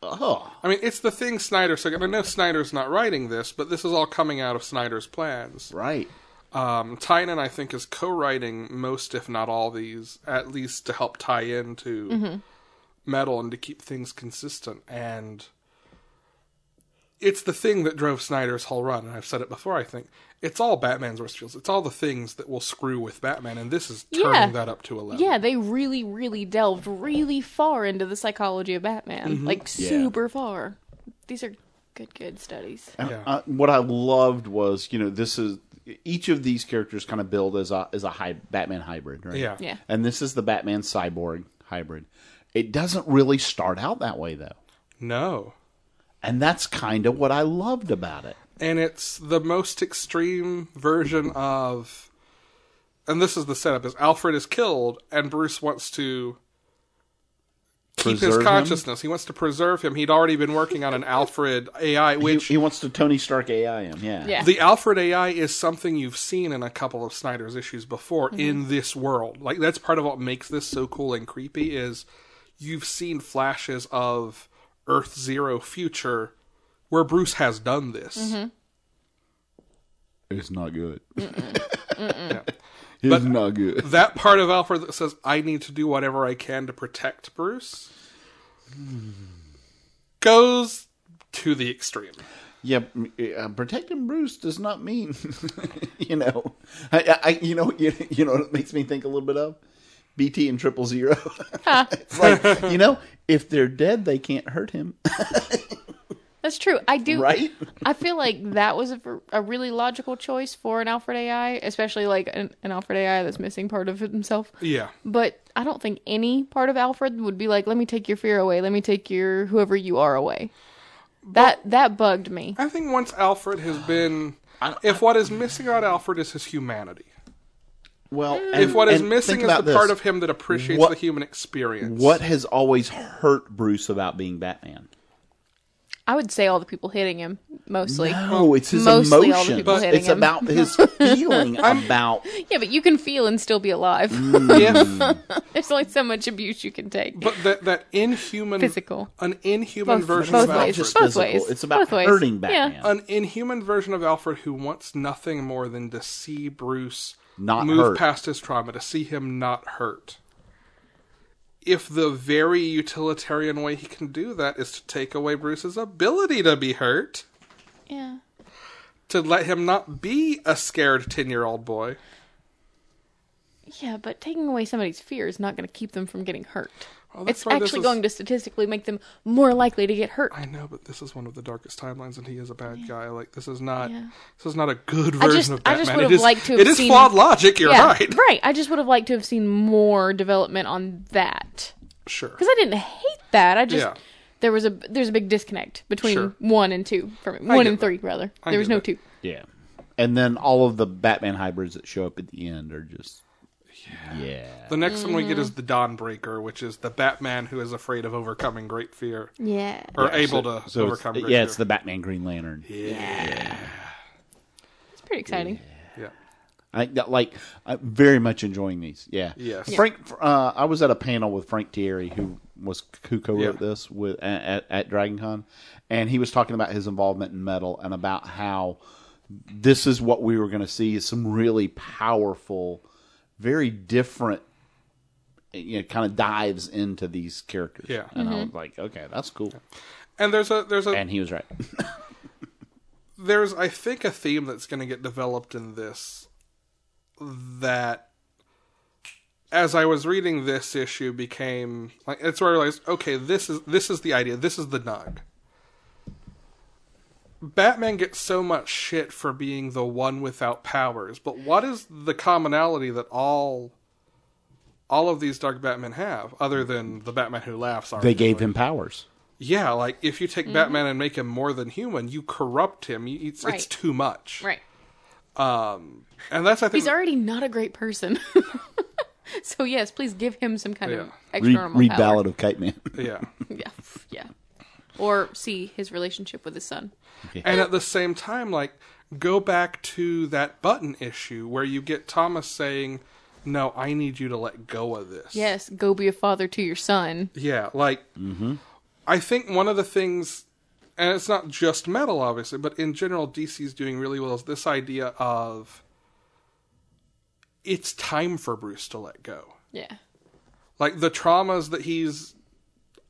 Speaker 3: oh
Speaker 1: I mean, it's the thing Snyder. So I know Snyder's not writing this, but this is all coming out of Snyder's plans.
Speaker 3: right.
Speaker 1: Um, Tynan, I think, is co-writing most, if not all, these at least to help tie into
Speaker 2: Mm-hmm.
Speaker 1: metal and to keep things consistent. And it's the thing that drove Snyder's whole run. And I've said it before. I think it's all Batman's worst feels. It's all the things that will screw with Batman, and this is turning
Speaker 2: Yeah.
Speaker 1: that up to eleven.
Speaker 2: yeah, they really, really delved really far into the psychology of Batman,
Speaker 3: Mm-hmm.
Speaker 2: like super far. These are good, good studies.
Speaker 1: Yeah.
Speaker 3: Uh, what I loved was, you know, this is each of these characters kind of build as a as a hy- Batman hybrid, right?
Speaker 1: Yeah.
Speaker 2: Yeah.
Speaker 3: And this is the Batman cyborg hybrid. It doesn't really start out that way though.
Speaker 1: No.
Speaker 3: And that's kind of what I loved about it.
Speaker 1: and it's the most extreme version of and this is the setup is alfred is killed and bruce wants to keep
Speaker 3: Preserve him?
Speaker 1: his consciousness he wants to preserve him he'd already been working on an alfred ai which
Speaker 3: He wants to Tony Stark AI him, yeah.
Speaker 2: Yeah.
Speaker 1: the alfred ai is something you've seen in a couple of snyder's issues before in this world like that's part of what makes this so cool and creepy is you've seen flashes of earth zero future where bruce has done this
Speaker 3: It's not good. it's not good.
Speaker 1: that part of Alfred that says I need to do whatever I can to protect Bruce
Speaker 3: Hmm.
Speaker 1: goes to the extreme.
Speaker 3: Yeah, m- uh, protecting Bruce does not mean, you know, I, I- I, you know, you, you know, what it makes me think a little bit of BT and Triple Zero. it's like, you know, if they're dead, they can't hurt him,
Speaker 2: That's true. I do.
Speaker 3: right?
Speaker 2: I feel like that was a, a really logical choice for an Alfred AI, especially like an, an Alfred AI that's missing part of himself.
Speaker 1: Yeah.
Speaker 2: But I don't think any part of Alfred would be like, "Let me take your fear away. Let me take your whoever you are away." That that bugged me.
Speaker 1: I think once Alfred has been if what is missing about Alfred is his humanity.
Speaker 3: Well,
Speaker 1: if what is
Speaker 3: and
Speaker 1: missing
Speaker 3: think
Speaker 1: is the
Speaker 3: about this.
Speaker 1: part of him that appreciates
Speaker 3: What-
Speaker 1: the human experience.
Speaker 3: what has always hurt Bruce about being Batman.
Speaker 2: I would say all the people hitting him mostly.
Speaker 3: No, Oh, it's his
Speaker 2: Mostly all the
Speaker 3: emotions.
Speaker 2: people hitting
Speaker 3: It's
Speaker 2: him.
Speaker 3: about his feeling about
Speaker 2: Yeah, but you can feel and still be alive.
Speaker 3: Hmm.
Speaker 1: if,
Speaker 2: There's only so much abuse you can take.
Speaker 1: Mm. but that that inhuman
Speaker 2: Physical.
Speaker 1: an inhuman
Speaker 2: Both-
Speaker 1: version
Speaker 2: both
Speaker 1: of
Speaker 2: ways.
Speaker 1: Alfred.
Speaker 3: just
Speaker 2: Both
Speaker 3: physical.
Speaker 2: ways.
Speaker 3: It's about
Speaker 2: Both ways.
Speaker 3: hurting
Speaker 2: Yeah.
Speaker 3: Batman.
Speaker 1: an inhuman version of Alfred who wants nothing more than to see Bruce
Speaker 3: Not
Speaker 1: move
Speaker 3: hurt.
Speaker 1: past his trauma, to see him not hurt. If the very utilitarian way he can do that is to take away Bruce's ability to be hurt,
Speaker 2: Yeah.
Speaker 1: to let him not be a scared 10 year old boy.
Speaker 2: Yeah, but taking away somebody's fear is not going to keep them from getting hurt.
Speaker 1: Well, Oh, that's
Speaker 2: it's
Speaker 1: why this
Speaker 2: actually
Speaker 1: is-
Speaker 2: going to statistically make them more likely to get hurt.
Speaker 1: I know, but this is one of the darkest timelines, and he is a bad guy. Like this is not,
Speaker 2: Yeah.
Speaker 1: this is not a good
Speaker 2: I
Speaker 1: version
Speaker 2: just-
Speaker 1: of
Speaker 2: I just
Speaker 1: Batman.
Speaker 2: would've
Speaker 1: it is,
Speaker 2: liked to have
Speaker 1: it is
Speaker 2: seen-
Speaker 1: flawed logic. You're
Speaker 2: yeah,
Speaker 1: right.
Speaker 2: I just would have liked to have seen more development on that
Speaker 1: Sure.
Speaker 2: because I didn't hate that. I just
Speaker 1: Yeah.
Speaker 2: there was a there's a big disconnect between
Speaker 1: Sure.
Speaker 2: one and two for me. One
Speaker 1: get
Speaker 2: and
Speaker 1: that.
Speaker 2: three rather.
Speaker 1: I
Speaker 2: there was
Speaker 1: get
Speaker 2: no
Speaker 1: that.
Speaker 2: two.
Speaker 3: Yeah. And then all of the Batman hybrids that show up at the end are just yeah.
Speaker 1: The next one we
Speaker 2: Mm-hmm.
Speaker 1: get is the Dawnbreaker, which is the Batman who is afraid of overcoming great fear.
Speaker 2: Yeah.
Speaker 1: or able to
Speaker 3: So it's-
Speaker 1: overcome.
Speaker 3: yeah, it's the Batman Green Lantern.
Speaker 2: It's pretty exciting.
Speaker 1: yeah.
Speaker 3: I that- like I'm very much enjoying these. Yeah.
Speaker 1: Yes. Yeah.
Speaker 3: Frank uh, I was at a panel with Frank Thierry who was who co-wrote
Speaker 1: Yeah.
Speaker 3: this with at, at Dragon Con and he was talking about his involvement in metal and about how this is what we were going to see is some really powerful very different you know kind of dives into these characters.
Speaker 1: Yeah.
Speaker 3: And
Speaker 2: Mm-hmm.
Speaker 3: I was like, okay, that's cool.
Speaker 1: And there's a there's a
Speaker 3: And he was right.
Speaker 1: there's I think a theme that's going to get developed in this that as I was reading this issue became like it's where I realized okay this is this is the idea this is the nug. Batman gets so much shit for being the one without powers, but what is the commonality that all all of these dark Batman have other than the Batman who laughs?
Speaker 3: They
Speaker 1: arguably?
Speaker 3: gave him powers.
Speaker 1: Yeah, like if you
Speaker 2: Mm-hmm.
Speaker 1: take Batman and make him more than human, you corrupt him. You, it's,
Speaker 2: Right.
Speaker 1: it's too much. Um,
Speaker 2: Right.
Speaker 1: And that's I think
Speaker 2: He's already not a great person. so yes, please give him some kind of
Speaker 1: Yeah.
Speaker 3: Read,
Speaker 2: external
Speaker 3: read
Speaker 2: power.
Speaker 3: Ballad of Kite Man.
Speaker 1: yeah.
Speaker 2: Yeah. Yeah. Or see his relationship with his son.
Speaker 1: and at the same time, like go back to that button issue where you get Thomas saying, "No, I need you to let go of this."
Speaker 2: Yes, go be a father to your son.
Speaker 1: Yeah, like I think one of the things, and it's not just metal, obviously, but in general, DC's doing really well is this idea of it's time for Bruce to let go.
Speaker 2: Yeah.
Speaker 1: like the traumas that he's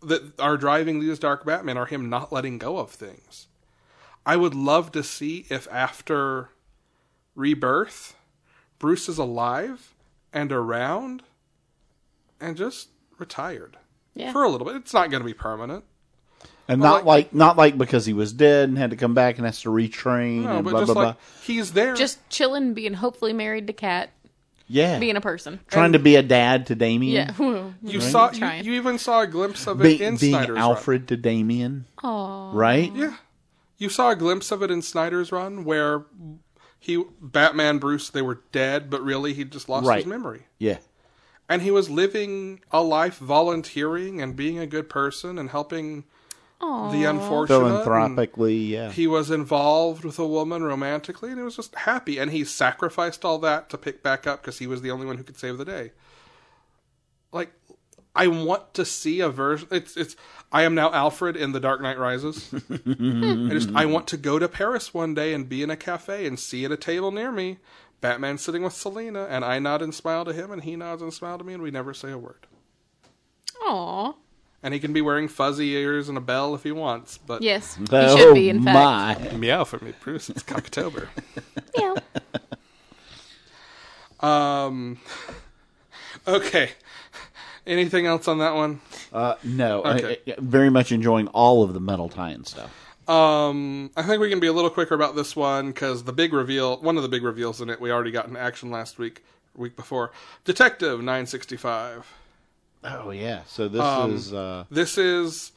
Speaker 1: that are driving these dark batman are him not letting go of things i would love to see if after rebirth bruce is alive and around and just retired
Speaker 2: Yeah.
Speaker 1: for a little bit it's not going to be permanent
Speaker 3: And not like, not like because he was dead and had to come back and has to retrain
Speaker 1: no
Speaker 3: and
Speaker 1: but
Speaker 3: blah blah
Speaker 1: just
Speaker 3: blah.
Speaker 1: like he's there
Speaker 2: Just chilling, being hopefully married to Kat.
Speaker 3: Yeah.
Speaker 2: being a person.
Speaker 3: Trying to be a dad to Damien.
Speaker 2: Yeah.
Speaker 1: You saw you,
Speaker 2: Trying.
Speaker 1: you even saw a glimpse of it
Speaker 3: Be-
Speaker 1: in
Speaker 3: being
Speaker 1: Snyder's
Speaker 3: Alfred to Damien,
Speaker 2: Aw.
Speaker 3: right?
Speaker 1: Run. Yeah, you saw a glimpse of it in Snyder's run where he Batman Bruce they were dead, but really he just lost
Speaker 3: Right.
Speaker 1: his memory.
Speaker 3: Yeah.
Speaker 1: And he was living a life volunteering and being a good person and helping the unfortunate. and
Speaker 3: Philanthropically, yeah.
Speaker 1: He was involved with a woman romantically and he was just happy. And he sacrificed all that to pick back up because he was the only one who could save the day. Like, I want to see a version. It's, it's, I am now Alfred in The Dark Knight Rises. I just, I want to go to Paris one day and be in a cafe and see at a table near me Batman sitting with Selena and I nod and smile to him and he nods and smiles to me and we never say a word.
Speaker 2: Aw.
Speaker 1: And he can be wearing fuzzy ears and a bell if he wants, but
Speaker 2: Yes.
Speaker 3: oh,
Speaker 2: he should be, in fact.
Speaker 3: my.
Speaker 1: meow for me, Bruce. It's Cocktober.
Speaker 2: Yeah.
Speaker 1: Um. Okay. Anything else on that one?
Speaker 3: Uh, no, I-
Speaker 1: Okay.
Speaker 3: I- very much enjoying all of the Metal Tie-In stuff.
Speaker 1: Um, I think we can be a little quicker about this one because the big reveal, one of the big reveals in it, we already got in action last week, week before. Detective 965.
Speaker 3: Oh yeah, so this is uh,
Speaker 1: This is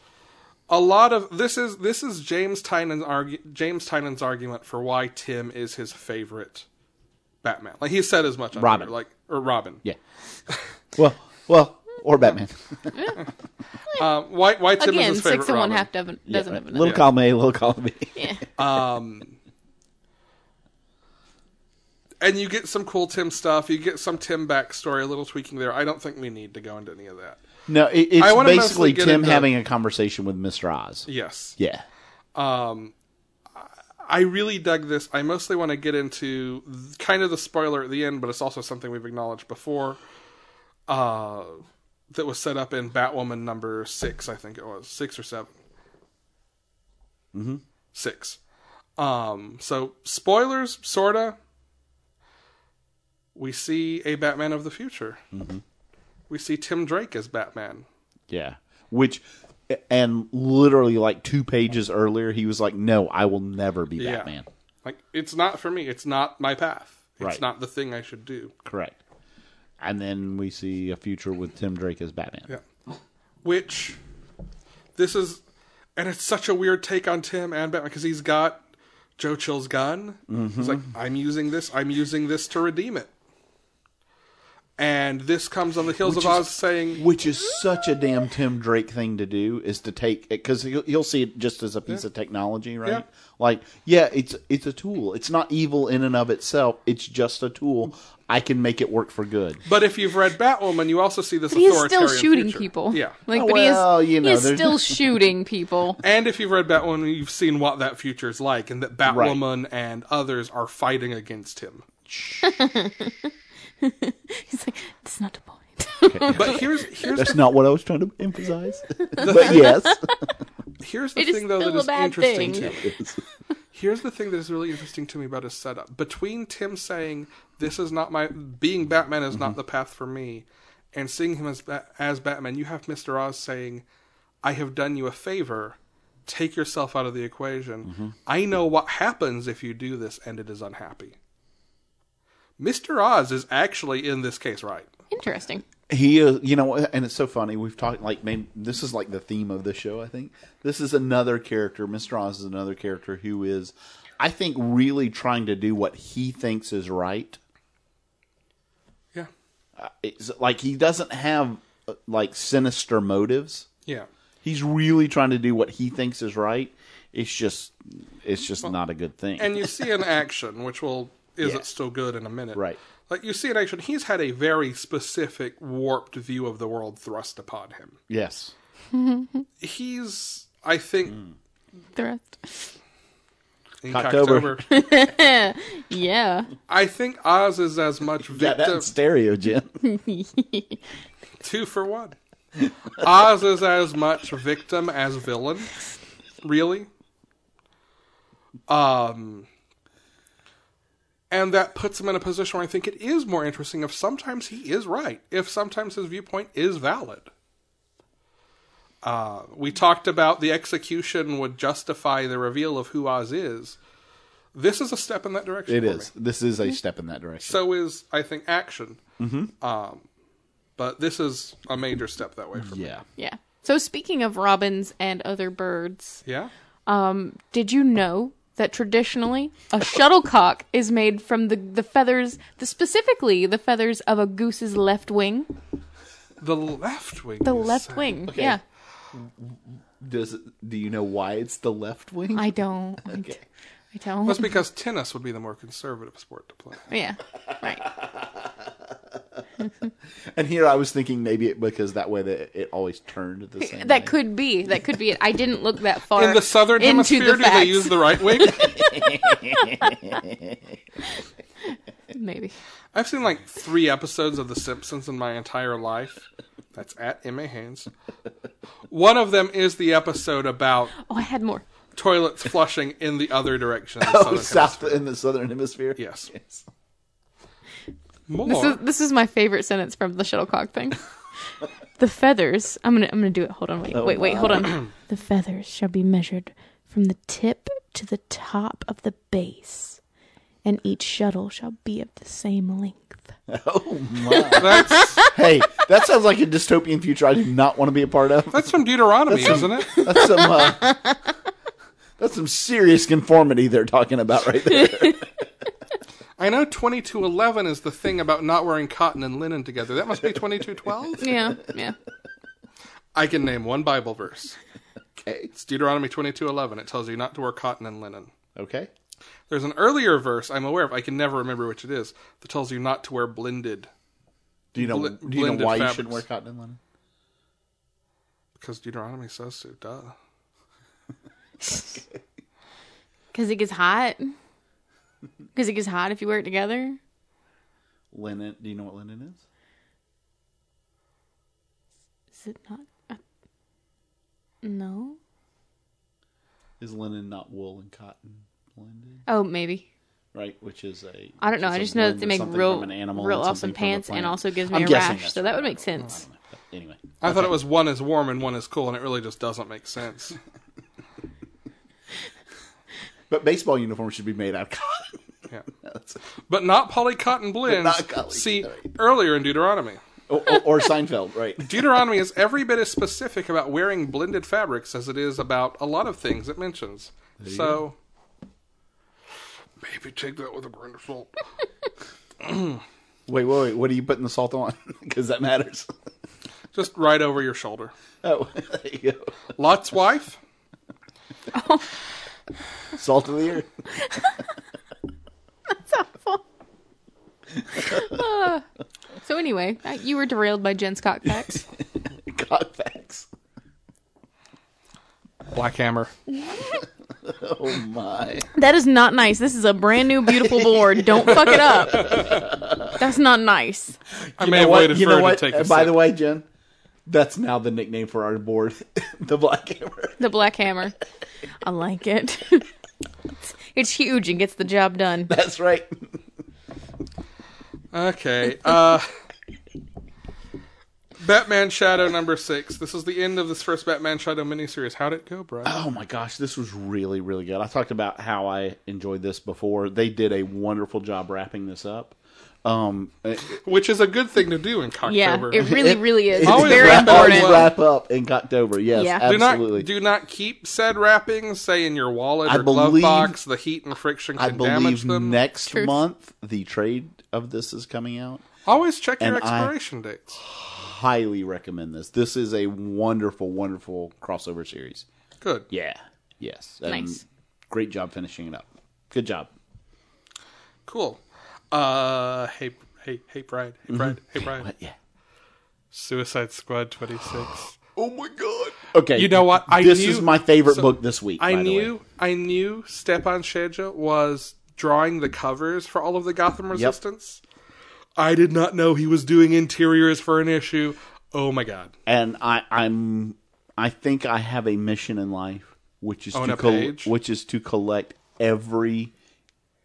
Speaker 1: a lot of this is this is James Tynan's argu- James Tynan's argument for why Tim is his favorite Batman. Like he said as much. On
Speaker 3: Robin.
Speaker 1: Twitter, like or Robin.
Speaker 3: yeah. well, well, or Batman.
Speaker 1: Um, why why Tim is
Speaker 2: Again,
Speaker 1: his favorite?
Speaker 2: six and one
Speaker 1: Robin.
Speaker 2: half dozen dozen of another.
Speaker 3: little column A, little column B.
Speaker 2: Yeah.
Speaker 1: Um, and you get some cool Tim stuff. You get some Tim backstory, a little tweaking there. I don't think we need to go into any of that.
Speaker 3: No, it,
Speaker 1: I
Speaker 3: it's
Speaker 1: wanna mostly
Speaker 3: basically
Speaker 1: get
Speaker 3: Tim
Speaker 1: into-
Speaker 3: having a conversation with Mister Oz.
Speaker 1: Yes.
Speaker 3: Yeah,
Speaker 1: I really dug this. I mostly want to get into th- kind of the spoiler at the end, but it's also something we've acknowledged before uh, that was set up in Batwoman number six, I think it was. Six or 7 Mm-hmm. Six. Um, so, spoilers, sorta. We see a Batman of the future. We see Tim Drake as Batman.
Speaker 3: yeah. Which, and literally like two pages earlier, he was like, "No, I will never be
Speaker 1: Yeah.
Speaker 3: Batman."
Speaker 1: Like, it's not for me. It's not my path. It's
Speaker 3: Right.
Speaker 1: not the thing I should do.
Speaker 3: Correct. And then we see a future with Tim Drake as Batman.
Speaker 1: Yeah. Which this is and it's such a weird take on Tim and Batman because he's got Joe Chill's gun. He's like, I'm using this, I'm using this to redeem it. And this comes on the heels of Oz saying
Speaker 3: Which is such a damn Tim Drake thing to do is to take because he'll, he'll see it just as a piece of technology, right?
Speaker 1: Yeah.
Speaker 3: Like, yeah, it's it's a tool. It's not evil in and of itself. It's just a tool. I can make it work for good.
Speaker 1: But if you've read Batwoman, you also see this
Speaker 2: But he is
Speaker 1: authoritarian
Speaker 2: still shooting
Speaker 1: future.
Speaker 2: people.
Speaker 1: Yeah.
Speaker 2: Like,
Speaker 3: Oh,
Speaker 2: but
Speaker 3: well,
Speaker 2: he is,
Speaker 3: you know,
Speaker 2: he is
Speaker 3: there's-
Speaker 2: still shooting people.
Speaker 1: And if you've read Batwoman, you've seen what that future is like and that Batwoman and others are fighting against him.
Speaker 2: He's like, that's not the point.
Speaker 1: But here's here's
Speaker 3: That's not what I was trying to emphasize. but yes,
Speaker 1: here's the
Speaker 2: It is
Speaker 1: thing though
Speaker 2: still
Speaker 1: that
Speaker 2: a
Speaker 1: is
Speaker 2: bad
Speaker 1: interesting
Speaker 2: thing.
Speaker 1: to me. Here's the thing that is really interesting to me about his setup. Between Tim saying this is not my being Batman is not the path for me, and seeing him as Ba- as Batman, you have Mister Oz saying, "I have done you a favor. Take yourself out of the equation. I know what happens if you do this, and it is unhappy." Mister Oz is actually in this case right.
Speaker 2: Interesting.
Speaker 3: he is. You know, and it's so funny. We've talked like man, this is like the theme of the show. I think this is another character. Mister Oz is another character who is, I think, really trying to do what he thinks is right.
Speaker 1: Yeah,
Speaker 3: it's like he doesn't have uh, like sinister motives.
Speaker 1: yeah.
Speaker 3: He's really trying to do what he thinks is right. It's just, it's just not a good thing.
Speaker 1: and you see an action, which will is
Speaker 3: Yeah.
Speaker 1: it still good in a minute,
Speaker 3: Right.
Speaker 1: Like you see an action, he's had a very specific warped view of the world thrust upon him.
Speaker 3: yes,
Speaker 1: He's, I think,
Speaker 3: Hmm.
Speaker 2: The rest.
Speaker 1: in
Speaker 3: Cocktober.
Speaker 1: Cocktober,
Speaker 2: Yeah.
Speaker 1: I think Oz is as much
Speaker 3: got that
Speaker 1: victim
Speaker 3: in stereo, Jim.
Speaker 1: two for one. Oz is as much victim as villain, really. Um, and that puts him in a position where I think it is more interesting if sometimes he is right, if sometimes his viewpoint is valid. Uh, we talked about the execution would justify the reveal of who Oz is. This is a step in that direction.
Speaker 3: It
Speaker 1: for
Speaker 3: is.
Speaker 1: me.
Speaker 3: This is a step in that direction.
Speaker 1: So is I think action. Um, but this is a major step that way for me.
Speaker 3: Yeah.
Speaker 2: Yeah. So speaking of robins and other birds,
Speaker 1: Yeah.
Speaker 2: um, did you know that traditionally a shuttlecock is made from the the feathers, the specifically the feathers of a goose's left wing,
Speaker 1: The left wing.
Speaker 2: the
Speaker 1: you
Speaker 2: left
Speaker 1: say.
Speaker 2: wing. Yeah.
Speaker 3: Does do you know why it's the left wing?
Speaker 2: I don't. I d- I don't.
Speaker 1: That's because tennis would be the more conservative sport to play.
Speaker 2: yeah. Right.
Speaker 3: And here I was thinking maybe it, because that way that it always turned the same.
Speaker 2: That could be. That could be it. I didn't look that far
Speaker 1: In the southern
Speaker 2: into
Speaker 1: hemisphere,
Speaker 2: the
Speaker 1: do they
Speaker 2: facts.
Speaker 1: use the right wing?
Speaker 2: Maybe.
Speaker 1: I've seen like three episodes of The Simpsons in my entire life. That's at M.A. Haynes. One of them is the episode about
Speaker 2: Oh, I had more.
Speaker 1: toilets flushing in the other direction. in the
Speaker 3: oh,
Speaker 1: southern
Speaker 3: south
Speaker 1: hemisphere.
Speaker 3: in the southern hemisphere.
Speaker 1: Yes.
Speaker 3: Yes.
Speaker 1: More.
Speaker 2: This is this is my favorite sentence from the shuttlecock thing. the feathers. I'm gonna I'm gonna do it. Hold on. Wait.
Speaker 1: Oh,
Speaker 2: wait. Wait. Hold on. the feathers shall be measured from the tip to the top of the base, and each shuttle shall be of the same length.
Speaker 1: that's,
Speaker 3: Hey, that sounds like a dystopian future I do not want to be a part of.
Speaker 1: that's from Deuteronomy, isn't it?
Speaker 3: That's some uh, that's some serious conformity they're talking about right there.
Speaker 1: I know 2211 is the thing about not wearing cotton and linen together. That must be 2212?
Speaker 2: Yeah. Yeah.
Speaker 1: I can name one Bible verse.
Speaker 3: Okay.
Speaker 1: It's Deuteronomy 2211. It tells you not to wear cotton and linen.
Speaker 3: Okay.
Speaker 1: There's an earlier verse I'm aware of, I can never remember which it is, that tells you not to wear blended
Speaker 3: Do you know
Speaker 1: Bl-
Speaker 3: do you
Speaker 1: blended
Speaker 3: know why
Speaker 1: fabrics.
Speaker 3: you shouldn't wear cotton and linen?
Speaker 1: because Deuteronomy says so. Duh.
Speaker 2: Because it gets hot. Because it gets hot if you wear it together.
Speaker 3: Linen. Do you know what linen is?
Speaker 2: Is it not? uh, no.
Speaker 3: Is linen not wool and cotton blended?
Speaker 2: Oh, maybe.
Speaker 3: Right, which is a
Speaker 2: I don't know.
Speaker 3: which
Speaker 2: I
Speaker 3: is a
Speaker 2: just know that
Speaker 3: blend
Speaker 2: they make
Speaker 3: of something
Speaker 2: real,
Speaker 3: from an animal
Speaker 2: real
Speaker 3: and
Speaker 2: awesome
Speaker 3: something from a
Speaker 2: pants, and
Speaker 3: plant.
Speaker 2: also gives
Speaker 3: I'm
Speaker 2: me a
Speaker 3: guessing
Speaker 2: rash.
Speaker 3: that's
Speaker 2: So
Speaker 3: what
Speaker 2: that would
Speaker 3: they
Speaker 2: make sense.
Speaker 3: are. But anyway,
Speaker 1: I thought it was one is warm and one is cool, and it really just doesn't make sense.
Speaker 3: but baseball uniforms should be made out of cotton.
Speaker 1: Yeah.
Speaker 3: That's-
Speaker 1: But not poly cotton blends.
Speaker 3: Not poly-
Speaker 1: See,
Speaker 3: right.
Speaker 1: earlier in Deuteronomy.
Speaker 3: or, or, or Seinfeld, right?
Speaker 1: Deuteronomy is every bit as specific about wearing blended fabrics as it is about a lot of things it mentions. So maybe take that with a grain of salt.
Speaker 3: Wait, wait, wait. What are you putting the salt on? Because that matters.
Speaker 1: Just right over your shoulder.
Speaker 3: Oh, there you go.
Speaker 1: Lot's wife.
Speaker 3: Salt of the earth.
Speaker 2: So anyway, I- you were derailed by Jen's cock facts.
Speaker 3: Cock facts.
Speaker 1: Black Hammer.
Speaker 3: Oh my.
Speaker 2: that is not nice. This is a brand new, beautiful board. Don't fuck it up. That's not nice.
Speaker 1: I may have waited for her to take a
Speaker 3: And Uh, by
Speaker 1: sip.
Speaker 3: the way, Jen, that's now the nickname for our board, the Black Hammer.
Speaker 2: The black hammer. I like it. it's huge and gets the job done.
Speaker 3: That's right.
Speaker 1: Okay. Uh, Batman Shadow number six. This is the end of this first Batman Shadow miniseries. How'd it go, Brian?
Speaker 3: Oh my gosh, this was really, really good. I talked about how I enjoyed this before. They did a wonderful job wrapping this up. Um, it,
Speaker 1: Which is a good thing to do in
Speaker 2: Yeah,
Speaker 1: Cocktober.
Speaker 2: it really, really is. It's
Speaker 1: Always
Speaker 2: very
Speaker 1: wrap-
Speaker 2: important.
Speaker 3: Always wrap up in Cocktober. Yes,
Speaker 2: Yeah.
Speaker 1: do not
Speaker 3: absolutely.
Speaker 1: do not keep said wrappings, say in your wallet
Speaker 3: I
Speaker 1: or glove
Speaker 3: believe-
Speaker 1: box. The heat and friction can
Speaker 3: I
Speaker 1: damage
Speaker 3: believe
Speaker 1: them.
Speaker 3: next
Speaker 2: Truth.
Speaker 3: month the trade of this is coming out.
Speaker 1: Always check your
Speaker 3: And I-
Speaker 1: expiration dates.
Speaker 3: Highly recommend this. This is a wonderful, wonderful crossover series.
Speaker 1: Good.
Speaker 3: Yeah. Yes. And
Speaker 2: Nice.
Speaker 3: Great job finishing it up. Good job.
Speaker 1: Cool. Uh, hey, hey, hey, Brian.
Speaker 3: Mm-hmm.
Speaker 1: Hey, Brian. Hey, Brian.
Speaker 3: But yeah.
Speaker 1: Suicide Squad 26.
Speaker 3: Oh my god. Okay.
Speaker 1: You know what? I
Speaker 3: this
Speaker 1: knew-
Speaker 3: is my favorite
Speaker 1: so,
Speaker 3: book this week.
Speaker 1: I
Speaker 3: by the way.
Speaker 1: knew, I knew Stepan Shaja was drawing the covers for all of the Gotham Resistance. I did not know he was doing interiors for an issue. Oh my god.
Speaker 3: and I, I'm I think I have a mission in life, which is
Speaker 1: Own a
Speaker 3: to col-
Speaker 1: page?
Speaker 3: which is to collect every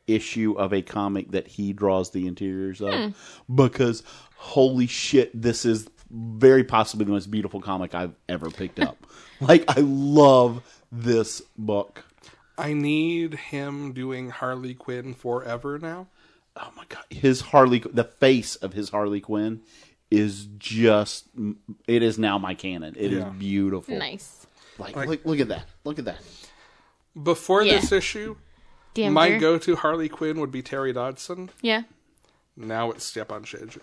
Speaker 3: issue of a comic that he draws the interiors of, because holy shit, this is very possibly the most beautiful comic I've ever picked up. like I love this book.
Speaker 1: I need him doing Harley Quinn forever now.
Speaker 3: oh my god, his Harley, the face of his Harley Quinn is just, it is now my canon. It is
Speaker 1: Yeah.
Speaker 3: beautiful.
Speaker 2: Nice.
Speaker 3: Like,
Speaker 1: Like-
Speaker 3: look, look at that. Look at that.
Speaker 1: Before
Speaker 2: Yeah.
Speaker 1: this issue,
Speaker 2: Damn
Speaker 1: my
Speaker 2: dear.
Speaker 1: go-to Harley Quinn would be Terry Dodson.
Speaker 2: Yeah.
Speaker 1: Now it's Stepan Shinji.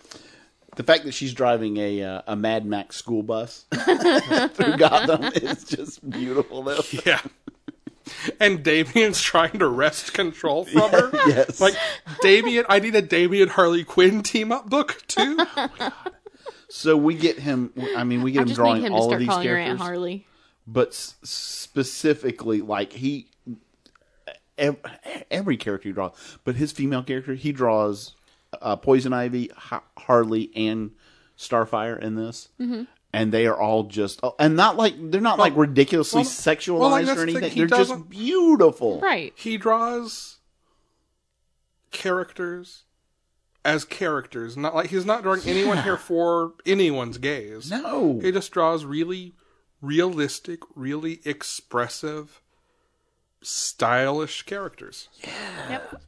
Speaker 3: The fact that she's driving a uh, a Mad Max school bus through Gotham is just beautiful. Though.
Speaker 1: Yeah. And Damien's trying to wrest control from her.
Speaker 3: Yes.
Speaker 1: Like Damien, I need a Damien Harley Quinn team up book too.
Speaker 3: So we get him. I mean, we get
Speaker 2: I
Speaker 3: him
Speaker 2: just
Speaker 3: drawing
Speaker 2: need him to
Speaker 3: all of
Speaker 2: start
Speaker 3: these
Speaker 2: calling her Aunt
Speaker 3: characters,
Speaker 2: Harley.
Speaker 3: but s- specifically, like he, ev- every character he draws, but his female character he draws uh, Poison Ivy, Ha- Harley, and Starfire in this.
Speaker 2: Mm-hmm.
Speaker 3: And they are all just, oh, and not like they're not like ridiculously
Speaker 1: well,
Speaker 3: sexualized
Speaker 1: well, like, that's
Speaker 3: or
Speaker 1: the thing,
Speaker 3: anything.
Speaker 1: he
Speaker 3: They're just
Speaker 1: doesn't-
Speaker 3: beautiful,
Speaker 2: Right.
Speaker 1: He draws characters as characters, not like he's not drawing anyone here for anyone's gaze.
Speaker 3: No,
Speaker 1: He just draws really realistic, really expressive, stylish characters.
Speaker 2: Yep.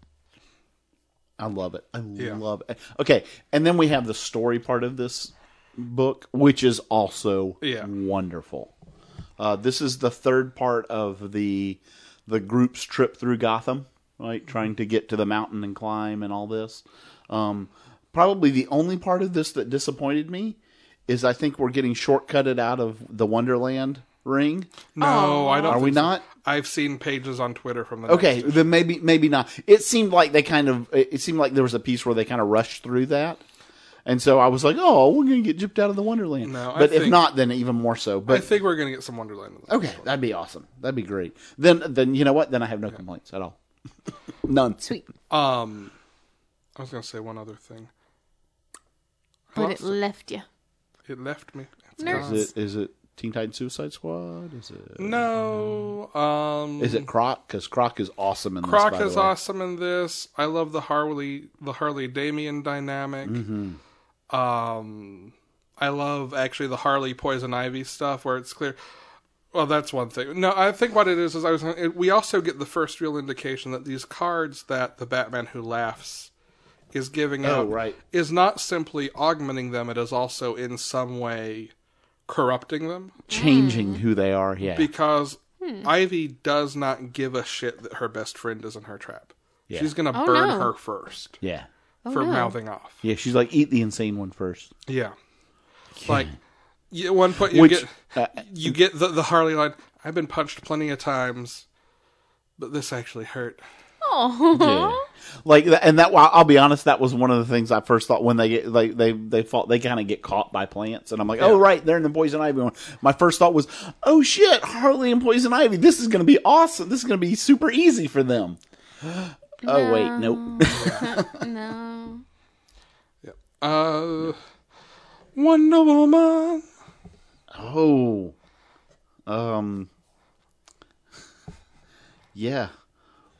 Speaker 3: I love it. I love it. Okay, and then we have the story part of this book, which is also
Speaker 1: Yeah.
Speaker 3: wonderful. Uh, this is the third part of the the group's trip through Gotham, right? Trying to get to the mountain and climb and all this. Um, probably the only part of this that disappointed me is I think we're getting shortcutted out of the Wonderland ring.
Speaker 1: No, I don't.
Speaker 3: Are
Speaker 1: think
Speaker 3: we
Speaker 1: so.
Speaker 3: not?
Speaker 1: I've seen pages on Twitter from the
Speaker 3: Okay, then maybe maybe not. It seemed like they kind of it it seemed like there was a piece where they kind of rushed through that. And so I was like, "Oh, we're going to get gypped out of the Wonderland."
Speaker 1: No, I
Speaker 3: but if
Speaker 1: think-
Speaker 3: not, then even more so.
Speaker 1: I
Speaker 3: But
Speaker 1: think we're gonna get some Wonderland. In this.
Speaker 3: okay, that'd be awesome. That'd be great. Then then you know what? Then I have no complaints at all. None.
Speaker 2: Sweet.
Speaker 1: Um, I was gonna say one other thing. I
Speaker 2: But it
Speaker 1: lost
Speaker 2: left you.
Speaker 1: it. It left me. It's
Speaker 2: Nerds.
Speaker 1: gone.
Speaker 3: Is it is it Teen Titan Suicide Squad? Is it
Speaker 1: No. Um,
Speaker 3: is it Croc? Because Croc is awesome in
Speaker 1: Croc
Speaker 3: this. by the
Speaker 1: is
Speaker 3: way.
Speaker 1: awesome in this. I love the Harley, the Harley Damien dynamic.
Speaker 3: Mm-hmm.
Speaker 1: Um, I love actually the Harley Poison Ivy stuff where it's clear. Well, that's one thing. No, I think what it is is I was. It, we also get the first real indication that these cards that the Batman Who Laughs is giving
Speaker 3: Oh,
Speaker 1: out
Speaker 3: right.
Speaker 1: is not simply augmenting them; it is also in some way corrupting them
Speaker 3: Changing who they are. Yeah.
Speaker 1: because
Speaker 2: Hmm.
Speaker 1: Ivy does not give a shit that her best friend is in her trap.
Speaker 3: Yeah.
Speaker 1: She's gonna
Speaker 2: Oh,
Speaker 1: burn
Speaker 2: no. Oh,
Speaker 1: her first
Speaker 3: yeah.
Speaker 1: for
Speaker 2: no.
Speaker 1: mouthing off.
Speaker 3: Yeah. She's like, eat the insane one first.
Speaker 1: Yeah, like you, at one point you
Speaker 3: Which, uh,
Speaker 1: get you get the, the Harley line. I've been punched plenty of times, but this actually hurt.
Speaker 2: Oh.
Speaker 3: Like th- and that I'll be honest, that was one of the things I first thought when they get like they they fall they kind of get caught by plants, and I'm like, oh right, they're in the poison ivy one. My first thought was, oh shit, Harley and poison ivy, this is gonna be awesome. This is gonna be super easy for them. Oh wait, nope.
Speaker 2: No.
Speaker 1: Uh, Wonder Woman.
Speaker 3: oh, um, yeah.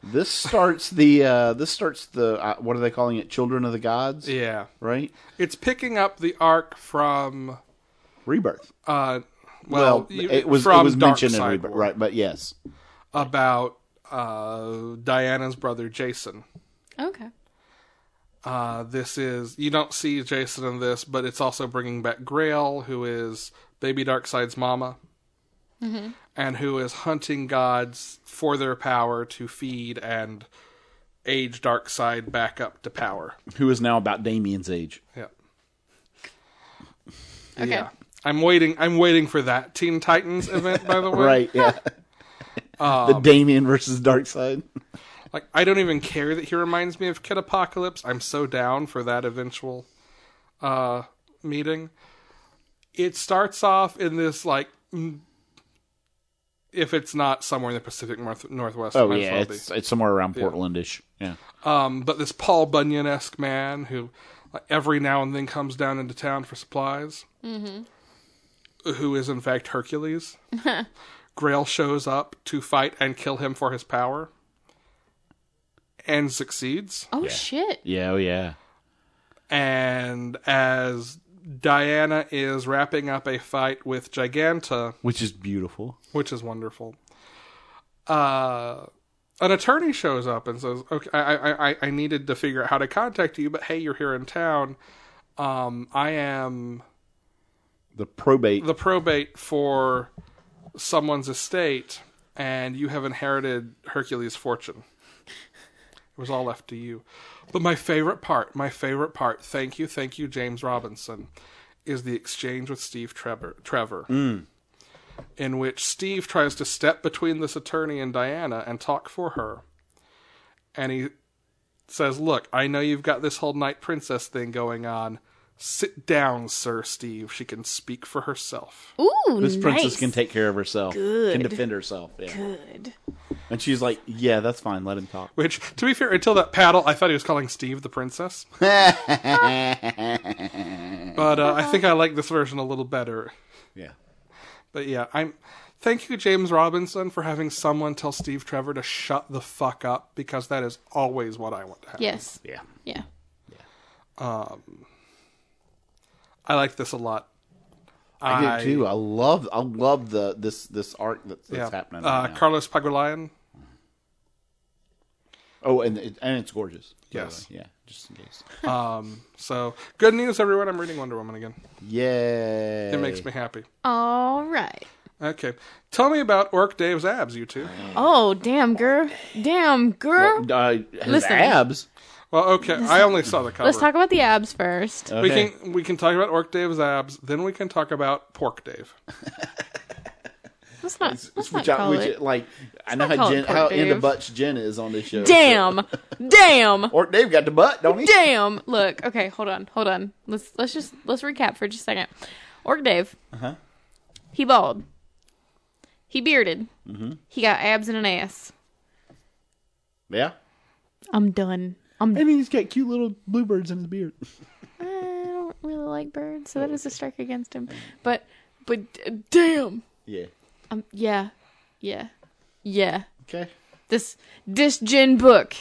Speaker 3: This starts the uh this starts the uh, what are they calling it? Children of the Gods,
Speaker 1: Yeah,
Speaker 3: right?
Speaker 1: it's picking up the arc from
Speaker 3: Rebirth.
Speaker 1: uh, well,
Speaker 3: Well,
Speaker 1: you-
Speaker 3: it was
Speaker 1: from
Speaker 3: it was mentioned in
Speaker 1: Darkseid
Speaker 3: Rebirth,
Speaker 1: War
Speaker 3: right? But yes.
Speaker 1: about uh Diana's brother Jason.
Speaker 2: Okay.
Speaker 1: Uh, this is you don't see Jason in this, but it's also bringing back Grail, who is Baby Darkseid's mama, and who is hunting gods for their power to feed and age Darkseid back up to power.
Speaker 3: who is now about Damien's age.
Speaker 1: Yeah,
Speaker 2: Okay.
Speaker 1: yeah. I'm waiting. I'm waiting for that Teen Titans event. By the way,
Speaker 3: Right, yeah.
Speaker 1: Um,
Speaker 3: the Damien versus Darkseid.
Speaker 1: Like I don't even care that he reminds me of Kid Apocalypse. I'm so down for that eventual uh meeting. It starts off in this like mm, if it's not somewhere in the Pacific North- Northwest, it
Speaker 3: Oh
Speaker 1: might as
Speaker 3: yeah,
Speaker 1: well be.
Speaker 3: it's it's somewhere around Portlandish. Yeah.
Speaker 1: Um, but this Paul Bunyan esque man who like, every now and then comes down into town for supplies, mm-hmm. who is in fact Hercules. Grail shows up to fight and kill him for his power and succeeds.
Speaker 2: Oh shit.
Speaker 3: Yeah, oh yeah.
Speaker 1: And as Diana is wrapping up a fight with Giganta,
Speaker 3: Which is beautiful.
Speaker 1: which is wonderful. Uh, an attorney shows up and says, "Okay, I, I, I- I needed to figure out how to contact you, but hey, you're here in town. Um, I am
Speaker 3: The probate.
Speaker 1: the probate for someone's estate, and you have inherited Hercules' fortune. It was all left to you. But my favorite part, my favorite part, thank you, thank you, James Robinson, is the exchange with Steve Trevor. Trevor. In which Steve tries to step between this attorney and Diana and talk for her. And he says, Look, I know you've got this whole Night Princess thing going on. Sit down, Sir Steve. She can speak for herself.
Speaker 2: Ooh,
Speaker 3: this princess
Speaker 2: nice.
Speaker 3: can take care of herself. Can
Speaker 2: Good.
Speaker 3: defend herself. Yeah.
Speaker 2: Good.
Speaker 3: And she's like, yeah, that's fine. Let him talk.
Speaker 1: Which, to be fair, until that paddle, I thought he was calling Steve the princess. but uh, I think I like this version a little better.
Speaker 3: Yeah.
Speaker 1: But yeah, I'm. Thank you, James Robinson, for having someone tell Steve Trevor to shut the fuck up because that is always what I want to have.
Speaker 2: Yes.
Speaker 3: Yeah.
Speaker 2: Yeah.
Speaker 1: I like this a lot.
Speaker 3: I, do too. I love I love the this this arc that's, that's
Speaker 1: Yeah.
Speaker 3: happening.
Speaker 1: uh,
Speaker 3: right now.
Speaker 1: Carlos Pagulayan.
Speaker 3: oh, and it, and it's gorgeous. by the
Speaker 1: Yes.
Speaker 3: way. Yeah. Just in case.
Speaker 1: So good news, everyone. I'm reading Wonder Woman again.
Speaker 3: Yay.
Speaker 1: It makes me happy.
Speaker 2: All right.
Speaker 1: Okay, tell me about Orc Dave's abs, you two.
Speaker 2: Oh, damn, girl. Damn, girl.
Speaker 3: Uh, his
Speaker 2: Listen.
Speaker 3: abs.
Speaker 1: Well, okay, I only saw the cover.
Speaker 2: Let's talk about the abs first.
Speaker 3: Uh,
Speaker 1: We can we can talk about Orc Dave's abs, then we can talk about Pork Dave.
Speaker 2: Let's not, let's not
Speaker 3: Which I,
Speaker 2: call
Speaker 3: which
Speaker 2: it.
Speaker 3: like I know
Speaker 2: not call
Speaker 3: how
Speaker 2: it
Speaker 3: Jen,
Speaker 2: pork,
Speaker 3: how into
Speaker 2: Dave.
Speaker 3: butts Jen is on this show.
Speaker 2: Damn. Damn.
Speaker 3: Or Dave got the butt, don't he?
Speaker 2: Damn. Look, okay, hold on, hold on. Let's let's just let's recap for just a second. Orc Dave. Uh-huh. He bald. He bearded. He got abs and an ass.
Speaker 3: Yeah.
Speaker 2: I'm done. I'm I
Speaker 3: And he's got cute little bluebirds in his beard.
Speaker 2: don't really like birds, so that is a strike against him. But but d- damn.
Speaker 3: Yeah.
Speaker 2: Um yeah. Yeah. Yeah.
Speaker 3: Okay.
Speaker 2: This this gin book.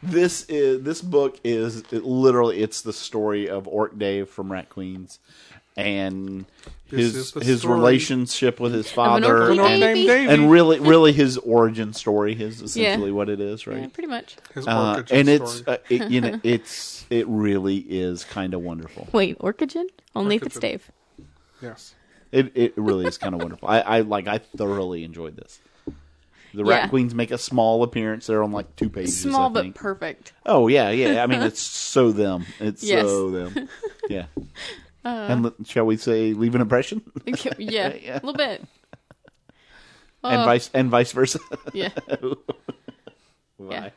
Speaker 3: This is this book is it literally it's the story of Orc Dave from Rat Queens and
Speaker 1: is
Speaker 3: his
Speaker 1: the
Speaker 3: his
Speaker 1: story
Speaker 3: relationship with his father
Speaker 2: Orc
Speaker 1: An orc
Speaker 2: Maybe.
Speaker 3: and,
Speaker 1: named Davey.
Speaker 3: and really really his origin story is essentially what it is,
Speaker 2: Yeah,
Speaker 3: right?
Speaker 2: pretty much.
Speaker 1: his
Speaker 3: Uh,
Speaker 1: orchid
Speaker 3: and it's
Speaker 1: story.
Speaker 3: uh, it, you know it's it really is kind of wonderful.
Speaker 2: Wait, orchidgen? Only if it's
Speaker 1: Orchidgen.
Speaker 2: Dave.
Speaker 1: yes.
Speaker 3: It it really is kind of wonderful. I, I like I thoroughly enjoyed this. The Rat
Speaker 2: Yeah.
Speaker 3: Queens make a small appearance. They're on like two pages.
Speaker 2: Small
Speaker 3: I
Speaker 2: but
Speaker 3: think.
Speaker 2: perfect.
Speaker 3: oh yeah, yeah. I mean, it's so them. It's
Speaker 2: Yes. Uh.
Speaker 3: so them. Yeah. and l- shall we say, leave an impression,
Speaker 2: yeah, a little bit.
Speaker 3: and
Speaker 2: Oh.
Speaker 3: vice and vice versa.
Speaker 2: Yeah.
Speaker 3: Why?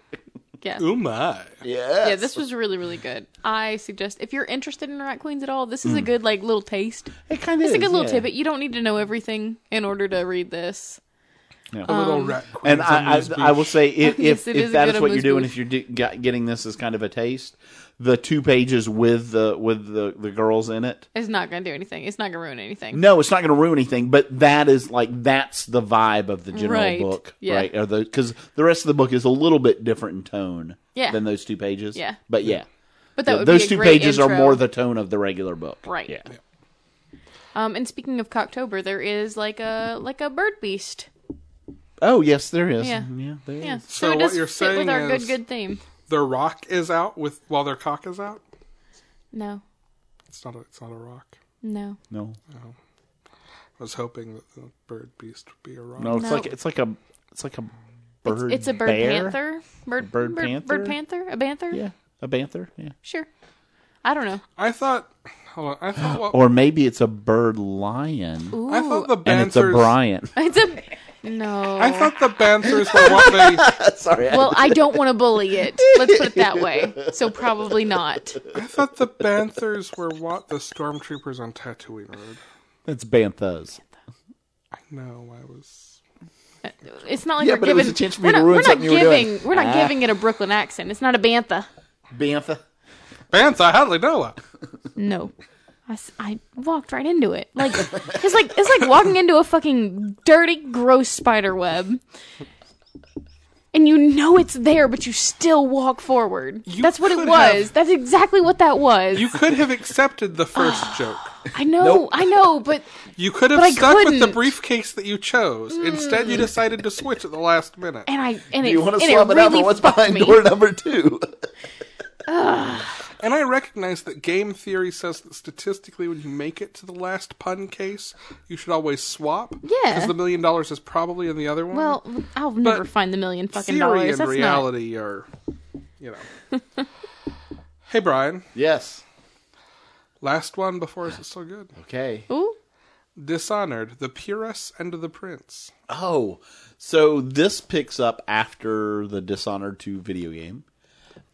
Speaker 2: Yeah.
Speaker 1: Oh my!
Speaker 3: Yeah.
Speaker 2: Yeah, this was really, really good. I suggest if you're interested in Rat Queens at all, this is a good like little taste.
Speaker 3: Hmm. It kind of.
Speaker 2: It's a good little tidbit. You don't need to know everything in order to read this.
Speaker 1: A little
Speaker 3: Um,
Speaker 1: rat queen.
Speaker 3: And I, I, I will say, if,
Speaker 2: Yes,
Speaker 3: if,
Speaker 2: it is
Speaker 3: if
Speaker 2: a
Speaker 3: that
Speaker 2: good
Speaker 3: is what you're
Speaker 2: amuse
Speaker 3: doing,
Speaker 2: bouche.
Speaker 3: if you're do, got, getting this as kind of a taste, the two pages with the with the, the girls in it,
Speaker 2: It's not gonna do anything. It's not gonna ruin anything.
Speaker 3: No, it's not going to ruin anything, but that is like that's the vibe of the general
Speaker 2: Right.
Speaker 3: book,
Speaker 2: Yeah.
Speaker 3: right? Or the because the rest of the book is a little bit different in tone
Speaker 2: Yeah.
Speaker 3: than those two pages.
Speaker 2: Yeah.
Speaker 3: but yeah,
Speaker 2: But that would
Speaker 3: those
Speaker 2: be a
Speaker 3: two
Speaker 2: great
Speaker 3: pages are
Speaker 2: intro.
Speaker 3: more the tone of the regular book,
Speaker 2: Right.
Speaker 3: Yeah,
Speaker 2: Um, and speaking of Cocktober, there is like a like a bird beast.
Speaker 3: Oh yes, there is. Mm,
Speaker 2: Yeah.
Speaker 3: Yeah, there
Speaker 2: Yeah.
Speaker 3: is.
Speaker 1: So
Speaker 2: it
Speaker 1: what
Speaker 2: does
Speaker 1: you're
Speaker 2: fit with
Speaker 1: saying
Speaker 2: our
Speaker 1: is-
Speaker 2: good good theme.
Speaker 1: their rock is out with while their cock is out.
Speaker 2: No.
Speaker 1: It's not a, it's not a rock.
Speaker 2: No.
Speaker 3: No,
Speaker 1: I was hoping that the bird beast would be a rock.
Speaker 3: no, it's
Speaker 2: No.
Speaker 3: like it's like a it's like a
Speaker 2: It's,
Speaker 3: bird.
Speaker 2: it's a bird
Speaker 3: bear?
Speaker 2: panther. Bird, bird
Speaker 3: bird
Speaker 2: Bird
Speaker 3: panther?
Speaker 2: panther? A panther?
Speaker 3: Yeah, a panther. Yeah,
Speaker 2: Sure. I don't know.
Speaker 1: I thought. Hold on. I thought. What,
Speaker 3: or maybe it's a bird lion,
Speaker 2: Ooh.
Speaker 1: I thought the
Speaker 3: and it's a
Speaker 1: banters.
Speaker 3: Bryant.
Speaker 2: It's a no.
Speaker 1: I thought the banters were what they.
Speaker 3: Sorry,
Speaker 2: Well, I don't want to bully it. Let's put it that way. So probably not.
Speaker 1: I thought the Banthers were what the stormtroopers on Tatooine Road.
Speaker 3: it's banthas.
Speaker 1: I know I was.
Speaker 2: It's not like
Speaker 3: Yeah,
Speaker 2: we're
Speaker 3: but it
Speaker 2: giving.
Speaker 3: was a chance for me
Speaker 2: we're
Speaker 3: to
Speaker 2: not,
Speaker 3: ruin
Speaker 2: we're not
Speaker 3: something you were
Speaker 2: giving.
Speaker 3: doing.
Speaker 2: We're not
Speaker 3: Ah.
Speaker 2: giving it a Brooklyn accent. It's not a bantha.
Speaker 3: Bantha.
Speaker 1: Bantha, hardly know her.
Speaker 2: No. I, s- I walked right into it. Like it's like it's like walking into a fucking dirty, gross spider web, and you know it's there, but you still walk forward. That's what it
Speaker 1: could
Speaker 2: was.
Speaker 1: have-
Speaker 2: That's exactly what that was.
Speaker 1: You could have accepted the first joke.
Speaker 2: I know, I know, but
Speaker 1: You could have
Speaker 2: But I
Speaker 1: stuck with the
Speaker 2: couldn't. Hmm.
Speaker 1: briefcase that you chose. Instead, you decided to switch at the last minute.
Speaker 2: and I and it,
Speaker 5: You want
Speaker 2: and
Speaker 5: to
Speaker 2: it
Speaker 5: slum it
Speaker 2: really
Speaker 5: up on what's
Speaker 2: fucked
Speaker 5: behind
Speaker 2: me.
Speaker 5: door number two?
Speaker 1: And I recognize that game theory says that statistically, when you make it to the last pun case, you should always swap.
Speaker 2: Yeah.
Speaker 1: Because the million dollars is probably in the other one.
Speaker 2: Well, I'll never find the million fucking
Speaker 1: theory
Speaker 2: dollars.
Speaker 1: and
Speaker 2: That's not.
Speaker 1: reality are, you know. hey, Brian.
Speaker 5: yes.
Speaker 1: Last one before is it still good?
Speaker 5: Okay.
Speaker 2: Ooh,
Speaker 1: Dishonored, The Puress and the Prince.
Speaker 5: Oh,
Speaker 3: So this picks up after the Dishonored 2 video game.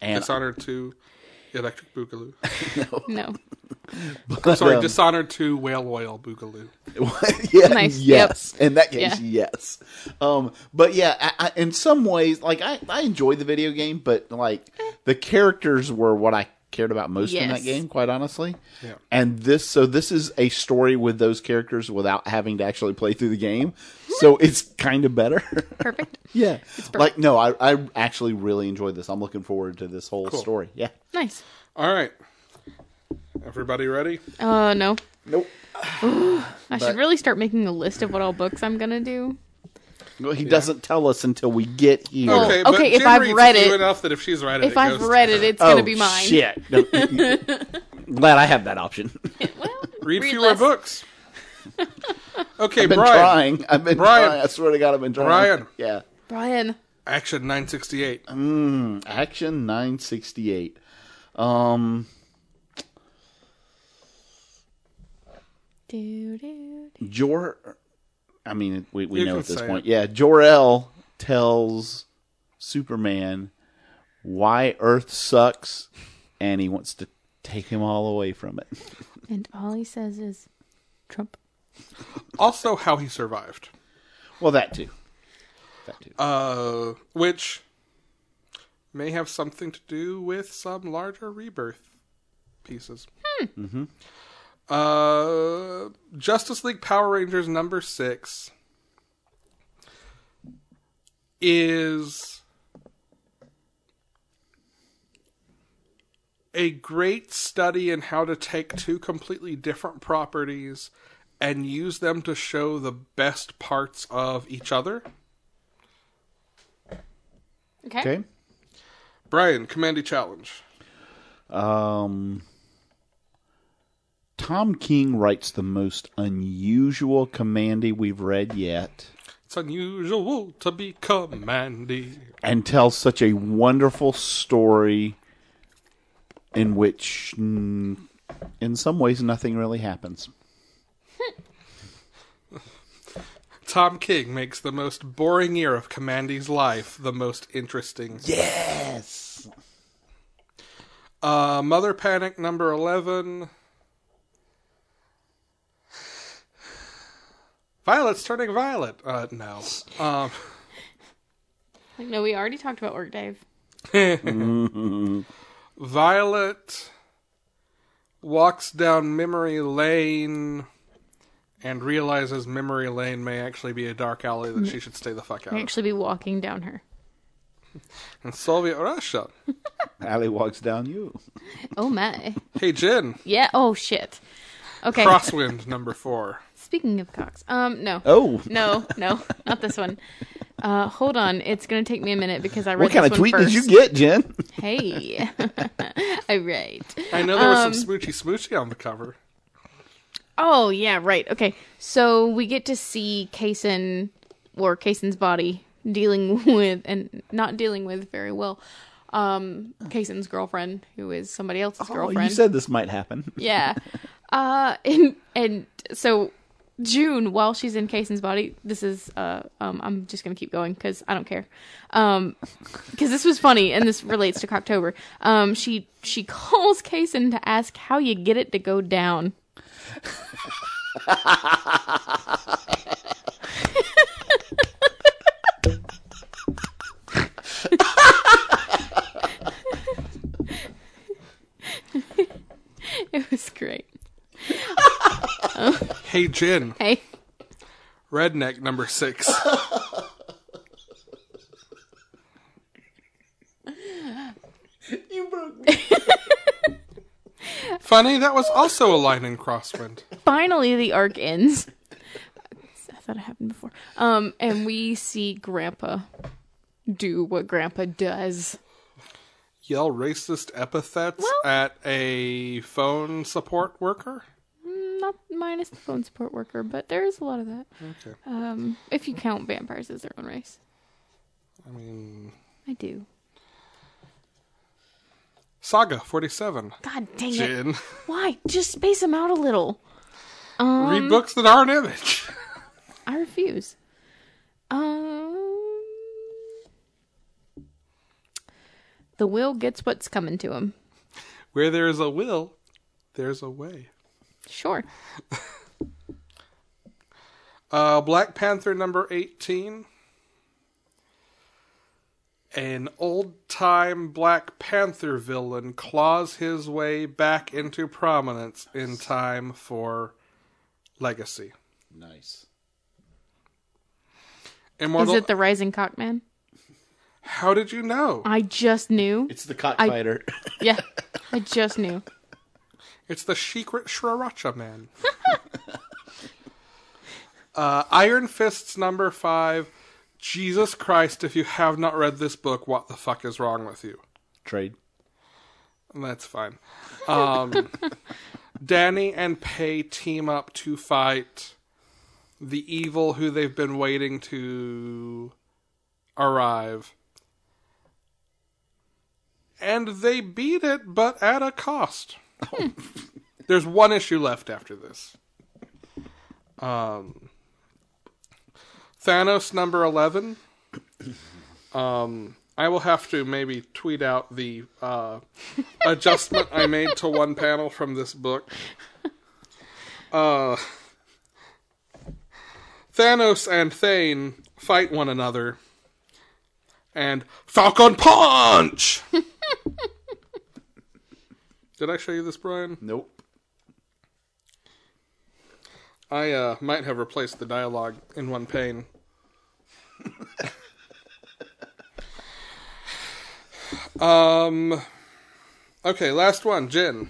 Speaker 3: And
Speaker 1: Dishonored 2, Electric Boogaloo.
Speaker 2: no.
Speaker 1: Sorry,
Speaker 3: um,
Speaker 1: Dishonored 2, Whale Oil Boogaloo.
Speaker 3: yeah,
Speaker 2: Nice, yep.
Speaker 3: Yes. In that case,
Speaker 2: Yeah.
Speaker 3: yes. Um, but yeah, I, I, in some ways, like I, I enjoyed the video game, but like the characters were what I cared about most in that
Speaker 2: Eh. Yes.
Speaker 3: game, quite honestly.
Speaker 1: Yeah.
Speaker 3: And this, so this is a story with those characters without having to actually play through the game. So it's kind of better.
Speaker 2: Perfect.
Speaker 3: yeah. Like, no, I, I actually really enjoyed this. I'm looking forward to this whole story. Yeah.
Speaker 2: Nice.
Speaker 1: All right. Everybody ready?
Speaker 2: Uh, no.
Speaker 3: Nope.
Speaker 2: I should really start making a list of what all books I'm gonna do.
Speaker 3: Well, he doesn't tell us until we get here.
Speaker 2: Oh,
Speaker 1: Okay, but
Speaker 2: okay, if
Speaker 1: Jen
Speaker 2: I've
Speaker 1: reads
Speaker 2: read
Speaker 1: you
Speaker 2: it-
Speaker 1: enough that if she's read it,
Speaker 2: If
Speaker 1: it
Speaker 2: I've
Speaker 1: goes to
Speaker 2: read
Speaker 1: her.
Speaker 2: it, it's gonna be mine.
Speaker 3: Oh, Shit. No, glad I have that option.
Speaker 1: read,
Speaker 2: Read
Speaker 1: fewer
Speaker 2: less.
Speaker 1: books. Okay,
Speaker 3: been
Speaker 1: Brian.
Speaker 3: trying. I've been
Speaker 1: Brian.
Speaker 3: trying. I swear to God, I've been trying.
Speaker 1: Brian.
Speaker 3: Yeah.
Speaker 2: Brian.
Speaker 1: Action 968.
Speaker 3: Action 968. Um,
Speaker 2: Do, do, do.
Speaker 3: Jor. I mean, we, we
Speaker 1: You
Speaker 3: know
Speaker 1: can
Speaker 3: at this
Speaker 1: say
Speaker 3: point.
Speaker 1: it.
Speaker 3: Yeah. Jor El tells Superman why Earth sucks and he wants to take him all away from it.
Speaker 2: And all he says is, Trump.
Speaker 1: Also, how he survived.
Speaker 3: Well, that too. That too.
Speaker 1: Uh, which may have something to do with some larger rebirth pieces. Mm-hmm. Uh, Justice League Power Rangers number six is a great study in how to take two completely different properties and use them to show the best parts of each other.
Speaker 2: Okay.
Speaker 3: okay.
Speaker 1: Brian, Commandy Challenge.
Speaker 3: Um, Tom King writes the most unusual commandy we've read yet,
Speaker 1: It's unusual to be commandy.
Speaker 3: and tells such a wonderful story in which, mm, in some ways, nothing really happens.
Speaker 1: Tom King makes the most boring year of Commandy's life the most interesting.
Speaker 3: Yes.
Speaker 1: Uh, Mother Panic number 11. Violet's turning violet. Uh, no. Um,
Speaker 2: Like, no, we already talked about work, Dave.
Speaker 1: Violet walks down memory lane and realizes memory lane may actually be a dark alley that she should stay the fuck out
Speaker 3: Oh.
Speaker 2: I
Speaker 1: of.
Speaker 2: actually be walking down her.
Speaker 1: In Soviet Russia.
Speaker 3: Allie walks down you.
Speaker 2: Oh my.
Speaker 1: Hey, Jen.
Speaker 2: Yeah. Oh shit. Okay.
Speaker 1: Crosswind number four.
Speaker 2: Speaking of cocks, um, no.
Speaker 3: Oh,
Speaker 2: No, no, not this one. Uh, hold on, it's gonna take me a minute because I read
Speaker 3: what kind
Speaker 2: this
Speaker 3: of
Speaker 2: one
Speaker 3: tweet did you
Speaker 2: first.
Speaker 3: get, Jen?
Speaker 2: Hey, I read.
Speaker 1: I know there was some
Speaker 2: Um,
Speaker 1: smoochy smoochy on the cover.
Speaker 2: Oh yeah, right. Okay, so we get to see Kaysen or Kaysen's body dealing with and not dealing with very well. Um, Kaysen's girlfriend, who is somebody else's
Speaker 3: Oh, you
Speaker 2: girlfriend.
Speaker 3: said this might happen.
Speaker 2: yeah. Uh, and and so June, while she's in Kaysen's body, this is uh, um, I'm just gonna keep going because I don't care, um, because this was funny and this relates to Cocktober. Um, she she calls Kaysen to ask how you get it to go down. It was great.
Speaker 1: Hey, Jen.
Speaker 2: Hey,
Speaker 1: Redneck number six.
Speaker 5: You broke me.
Speaker 1: Funny, that was also a line in Crosswind.
Speaker 2: Finally, the arc ends. I thought it happened before. Um, and we see Grandpa do what Grandpa does.
Speaker 1: Yell racist epithets at a phone support worker.
Speaker 2: Not minus the phone support worker, but there is a lot of that.
Speaker 1: Okay.
Speaker 2: Um, if you count vampires as their own race,
Speaker 1: I mean,
Speaker 2: I do.
Speaker 1: Saga 47.
Speaker 2: God dang it!
Speaker 1: Jin
Speaker 2: Why? Just space them out a little. Um,
Speaker 1: read books that aren't image.
Speaker 2: I refuse. Um, the will gets what's coming to him.
Speaker 1: Where there is a will, there's a way.
Speaker 2: Sure.
Speaker 1: Uh, Black Panther number 18. An old time Black Panther villain claws his way back into prominence in time for Legacy.
Speaker 3: Nice.
Speaker 1: Immortal.
Speaker 2: Is it the Rising Cockman?
Speaker 1: How did you know?
Speaker 2: I just knew.
Speaker 3: It's the cockfighter.
Speaker 2: Yeah, I just knew.
Speaker 1: It's the secret Sriracha Man. uh, Iron Fists number five. Jesus Christ, if you have not read this book, what the fuck is wrong with you?
Speaker 3: Trade.
Speaker 1: That's fine. Um, Danny and Pei team up to fight the evil who they've been waiting to arrive. And they beat it, but at a cost. There's one issue left after this. Um, Thanos number 11. Um, I will have to maybe tweet out the uh, adjustment I made to one panel from this book. Uh, Thanos and Thane fight one another, and Falcon Punch! Did I show you this, Brian?
Speaker 3: Nope.
Speaker 1: I uh, might have replaced the dialogue in one pane. um. Okay, last one. Jin.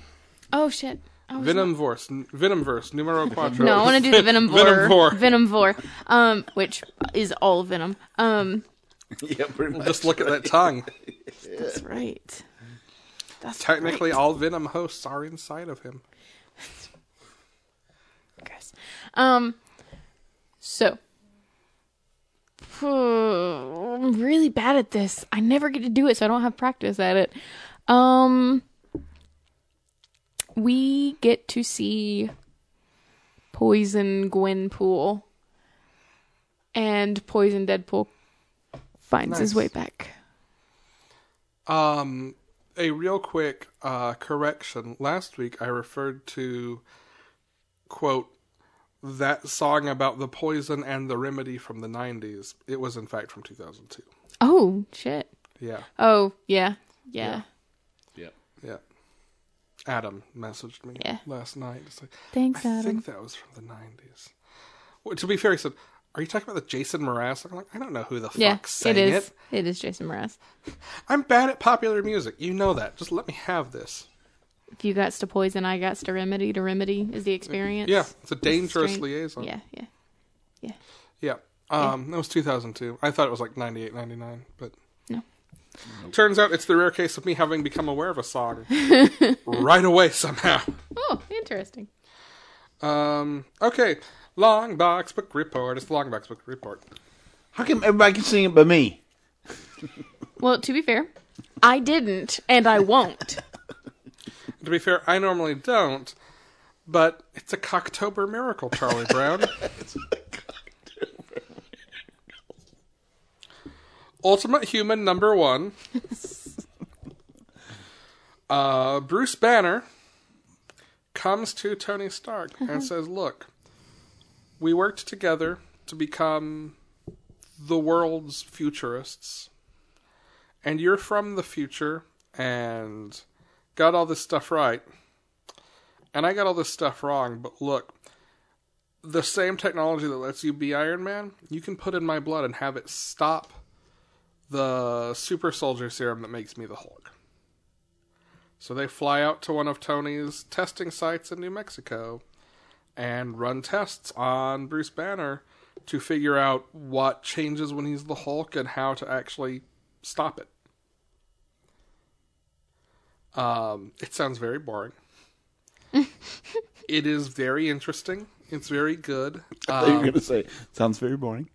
Speaker 2: Oh shit. I was
Speaker 1: Venom verse. Venom verse. Numero quattro.
Speaker 2: No, I want to do the Venom Vor.
Speaker 1: Venom Vor.
Speaker 2: Venom Vor. Um, which is all Venom. Um,
Speaker 3: Yeah, pretty much.
Speaker 1: Just look at that tongue.
Speaker 2: that's right. That's
Speaker 1: Technically, all Venom hosts are inside of him.
Speaker 2: right, guys. Um, so I'm really bad at this. I never get to do it, so I don't have practice at it. Um, we get to see Poison Gwenpool and Poison Deadpool finds his
Speaker 1: Nice.
Speaker 2: way back.
Speaker 1: Um, a real quick uh, correction. Last week I referred to, quote, that song about the poison and the remedy from the 90s. It was, in fact, from 2002.
Speaker 2: Oh shit.
Speaker 1: Yeah,
Speaker 2: Oh, yeah. Yeah.
Speaker 3: Yep.
Speaker 1: yeah. Adam messaged me
Speaker 2: Yeah.
Speaker 1: last night. It's like,
Speaker 2: Thanks,
Speaker 1: I
Speaker 2: Adam.
Speaker 1: think that was from the 90s. Well, to be fair, he said, Are you talking about the Jason Mraz? I'm like, I don't know who the
Speaker 2: Yeah,
Speaker 1: fuck
Speaker 2: it
Speaker 1: sang it,
Speaker 2: is. It is Jason Mraz.
Speaker 1: I'm bad at popular music. You know that. Just let me have this.
Speaker 2: If you got to poison, I got to remedy. To remedy is the experience.
Speaker 1: Yeah, it's a dangerous
Speaker 2: Strange-
Speaker 1: liaison.
Speaker 2: Yeah, yeah.
Speaker 1: Yeah. Um, That was 2002. I thought it was like 98, 99, but.
Speaker 2: No.
Speaker 1: Turns out it's the rare case of me having become aware of a song right away somehow.
Speaker 2: Oh, interesting.
Speaker 1: Um, okay. Long Box Book Report. It's the Long Box Book Report.
Speaker 5: How come everybody can sing it but me?
Speaker 2: Well, to be fair, I didn't, and I won't.
Speaker 1: To be fair, I normally don't, but it's a Cocktober miracle, Charlie Brown. Ultimate Human number one. Uh, Bruce Banner comes to Tony Stark and says, Look, we worked together to become the world's futurists, and you're from the future, and got all this stuff right, and I got all this stuff wrong, but look, the same technology that lets you be Iron Man, you can put in my blood and have it stop the super soldier serum that makes me the Hulk. So they fly out to one of Tony's testing sites in New Mexico and run tests on Bruce Banner to figure out what changes when he's the Hulk and how to actually stop it. Um, it sounds very boring. it is very interesting. It's very good.
Speaker 3: You're
Speaker 1: Um,
Speaker 3: going to say, sounds very boring.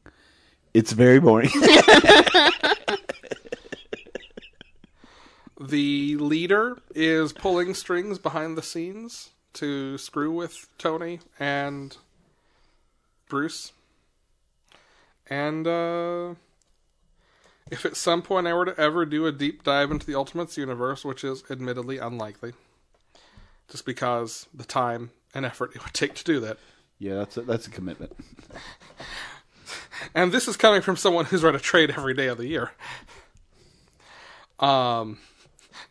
Speaker 3: It's very boring.
Speaker 1: The leader is pulling strings behind the scenes to screw with Tony and Bruce. And uh, if at some point I were to ever do a deep dive into the Ultimates universe, which is admittedly unlikely, just because the time and effort it would take to do that.
Speaker 3: yeah, that's a, that's a commitment.
Speaker 1: And this is coming from someone who's read a trade every day of the year. Um,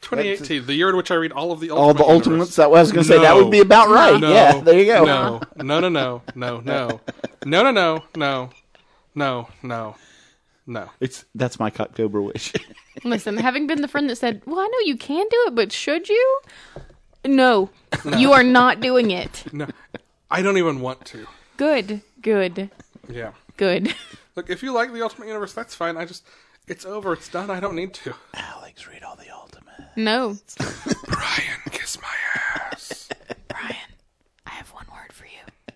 Speaker 1: 2018, the year in which I read all of the
Speaker 3: All the
Speaker 1: Ultimate universe.
Speaker 3: ultimates. That was I was going to say that
Speaker 1: No.
Speaker 3: would be about right.
Speaker 1: No,
Speaker 3: yeah, there you go.
Speaker 1: No, no, no, no, no, no, no, no, no, no, no, no, no.
Speaker 3: It's that's my cock cobra wish.
Speaker 2: Listen, having been the friend that said, "Well, I know you can do it, but should you?" No, you are not doing it.
Speaker 1: No, I don't even want to.
Speaker 2: Good, good,
Speaker 1: Yeah.
Speaker 2: good.
Speaker 1: Look, if you like the Ultimate Universe, that's fine. I just, it's over. It's done. I don't need to.
Speaker 3: Alex, read all the ultimates.
Speaker 2: No,
Speaker 1: Brian, kiss my ass.
Speaker 2: Brian, I have one word for you: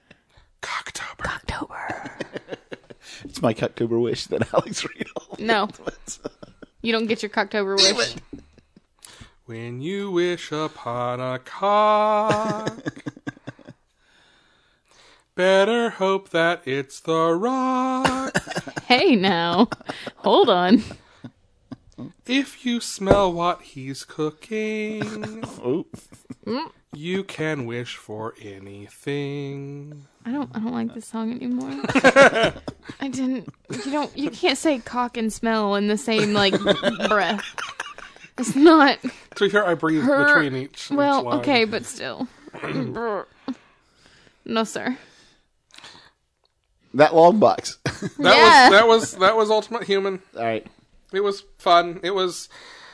Speaker 1: Cocktober.
Speaker 2: October.
Speaker 3: It's my cock cobra wish that Alex read all.
Speaker 2: No, you don't get your Cocktober wish.
Speaker 1: When you wish upon a cock, better hope that it's the rock.
Speaker 2: Hey, now, hold on.
Speaker 1: If you smell what he's cooking,
Speaker 3: Oh,
Speaker 1: you can wish for anything.
Speaker 2: I don't. I don't like this song anymore. I didn't. You don't. You can't say cock and smell in the same like breath. It's not.
Speaker 1: To be fair, I breathe
Speaker 2: Her-
Speaker 1: between each. each
Speaker 2: Well,
Speaker 1: line.
Speaker 2: okay, but still. no, sir.
Speaker 3: that long box.
Speaker 1: That
Speaker 2: Yeah.
Speaker 1: was that was that was Ultimate Human.
Speaker 3: all right.
Speaker 1: It was fun. It was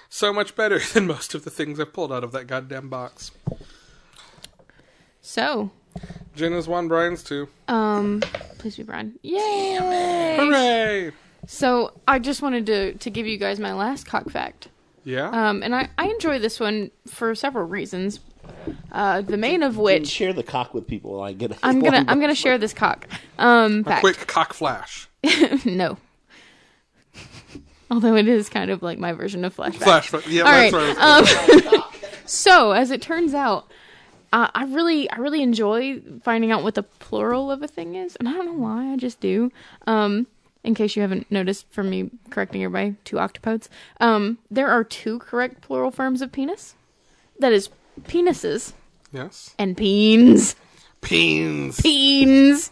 Speaker 1: so much better than most of the things I pulled out of that goddamn box.
Speaker 2: So,
Speaker 1: Jenna's one, Brian's two.
Speaker 2: um, please be Brian. Yay!
Speaker 1: Hooray!
Speaker 2: So, I just wanted to to give you guys my last cock fact.
Speaker 1: Yeah.
Speaker 2: Um, and I I enjoy this one for several reasons. Uh, the main of which
Speaker 3: Share the cock with people while I get. a
Speaker 2: I'm gonna
Speaker 3: long
Speaker 2: I'm gonna share this cock. Um, fact.
Speaker 1: Quick cock flash.
Speaker 2: No. Although it is kind of like my version of flashback.
Speaker 1: Flash. but- Yeah,
Speaker 2: All
Speaker 1: that's
Speaker 2: right.
Speaker 1: right.
Speaker 2: Um, so as it turns out, uh, I really, I really enjoy finding out what the plural of a thing is, and I don't know why. I just do. Um, in case you haven't noticed from me correcting everybody, two octopodes. Um, there are two correct plural forms of penis. That is penises
Speaker 1: yes.
Speaker 2: and peens.
Speaker 1: Peens.
Speaker 2: Peens.
Speaker 3: box.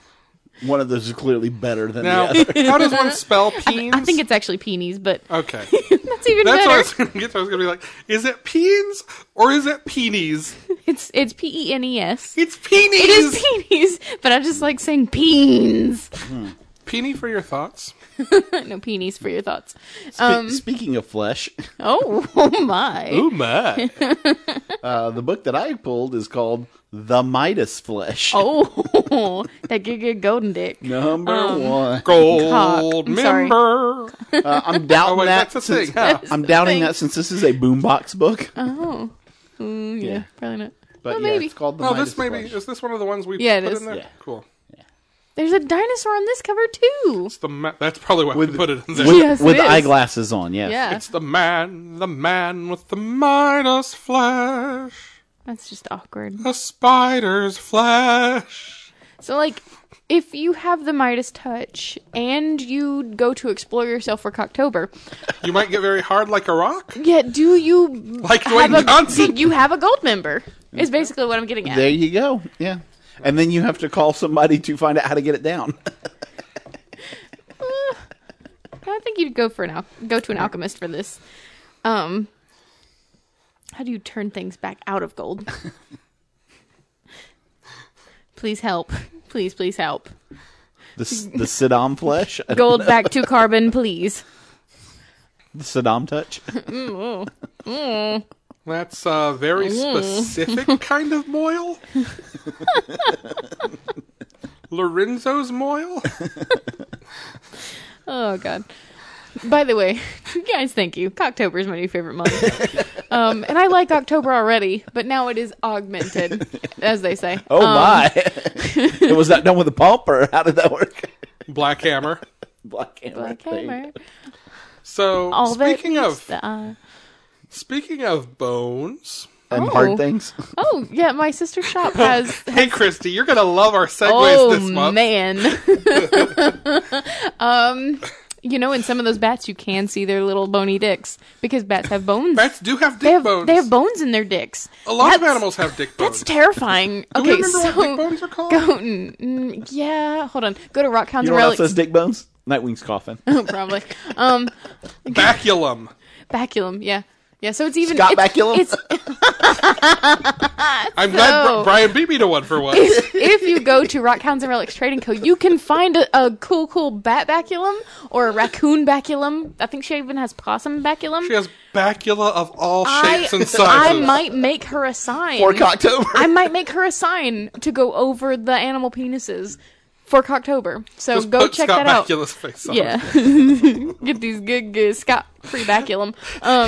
Speaker 3: One of those is clearly better than
Speaker 1: Now,
Speaker 3: the other.
Speaker 1: how does one spell peens?
Speaker 2: I think it's actually peenies, but
Speaker 1: okay.
Speaker 2: that's even
Speaker 1: That's what I
Speaker 2: better.
Speaker 1: was going to get to. I was going to be like, is it peens or is it peenies?
Speaker 2: It's it's P E N E S.
Speaker 1: It's peenies!
Speaker 2: It is peenies, but I just like saying peens.
Speaker 1: Peenie for your thoughts.
Speaker 2: no peenies for your thoughts.
Speaker 3: Spe- speaking of flesh,
Speaker 2: Oh, oh my.
Speaker 3: my! uh, the book that I pulled is called "The Midas Flesh."
Speaker 2: Oh, that good, good golden dick.
Speaker 3: Number one.
Speaker 1: Gold
Speaker 2: I'm sorry.
Speaker 1: member.
Speaker 3: Uh, I'm doubting
Speaker 1: Oh, wait,
Speaker 3: that.
Speaker 1: that's a
Speaker 3: since-
Speaker 1: thing. huh?
Speaker 3: I'm doubting that since this is a boombox book.
Speaker 2: Oh. Mm, yeah,
Speaker 3: Yeah.
Speaker 2: probably not.
Speaker 3: but
Speaker 2: well,
Speaker 3: yeah,
Speaker 2: maybe.
Speaker 3: it's called the
Speaker 1: No,
Speaker 3: Midas
Speaker 1: Oh, this maybe
Speaker 3: Flesh.
Speaker 1: is this one of the ones we
Speaker 2: Yeah, it
Speaker 1: put
Speaker 2: is.
Speaker 1: in there.
Speaker 3: Yeah.
Speaker 1: Cool.
Speaker 2: There's a dinosaur on this cover too.
Speaker 1: It's the ma- that's probably why we
Speaker 3: With-
Speaker 1: put it in there.
Speaker 3: with,
Speaker 2: Yes, it
Speaker 3: with
Speaker 2: is.
Speaker 3: eyeglasses on. Yes.
Speaker 2: Yeah,
Speaker 1: it's the man, the man with the Midas flash,
Speaker 2: that's just awkward.
Speaker 1: the spider's flash.
Speaker 2: So, like, if you have the Midas touch and you go to explore yourself for Cocktober,
Speaker 1: You might get very hard like a rock.
Speaker 2: yet do you
Speaker 1: Like
Speaker 2: have
Speaker 1: Dwayne
Speaker 2: a,
Speaker 1: Johnson.
Speaker 2: do you have a gold member? Is basically what I'm getting at.
Speaker 3: There you go. Yeah. And then you have to call somebody to find out how to get it down.
Speaker 2: I think you'd go for an al- go to an alchemist for this. Um, how do you turn things back out of gold? please help. Please, please help.
Speaker 3: The s- the Saddam flesh, the
Speaker 2: Gold back to carbon, please.
Speaker 3: Saddam touch.
Speaker 1: That's a very
Speaker 2: Mm.
Speaker 1: specific kind of moil. Lorenzo's moil?
Speaker 2: Oh god. By the way, guys, thank you. October is my new favorite month, um, and I like October already, but now it is augmented, as they say. Um,
Speaker 5: Oh
Speaker 1: Um,
Speaker 5: my! it was not done with a pump, or how did that work?
Speaker 1: Black Hammer.
Speaker 5: Black Hammer.
Speaker 2: Black
Speaker 5: thing.
Speaker 2: Hammer.
Speaker 1: So,
Speaker 2: All that
Speaker 1: speaking
Speaker 2: meets
Speaker 1: of
Speaker 2: the uh, eye.
Speaker 1: speaking of bones,
Speaker 5: And
Speaker 2: Oh.
Speaker 5: hard things.
Speaker 2: Oh yeah, my sister's shop has
Speaker 1: hey Christy, you're gonna love our segues
Speaker 2: Oh
Speaker 1: this month.
Speaker 2: man. um, you know, in some of those bats, you can see their little bony dicks because bats have bones.
Speaker 1: Bats do have dick
Speaker 2: they have
Speaker 1: bones.
Speaker 2: they have bones in their dicks.
Speaker 1: a lot of
Speaker 2: That's-
Speaker 1: animals have dick bones.
Speaker 2: That's terrifying.
Speaker 1: Do
Speaker 2: okay,
Speaker 1: you remember
Speaker 2: so
Speaker 1: what dick bones are called?
Speaker 2: go. mm, yeah, hold on. Go to Rock Hounds
Speaker 5: You
Speaker 2: and
Speaker 5: know what else
Speaker 2: Relics.
Speaker 5: says dick bones? Nightwing's coffin.
Speaker 2: probably. Um,
Speaker 1: Baculum.
Speaker 2: baculum. Yeah, yeah. So it's even
Speaker 5: Scott
Speaker 2: it's,
Speaker 5: Baculum?
Speaker 2: It's,
Speaker 1: I'm glad
Speaker 2: So-
Speaker 1: Bri- Brian beat me to one for once.
Speaker 2: if you go to Rock Hounds and Relics Trading Co., you can find a, a cool, cool bat baculum or a raccoon baculum. I think she even has possum baculum.
Speaker 1: she has bacula of all shapes
Speaker 2: I,
Speaker 1: and
Speaker 2: I
Speaker 1: sizes.
Speaker 2: might make her a sign.
Speaker 5: Or Cocktober.
Speaker 2: I might make her a sign to go over the animal penises for Cocktober. So
Speaker 1: Just
Speaker 2: go
Speaker 1: put
Speaker 2: check
Speaker 1: Scott
Speaker 2: that out.
Speaker 1: Bakula's face on.
Speaker 2: Yeah. Get these good, good Scott free baculum. Um,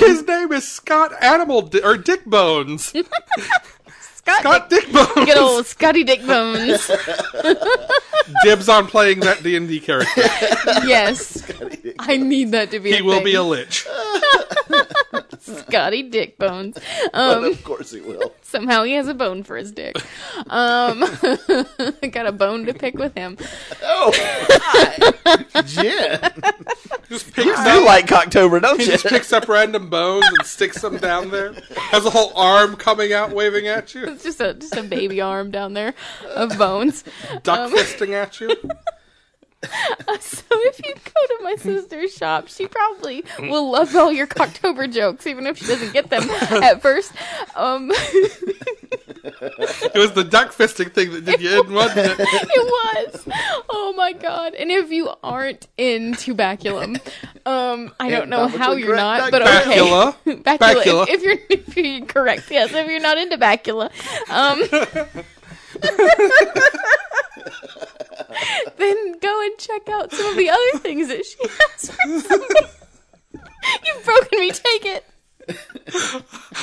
Speaker 1: His name is Scott Animal Di- or Dick Bones.
Speaker 2: Scott,
Speaker 1: Scott Dick Bones.
Speaker 2: Good old Scotty Dick Bones.
Speaker 1: Dibs on playing that D and D character.
Speaker 2: yes. I need that to be
Speaker 1: He
Speaker 2: a
Speaker 1: will
Speaker 2: thing.
Speaker 1: be a lich.
Speaker 2: Scotty Dick Bones. Um,
Speaker 5: of course he will.
Speaker 2: somehow he has a bone for his dick. Um, I got a bone to pick with him.
Speaker 1: Oh,
Speaker 5: Jen,
Speaker 1: Just picks
Speaker 5: you
Speaker 2: Um,
Speaker 1: out,
Speaker 5: like Cocktober, don't
Speaker 1: he
Speaker 5: you?
Speaker 1: just picks up random bones and sticks them down there. Has a whole arm coming out, waving at you,
Speaker 2: It's just a just a baby arm down there of bones.
Speaker 1: duck fisting at you.
Speaker 2: Uh, So if you go to my sister's shop, she probably will love all your Cocktober jokes, even if she doesn't get them at first. Um,
Speaker 1: It was the duck fisting thing that did you in, wasn't it?
Speaker 2: it was. Oh my god! And if you aren't in baculum, um, I don't know how
Speaker 5: probably
Speaker 2: you're not,
Speaker 5: correct
Speaker 2: but okay.
Speaker 1: Bacula.
Speaker 2: Bacula.
Speaker 1: Bacula.
Speaker 2: If, if you're if you're correct, yes. If you're not into Bacula, um, then go and check out some of the other things that she has. For somebody. You've broken me. Take it.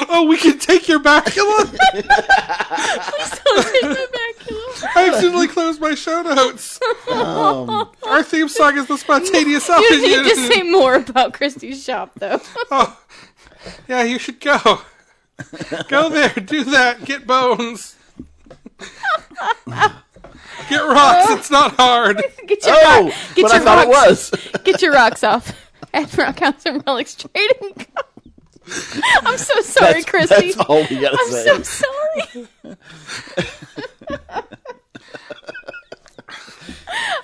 Speaker 1: Oh, we can take your bacula.
Speaker 2: Please don't take my Bacula.
Speaker 1: I accidentally closed my show notes. Our theme song is the spontaneous
Speaker 2: You need to
Speaker 1: opinion.
Speaker 2: say more about Christie's shop, though.
Speaker 1: Oh, yeah, you should go. Go there, do that, get bones. Get rocks, it's not hard.
Speaker 2: Get your
Speaker 5: Oh,
Speaker 2: rock, get
Speaker 5: but
Speaker 2: your
Speaker 5: I thought it
Speaker 2: rocks-
Speaker 5: was.
Speaker 2: Get your rocks off at Rock Hounds and Relics Trading Co. I'm so sorry, Christy.
Speaker 5: That's all we gotta say.
Speaker 2: I'm so sorry.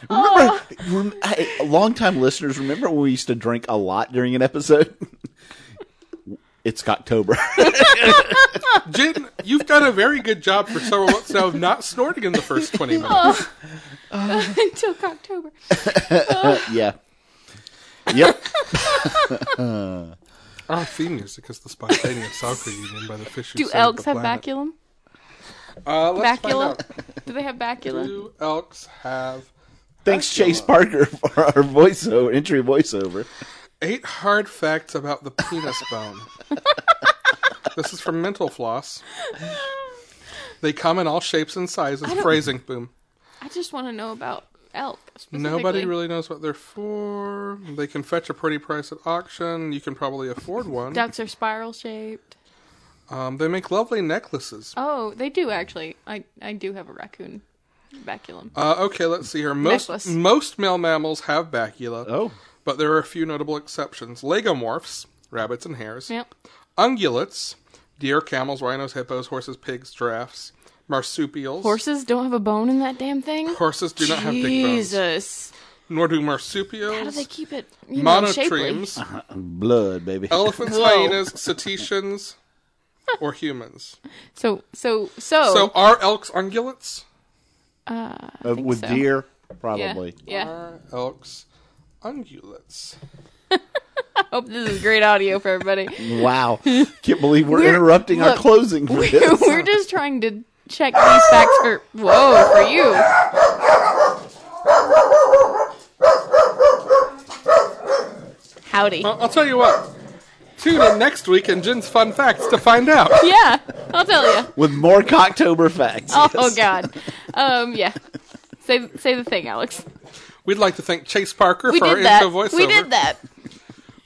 Speaker 5: Remember, rem- hey, long-time listeners, remember when we used to drink a lot during an episode? it's Cocktober.
Speaker 1: Jin, you've done a very good job for several months now of not snorting in the first 20 minutes.
Speaker 2: Oh. Until October.
Speaker 5: yeah. Yep.
Speaker 1: Our theme music is the spontaneous soccer union by the Fishers.
Speaker 2: Do elks have baculum?
Speaker 1: Uh, let's find
Speaker 2: Bacula?
Speaker 1: out.
Speaker 2: Do they have bacula?
Speaker 1: Do elks have
Speaker 5: Thanks, Chase Parker, for our voiceover entry voiceover.
Speaker 1: eight hard facts about the penis bone? this is from Mental Floss. They come in all shapes and sizes. Phrasing, boom.
Speaker 2: I just want to know about elk. specifically.
Speaker 1: Nobody really knows what they're for. They can fetch a pretty price at auction. You can probably afford one.
Speaker 2: Ducks are spiral shaped.
Speaker 1: Um, they make lovely necklaces.
Speaker 2: Oh, they do actually. I I do have a raccoon baculum.
Speaker 1: Uh, okay, let's see here. Most
Speaker 2: Necklace.
Speaker 1: most male mammals have bacula,
Speaker 5: Oh,
Speaker 1: but there are a few notable exceptions: legomorphs, rabbits and hares,
Speaker 2: Yep.
Speaker 1: ungulates, deer, camels, rhinos, hippos, horses, pigs, giraffes, marsupials.
Speaker 2: Horses don't have a bone in that damn thing.
Speaker 1: Horses do not have dick bones,
Speaker 2: Jesus.
Speaker 1: nor do
Speaker 2: How do
Speaker 1: marsupials.
Speaker 2: they keep it? You know, shapely?
Speaker 1: monotremes,
Speaker 5: blood, baby.
Speaker 1: elephants,
Speaker 2: Whoa.
Speaker 1: hyenas, cetaceans, or humans.
Speaker 2: So so so.
Speaker 1: So are elks ungulates?
Speaker 5: Uh,
Speaker 2: think
Speaker 5: with
Speaker 2: so.
Speaker 5: deer,
Speaker 2: yeah,
Speaker 5: probably.
Speaker 2: yeah.
Speaker 1: Are elks ungulates?
Speaker 2: I hope this is great audio for everybody.
Speaker 3: Wow. Can't believe we're,
Speaker 2: We're-
Speaker 3: interrupting our
Speaker 2: look,
Speaker 3: closing for
Speaker 2: We're,
Speaker 3: this.
Speaker 2: we're just trying to check these facts for whoa for you. Howdy.
Speaker 1: I'll, I'll tell you what. Tune in next week in Jin's Fun Facts to find out.
Speaker 2: Yeah, I'll tell you.
Speaker 3: With more Cocktober facts.
Speaker 2: Oh, oh God. Um, yeah. Say say the thing, Alex.
Speaker 1: We'd like to thank Chase Parker
Speaker 2: We
Speaker 1: for our
Speaker 2: did that.
Speaker 1: intro voiceover.
Speaker 2: We did that.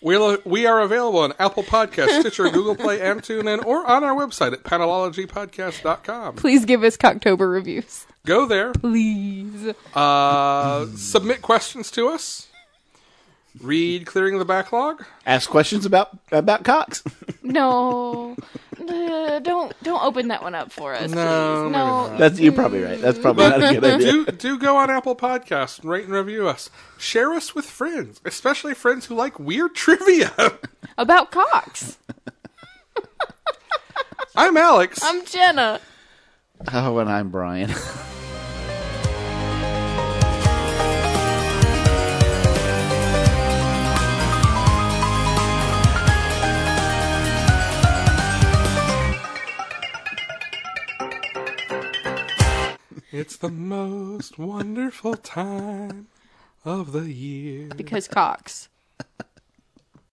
Speaker 1: We're, we are available on Apple Podcasts, Stitcher, Google Play, and TuneIn, or on our website at panelologypodcast.com.
Speaker 2: Please give us Cocktober reviews.
Speaker 1: Go there.
Speaker 2: Please.
Speaker 1: Uh, submit questions to us. Read Clearing the Backlog.
Speaker 3: Ask questions about about cocks.
Speaker 2: No. Uh, don't don't open that one up for us.
Speaker 1: No,
Speaker 2: please.
Speaker 1: maybe
Speaker 2: no.
Speaker 3: That's you're probably right. That's probably not a good idea.
Speaker 1: do do go on Apple Podcasts and rate and review us. Share us with friends, especially friends who like weird trivia.
Speaker 2: About Cox.
Speaker 1: I'm Alex.
Speaker 2: I'm Jenna.
Speaker 3: Oh, and I'm Brian.
Speaker 1: it's the most wonderful time of the year.
Speaker 2: Because Cox.